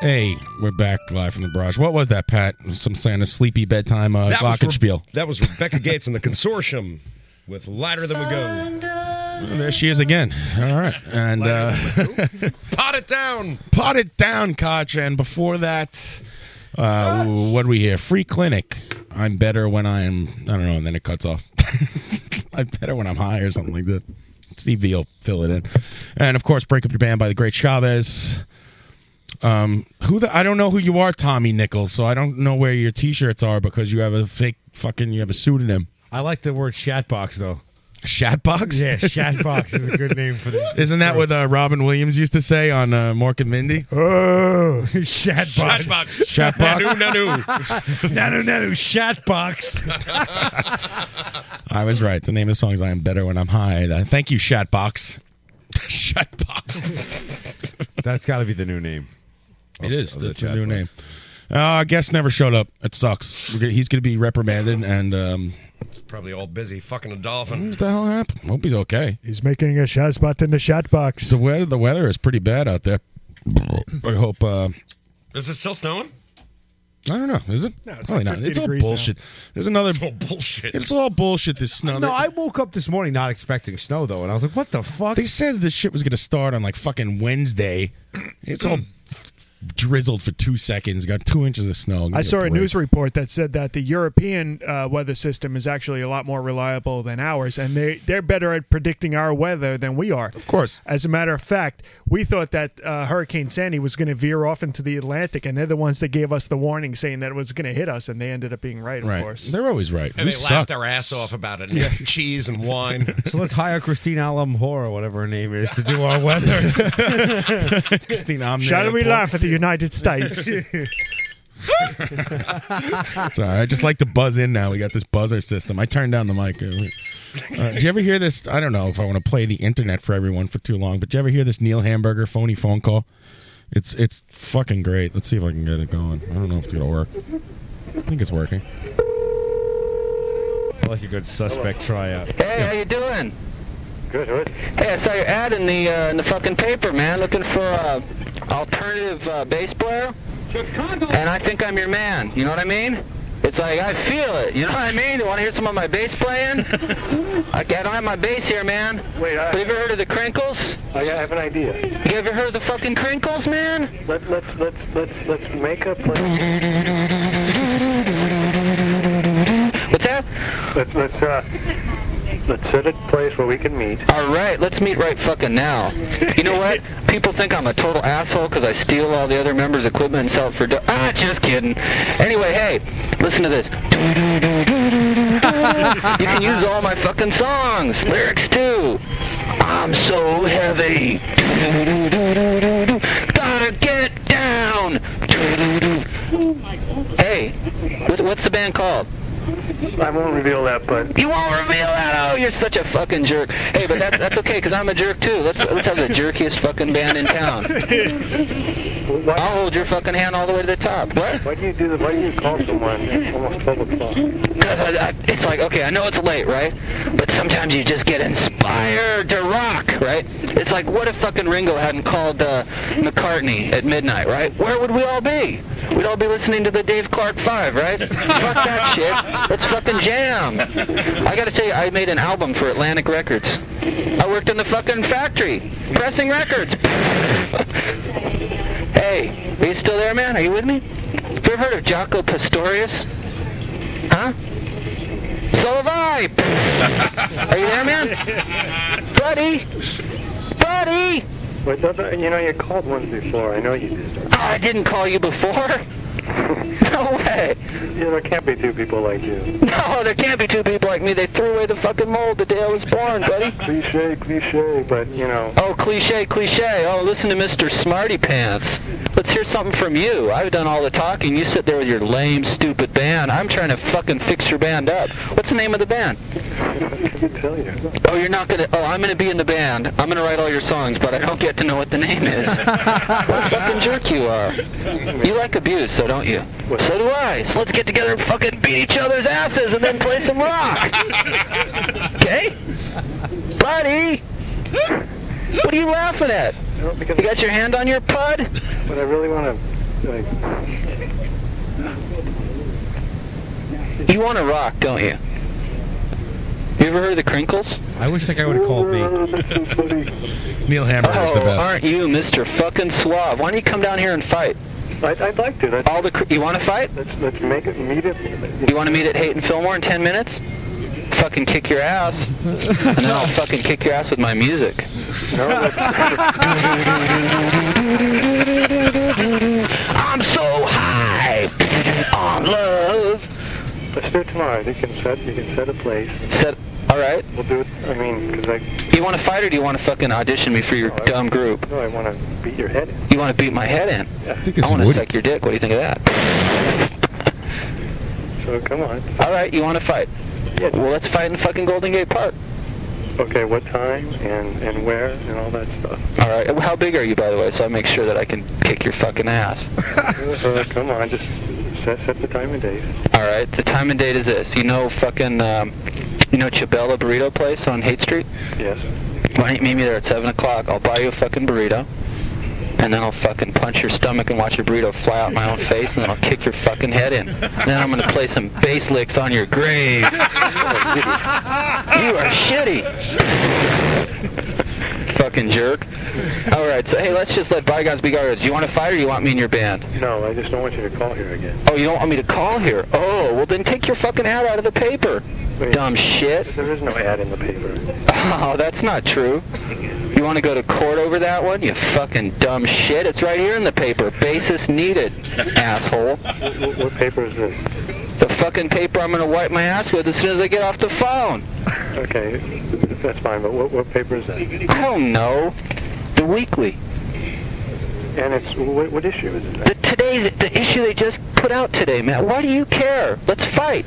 Hey, we're back live from the barrage. What was that, Pat? Some kind of sleepy bedtime uh, That was Re- glockenspiel. That was Rebecca Gates and the consortium with Lighter Than We Go. Well, there she is again. All right, and uh, (laughs) Pot it down. pot it down, Koch. And before that, uh, what do we hear? Free clinic. I'm better when I'm. I don't know. And then it cuts off. (laughs) I'm better when I'm high or something like that. Steve V will fill it in, and of course, break up your band by the great Chavez. Um, who the I don't know who you are, Tommy Nichols. So I don't know where your T-shirts are because you have a fake fucking you have a pseudonym. I like the word shatbox though. Shatbox. Yeah, Shatbox is a good name (laughs) for this. Isn't that what uh, Robin Williams used to say on uh, Mork and Mindy? (laughs) Oh, Shatbox. Shatbox. Nanu, nanu. (laughs) nanu, nanu, Shatbox. (laughs) I was right. The name of the song is "I Am Better When I'm High." Uh, thank you, Shatbox. Shatbox. (laughs) That's got to be the new name. It is. That's a new name. Uh, guest never showed up. It sucks. We're gonna, he's going to be reprimanded, and um, It's probably all busy fucking a dolphin. what the hell happened? Hope he's okay. He's making a shot spot in the shot box. The weather, the weather is pretty bad out there. I hope. Uh, Is it still snowing? I don't know. Is it? No, it's Probably like 50 Oh, It's all degrees now. bullshit. There's another. It's all bullshit. It's all bullshit. This snow. No, I woke up this morning not expecting (laughs) snow though, and I was like, "What the fuck?" They said this shit was going to start on like fucking Wednesday. It's (clears throat) all drizzled for two seconds. Got two inches of snow. I saw a news report that said that the European uh, weather system is actually a lot more reliable than ours, and they they're better at predicting our weather than we are. Of course. As a matter of fact, we thought that uh, Hurricane Sandy was going to veer off into the Atlantic, and they're the ones that gave us the warning saying that it was going to hit us, and they ended up being right. Of Right. course. They're always right. And we they suck. laughed their ass off about it. Yeah. (laughs) Cheese and wine. So let's hire Christine Alamhor or whatever her name is to do our (laughs) weather. Christine Alamhor. Shall we laugh at the United States? Sorry, I just like to buzz in now. We got this buzzer system. I turned down the mic. Uh, do you ever hear this? I don't know if I want to play the internet for everyone for too long, but do you ever hear this Neil Hamburger phony phone call? It's it's fucking great. Let's see if I can get it going. I don't know if it's gonna work. I think it's working. I like a good suspect tryout. Hey, how you doing? Good, good. Hey, I saw your ad in the uh, in the fucking paper, man. Looking for a alternative uh, bass player. Chicago. And I think I'm your man. You know what I mean? It's like I feel it. You know what I mean? You want to hear some of my bass (laughs) playing? I, I don't have my bass here, man. Wait, I. Have you ever heard of the Crinkles? I have an idea. You ever heard of the fucking Crinkles, man? Let let's let's let's let's make up. What's that? Let's let's uh let's set a place where we can meet. All right, let's meet right fucking now. You know (laughs) what? People think I'm a total asshole because I steal all the other members' equipment and sell it for. Do- ah, just kidding. Anyway, hey, listen to this. (laughs) you can use all my fucking songs, lyrics too. I'm so heavy. Gotta get down. Hey, what- what's the band called? I won't reveal that, but you won't reveal that. Oh, you're such a fucking jerk. Hey, but that's that's okay, cause I'm a jerk too. Let's let's have the jerkiest fucking band in town. I'll hold your fucking hand all the way to the top. What? Why do you do that? Why do you call someone almost 12 o'clock? Because I, I, it's like, okay, I know it's late, right? But sometimes you just get inspired to rock, right? It's like, what if fucking Ringo hadn't called uh, McCartney at midnight, right? Where would we all be? We'd all be listening to the Dave Clark Five, right? Fuck that shit. Let's fucking jam. I gotta tell you, I made an album for Atlantic Records. I worked in the fucking factory, pressing records. Hey, are you still there, man? Are you with me? Have you ever heard of Jocko Pastorius? Huh? So have I. are you there, man? Buddy! Buddy! Wait, you know, you called once before. I know you did. Oh, I didn't call you (laughs) before? no way. there can't be two people like you. (laughs) No, there can't be two people like me. They threw away the fucking mold the day I was born, buddy. cliche, cliche, but you know. Oh, cliche, cliche. Oh, listen to Mr. Smarty Pants. Let's hear something from you. I've done all the talking. You sit there with your lame, stupid band. I'm trying to fucking fix your band up. What's the name of the band? Oh, you're not gonna. Oh, I'm gonna be in the band. I'm gonna write all your songs, but I don't get to know what the name is. what a fucking jerk you are. You like abuse, so don't you? So do I. So let's get together and fucking beat each other's asses and then play some rock. Okay, buddy. What are you laughing at? You got your hand on your pud? But I really want to You want to rock, don't you? You ever heard of the Crinkles? I wish that guy would have called me. Neil Hamburger is the Oh, best. aren't you Mr. Fucking Suave? Why don't you come down here and fight? I'd, I'd like to. All the cr- you want to fight? Let's, let's make it meet it. You want to meet at Hayden Fillmore in ten minutes? Fucking kick your ass, and (laughs) then I'll fucking kick your ass with my music. I'm so high on love. Let's do it tomorrow. You can set. You can set a place. Set. All right. We'll do it. I mean, because I. You want to fight, or do you want to fucking audition me for your dumb group? No, I want to beat your head. in. You want to beat my head in? I, think it's want to Woody. suck your dick. What do you think of that? So come on. All right. You want to fight? Yeah. Well, let's fight in fucking Golden Gate Park. Okay, what time and, and where and all that stuff. All right. How big are you, by the way, so I make sure that I can kick your fucking ass? Uh, come on, just set, set the time and date. All right. The time and date is this. You know fucking, um, you know Chabela Burrito Place on Haight Street? Yes. Why don't you meet me there at 7 o'clock? I'll buy you a fucking burrito. And then I'll fucking punch your stomach and watch your burrito fly out my own face, and then I'll kick your fucking head in. Then I'm gonna play some bass licks on your grave. You are shitty. Fucking jerk. All right, so hey, let's just let bygones be bygones. Do you want to fight or you want me in your band? No, I just don't want you to call here again. Oh, you don't want me to call here? Oh, well then take your fucking ad out of the paper. Dumb shit. There is no ad in the paper. Oh, that's not true. You want to go to court over that one? You fucking dumb shit. It's right here in the paper. Basis needed, asshole. What, what paper is this? The fucking paper I'm going to wipe my ass with as soon as I get off the phone. Okay, that's fine, but what, what paper is that? I don't know. The Weekly. And it's what, what issue is it? The, today's the issue they just put out today, man. Why do you care? Let's fight.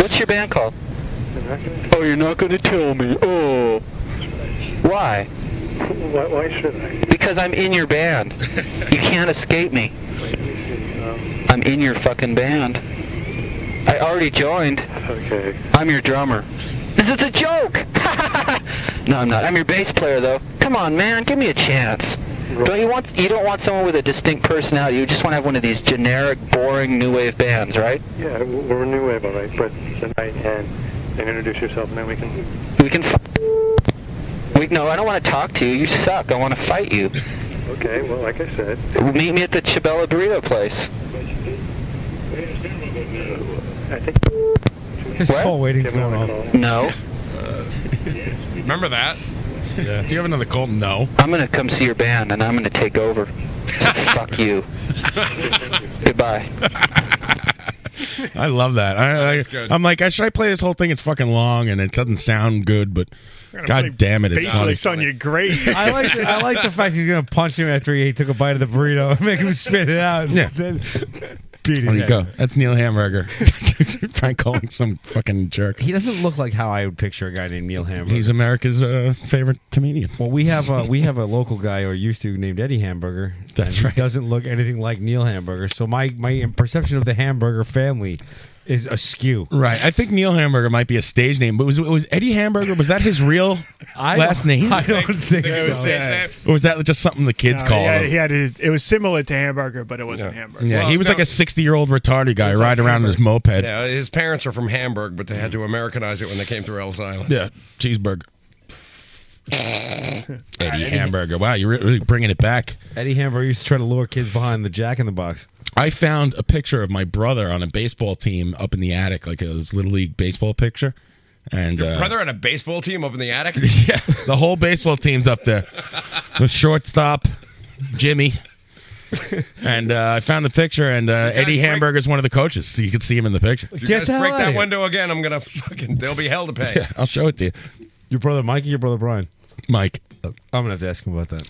What's your band called? Oh, you're not going to tell me. Oh, why? Why, why should I? Because I'm in your band. you can't escape me. I'm in your fucking band. I already joined. Okay. I'm your drummer. This is a joke. no, I'm not. I'm your bass player, though. Come on, man. Give me a chance. Don't you want? You don't want someone with a distinct personality. You just want to have one of these generic, boring new wave bands, right? Yeah, w- we're new wave, all right. But tonight and and introduce yourself, and then we can. We can. F- we no. I don't want to talk to you. You suck. I want to fight you. Okay, well, like I said. Meet me at the Chabela Burrito place. I think. This call waiting's going on. No. Remember that? Yeah. Do you have another call? No. I'm gonna come see your band and I'm gonna take over. (laughs) So fuck you. Goodbye. (laughs) I love that. I, I, That's good. I'm like, I, should I play this whole thing? It's fucking long and it doesn't sound good, but gonna play god damn it, it's Bass funny. licks on (laughs) your grave. I like the, I (laughs) like the fact he's gonna punch him after he took a bite of the burrito and make him spit it out. Yeah. Then beat his There you head. go. That's Neil Hamburger. (laughs) Frank calling some fucking jerk. He doesn't look like how I would picture a guy named Neil Hamburger. He's America's uh, favorite comedian. Well, we have a we have a local guy or used to named Eddie Hamburger. That's and right. He doesn't look anything like Neil Hamburger, so my my perception of the Hamburger family is askew. Right. I think Neil Hamburger might be a stage name, but was was Eddie Hamburger? Was that his real (laughs) I last don't- name? I don't think They would so. say that. Or was that just something the kids No, call he him? had, he had a, it was similar to hamburger, (laughs) but it wasn't hamburger. Yeah, he was like a 60 year old retarded guy It's like riding around in his Hamburg. moped. Yeah. Yeah, his parents are from Hamburg, but they had to Americanize it when they came through Ellis Island. cheeseburger. (laughs) Eddie Hamburger. Wow, you're really bringing it back. Eddie Hamburger used to try to lure kids behind the Jack in the Box. I found a picture of my brother on a baseball team up in the attic, like his little league baseball picture. And uh, Brother on a baseball team up in the (laughs) attic. yeah, the whole baseball team's up there. The shortstop, Jimmy. And uh, I found the picture, and uh, Eddie Hamburger's one of the coaches, so you can see him in the picture. If you guys break that window again, I'm gonna fucking. They'll be hell to (laughs) pay. (laughs) Yeah, I'll show it to you. Your brother Mike or your brother Brian? Mike. I'm gonna have to ask him about that.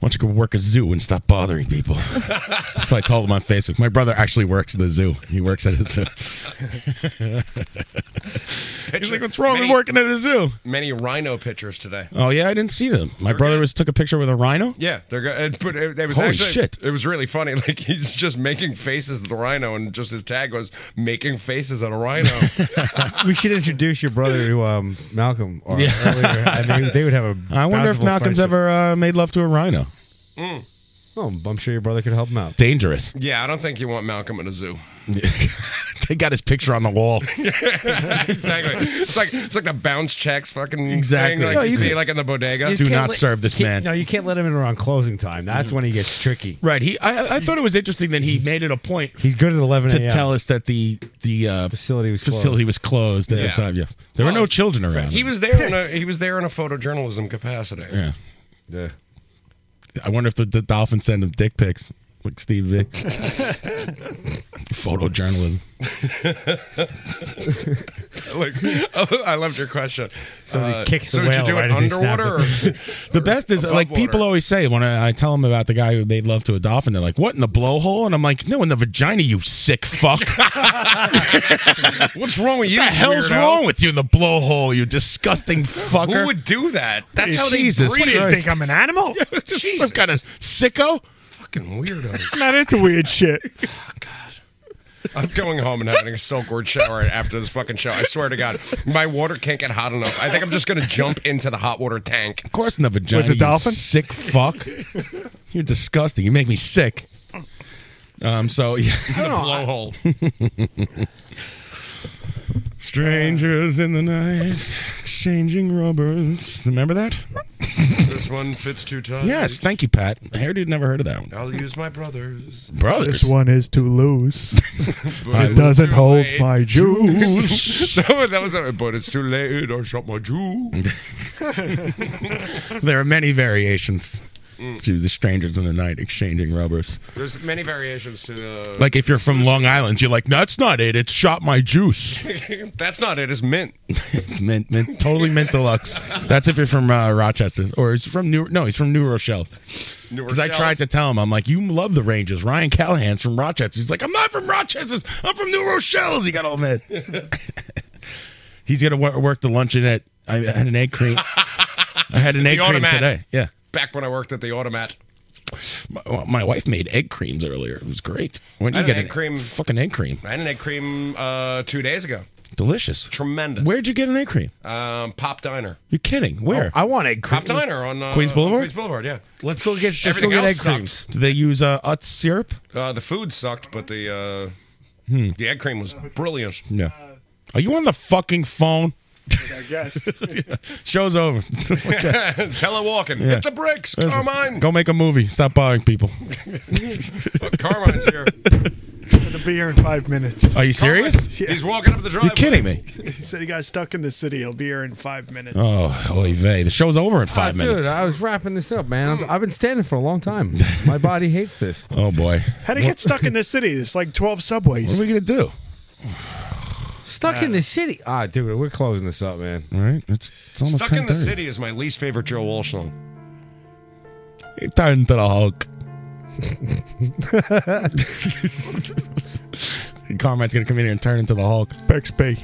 Why don't you go work a zoo and stop bothering (laughs) people? That's what I told him on Facebook. My brother actually works at the zoo. He works at a zoo. He's like, what's wrong with working at a zoo? Many rhino pictures today. Oh yeah, I didn't see them. My brother was took a picture with a rhino. Yeah, they're go- and put it, it was Holy actually shit. it was really funny. (laughs) Like he's just making faces at the rhino, and just his tag was making faces at a (laughs) rhino. we should introduce your brother to um, Malcolm. Or Yeah. earlier. I mean, they would have a. I wonder if bountiful Malcolm's friendship. ever uh, made love to a rhino. Oh, I'm sure your brother could help him out. Dangerous. Mm. Yeah, I don't think you want Malcolm in a zoo. (laughs) they got his picture on the wall. (laughs) exactly. It's like it's like the bounce checks fucking Exactly. thing like No, you, you see can- like in the bodega. You just can't let- can't- No, you can't let him in around closing time. That's when he gets tricky. Right. He. I, I thought it was interesting that he made it a point He's good at 11 to a.m. tell us that the the uh, facility was facility was closed at Yeah. that time. Yeah, there were no children around. He was there in a he was there in a photojournalism capacity. Yeah. I wonder if the, the Dolphins send him dick pics like Steve Vick. (laughs) Photojournalism. (laughs) Like, (laughs) I loved your question. Uh, Somebody kicks the so did you whale do it right as he snapped underwater? it. (laughs) Or, The best is above like people water. always say when I, I tell them about the guy who made love to a dolphin, they're like, "What in the blowhole?" And I'm like, "No, in the vagina, you sick fuck." (laughs) (laughs) What's wrong with you? the hell's weirdo? wrong with you in the blowhole, you disgusting fucker? Who would do that? That's how they Jesus breed. Christ. I'm (laughs) an animal? just some kind of (laughs) sicko. (laughs) Fucking weirdos. I'm not into weird shit. I'm going home and having a silkwood shower after this fucking show. I swear to God, my water can't get hot enough. I think I'm just going to jump into the hot water tank. Of course, in the vagina. With the you dolphin? sick fuck. You're disgusting. You make me sick. Um. So (laughs) yeah. The blowhole. Strangers in the night, exchanging rubbers. Remember that? this one fits too tight. Yes, thank you, Pat. Hair dude never heard of that one. I'll use my brothers. Brothers. This one is (laughs) too loose. But it doesn't it's too hold late. my (laughs) juice. that was, that was but it's too late. I shot my Jew. (laughs) (laughs) There are many variations Mm. to the strangers in the night exchanging rubbers. There's many variations to the. Like if you're from Long Island, you're like, that's not it. It's shot my juice. (laughs) That's not it. (laughs) It's mint. it's mint, mint, totally mint deluxe. That's if you're from uh, Rochester, or he's from New. No, he's from New Rochelle. New Because I tried Rochelle's? to tell him, I'm like, you love the Rangers. Ryan Callahan's from Rochester. He's like, I'm not from Rochester. I'm from New Rochelle's. He got all (laughs) mad. He's gonna wo- work the luncheon at. I had an egg (laughs) cream. I had an The egg cream automat. today. Yeah. Back when I worked at the automat. My, well, my wife made egg creams earlier. It was great. When I you had get an an egg cream. fucking egg cream, I had an egg cream uh, two days ago. delicious. Tremendous. Where'd you get an egg cream? Um, Pop Diner. You're kidding. Where? Oh, I want egg Pop Diner on uh, Queens Boulevard. Queens Boulevard, yeah. Let's go get, let's go Everything get else egg sucked. creams. Do they use uh, Utz syrup? Uh, the food sucked, but the uh, Hmm. the egg cream was brilliant. No. Uh, Are you on the fucking phone? (laughs) I (laughs) guess. Show's over. (laughs) Telewalking. Hit the bricks, Listen, Carmine. Go make a movie. Stop bothering people. Look, Carmine's here. to be here in five minutes. Are you serious? Yeah. He's walking up the driveway. You're kidding me. (laughs) He said he got stuck in the city. He'll be here in five minutes. Oh, oy vey. The show's over in five Ah, minutes. Dude, I was wrapping this up, man. I've, I've been standing for a long time. My body hates this. Oh, boy. How'd he get stuck in this city? It's like 12 subways. What are we going to do? Stuck in the city. Ah, dude, we're closing this up, man. All right. It's, it's almost Stuck in the 10:30. City is my least favorite Joe Walsh song. He turned into the (laughs) Hulk. Carmine's going to come in here and turn into the Hulk. Bixby.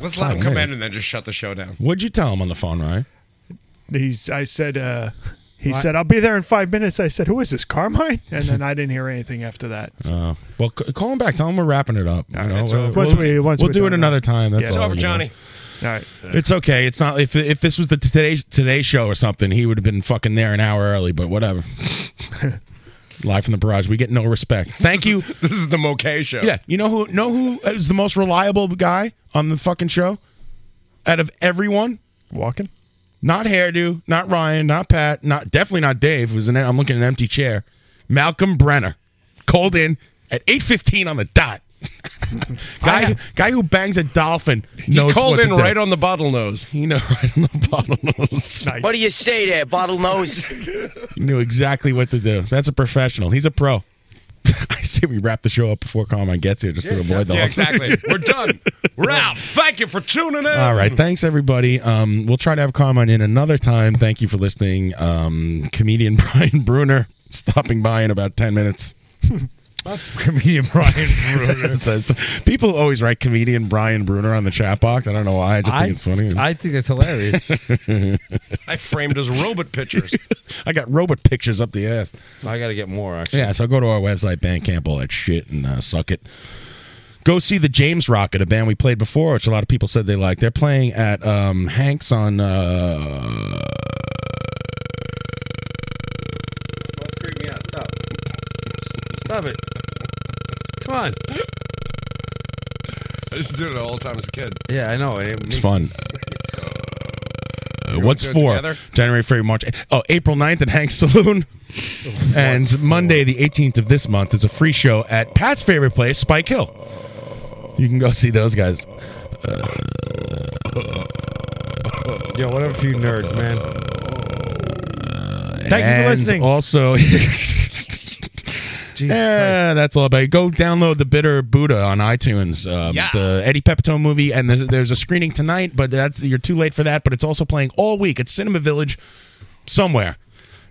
Let's Five let him come minutes. in and then just shut the show down. What'd you tell him on the phone, Ryan? He's. I said. uh He What? said, "I'll be there in five minutes." I said, "Who is this, Carmine?" And then I didn't hear anything (laughs) after that. Uh, well, c- call him back. Tell him we're wrapping it up. You know, it's we'll- over. Once we'll, we- once we'll we're do it done, uh, another yeah. time. That's It's all, over, you know. Johnny. All right. It's okay. It's not if if this was the today today show or something, he would have been fucking there an hour early. But (laughs) whatever. Live from the barrage, we get no respect. Thank you. (laughs) This is the Moquet show. Yeah, you know who know who is the most reliable guy on the fucking show? Out of everyone, walking. Not hairdo. Not Ryan. Not Pat. Not definitely not Dave. Who's in? I'm looking at an empty chair. Malcolm Brenner called in at 8:15 on the (laughs) dot. guy, guy who bangs a dolphin He knows called what to in do. (laughs) right on the bottlenose. He know right on the bottlenose. What do you say there, bottlenose? He knew exactly what to do. That's a professional. He's a pro. (laughs) I say we wrap the show up before Carmine gets here just to avoid the Yeah, whole- (laughs) exactly. We're done. We're out. Thank you for tuning in. All right. Thanks, everybody. Um, we'll try to have Carmine in another time. Thank you for listening. Um, comedian (laughs) Brian Bruner stopping by in about 10 minutes. (laughs) Comedian (laughs) Brian Bruner. So it's- people always write comedian Brian Bruner on the chat box. I don't know why. I just think I- it's funny. I think it's hilarious. (laughs) I framed his robot pictures. I got robot pictures up the ass. I got to get more, actually. Yeah, so go to our website, Bandcamp, all that shit, and uh, suck it. Go see the James Rocket, a band we played before, which a lot of people said they liked. They're playing at um, Hanks on. Uh, Stop it. Come on. I used to do it all the time as a (laughs) kid. Yeah, I know. It It's fun. Uh, what's do it for together? January, February, March? Oh, April 9th at Hank's Saloon. and Monday, the 18th of this month, is a free show at Pat's favorite place, Spike Hill. You can go see those guys. Uh, Yo, what a few nerds, man. Oh. Thank you and for listening. Also, (laughs) yeah, that's all about. it. Go download the Bitter Buddha on iTunes. Um, The Eddie Pepitone movie, and the, there's a screening tonight, but that's you're too late for that. But it's also playing all week at Cinema Village, somewhere.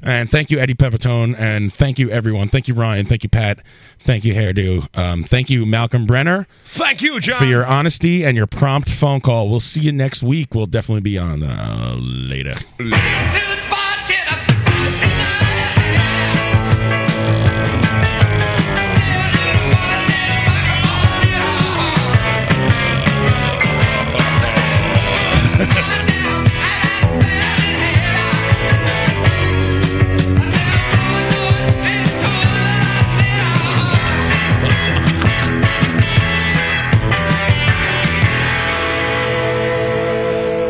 And thank you, Eddie Pepitone, and thank you everyone. Thank you, Ryan. Thank you, Pat. Thank you, Hairdo. Um, thank you, Malcolm Brenner. Thank you, John. for your honesty and your prompt phone call. We'll see you next week. We'll definitely be on uh, later.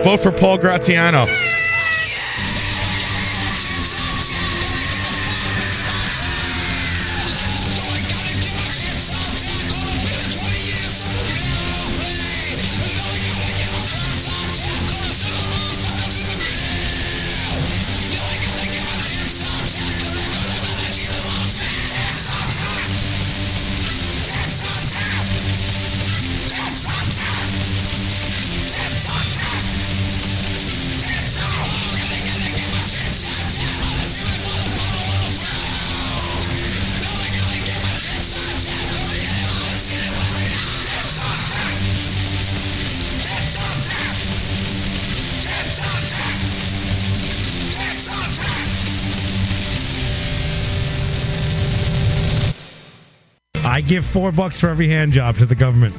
Vote for Paul Graziano. I give four bucks for every hand job to the government.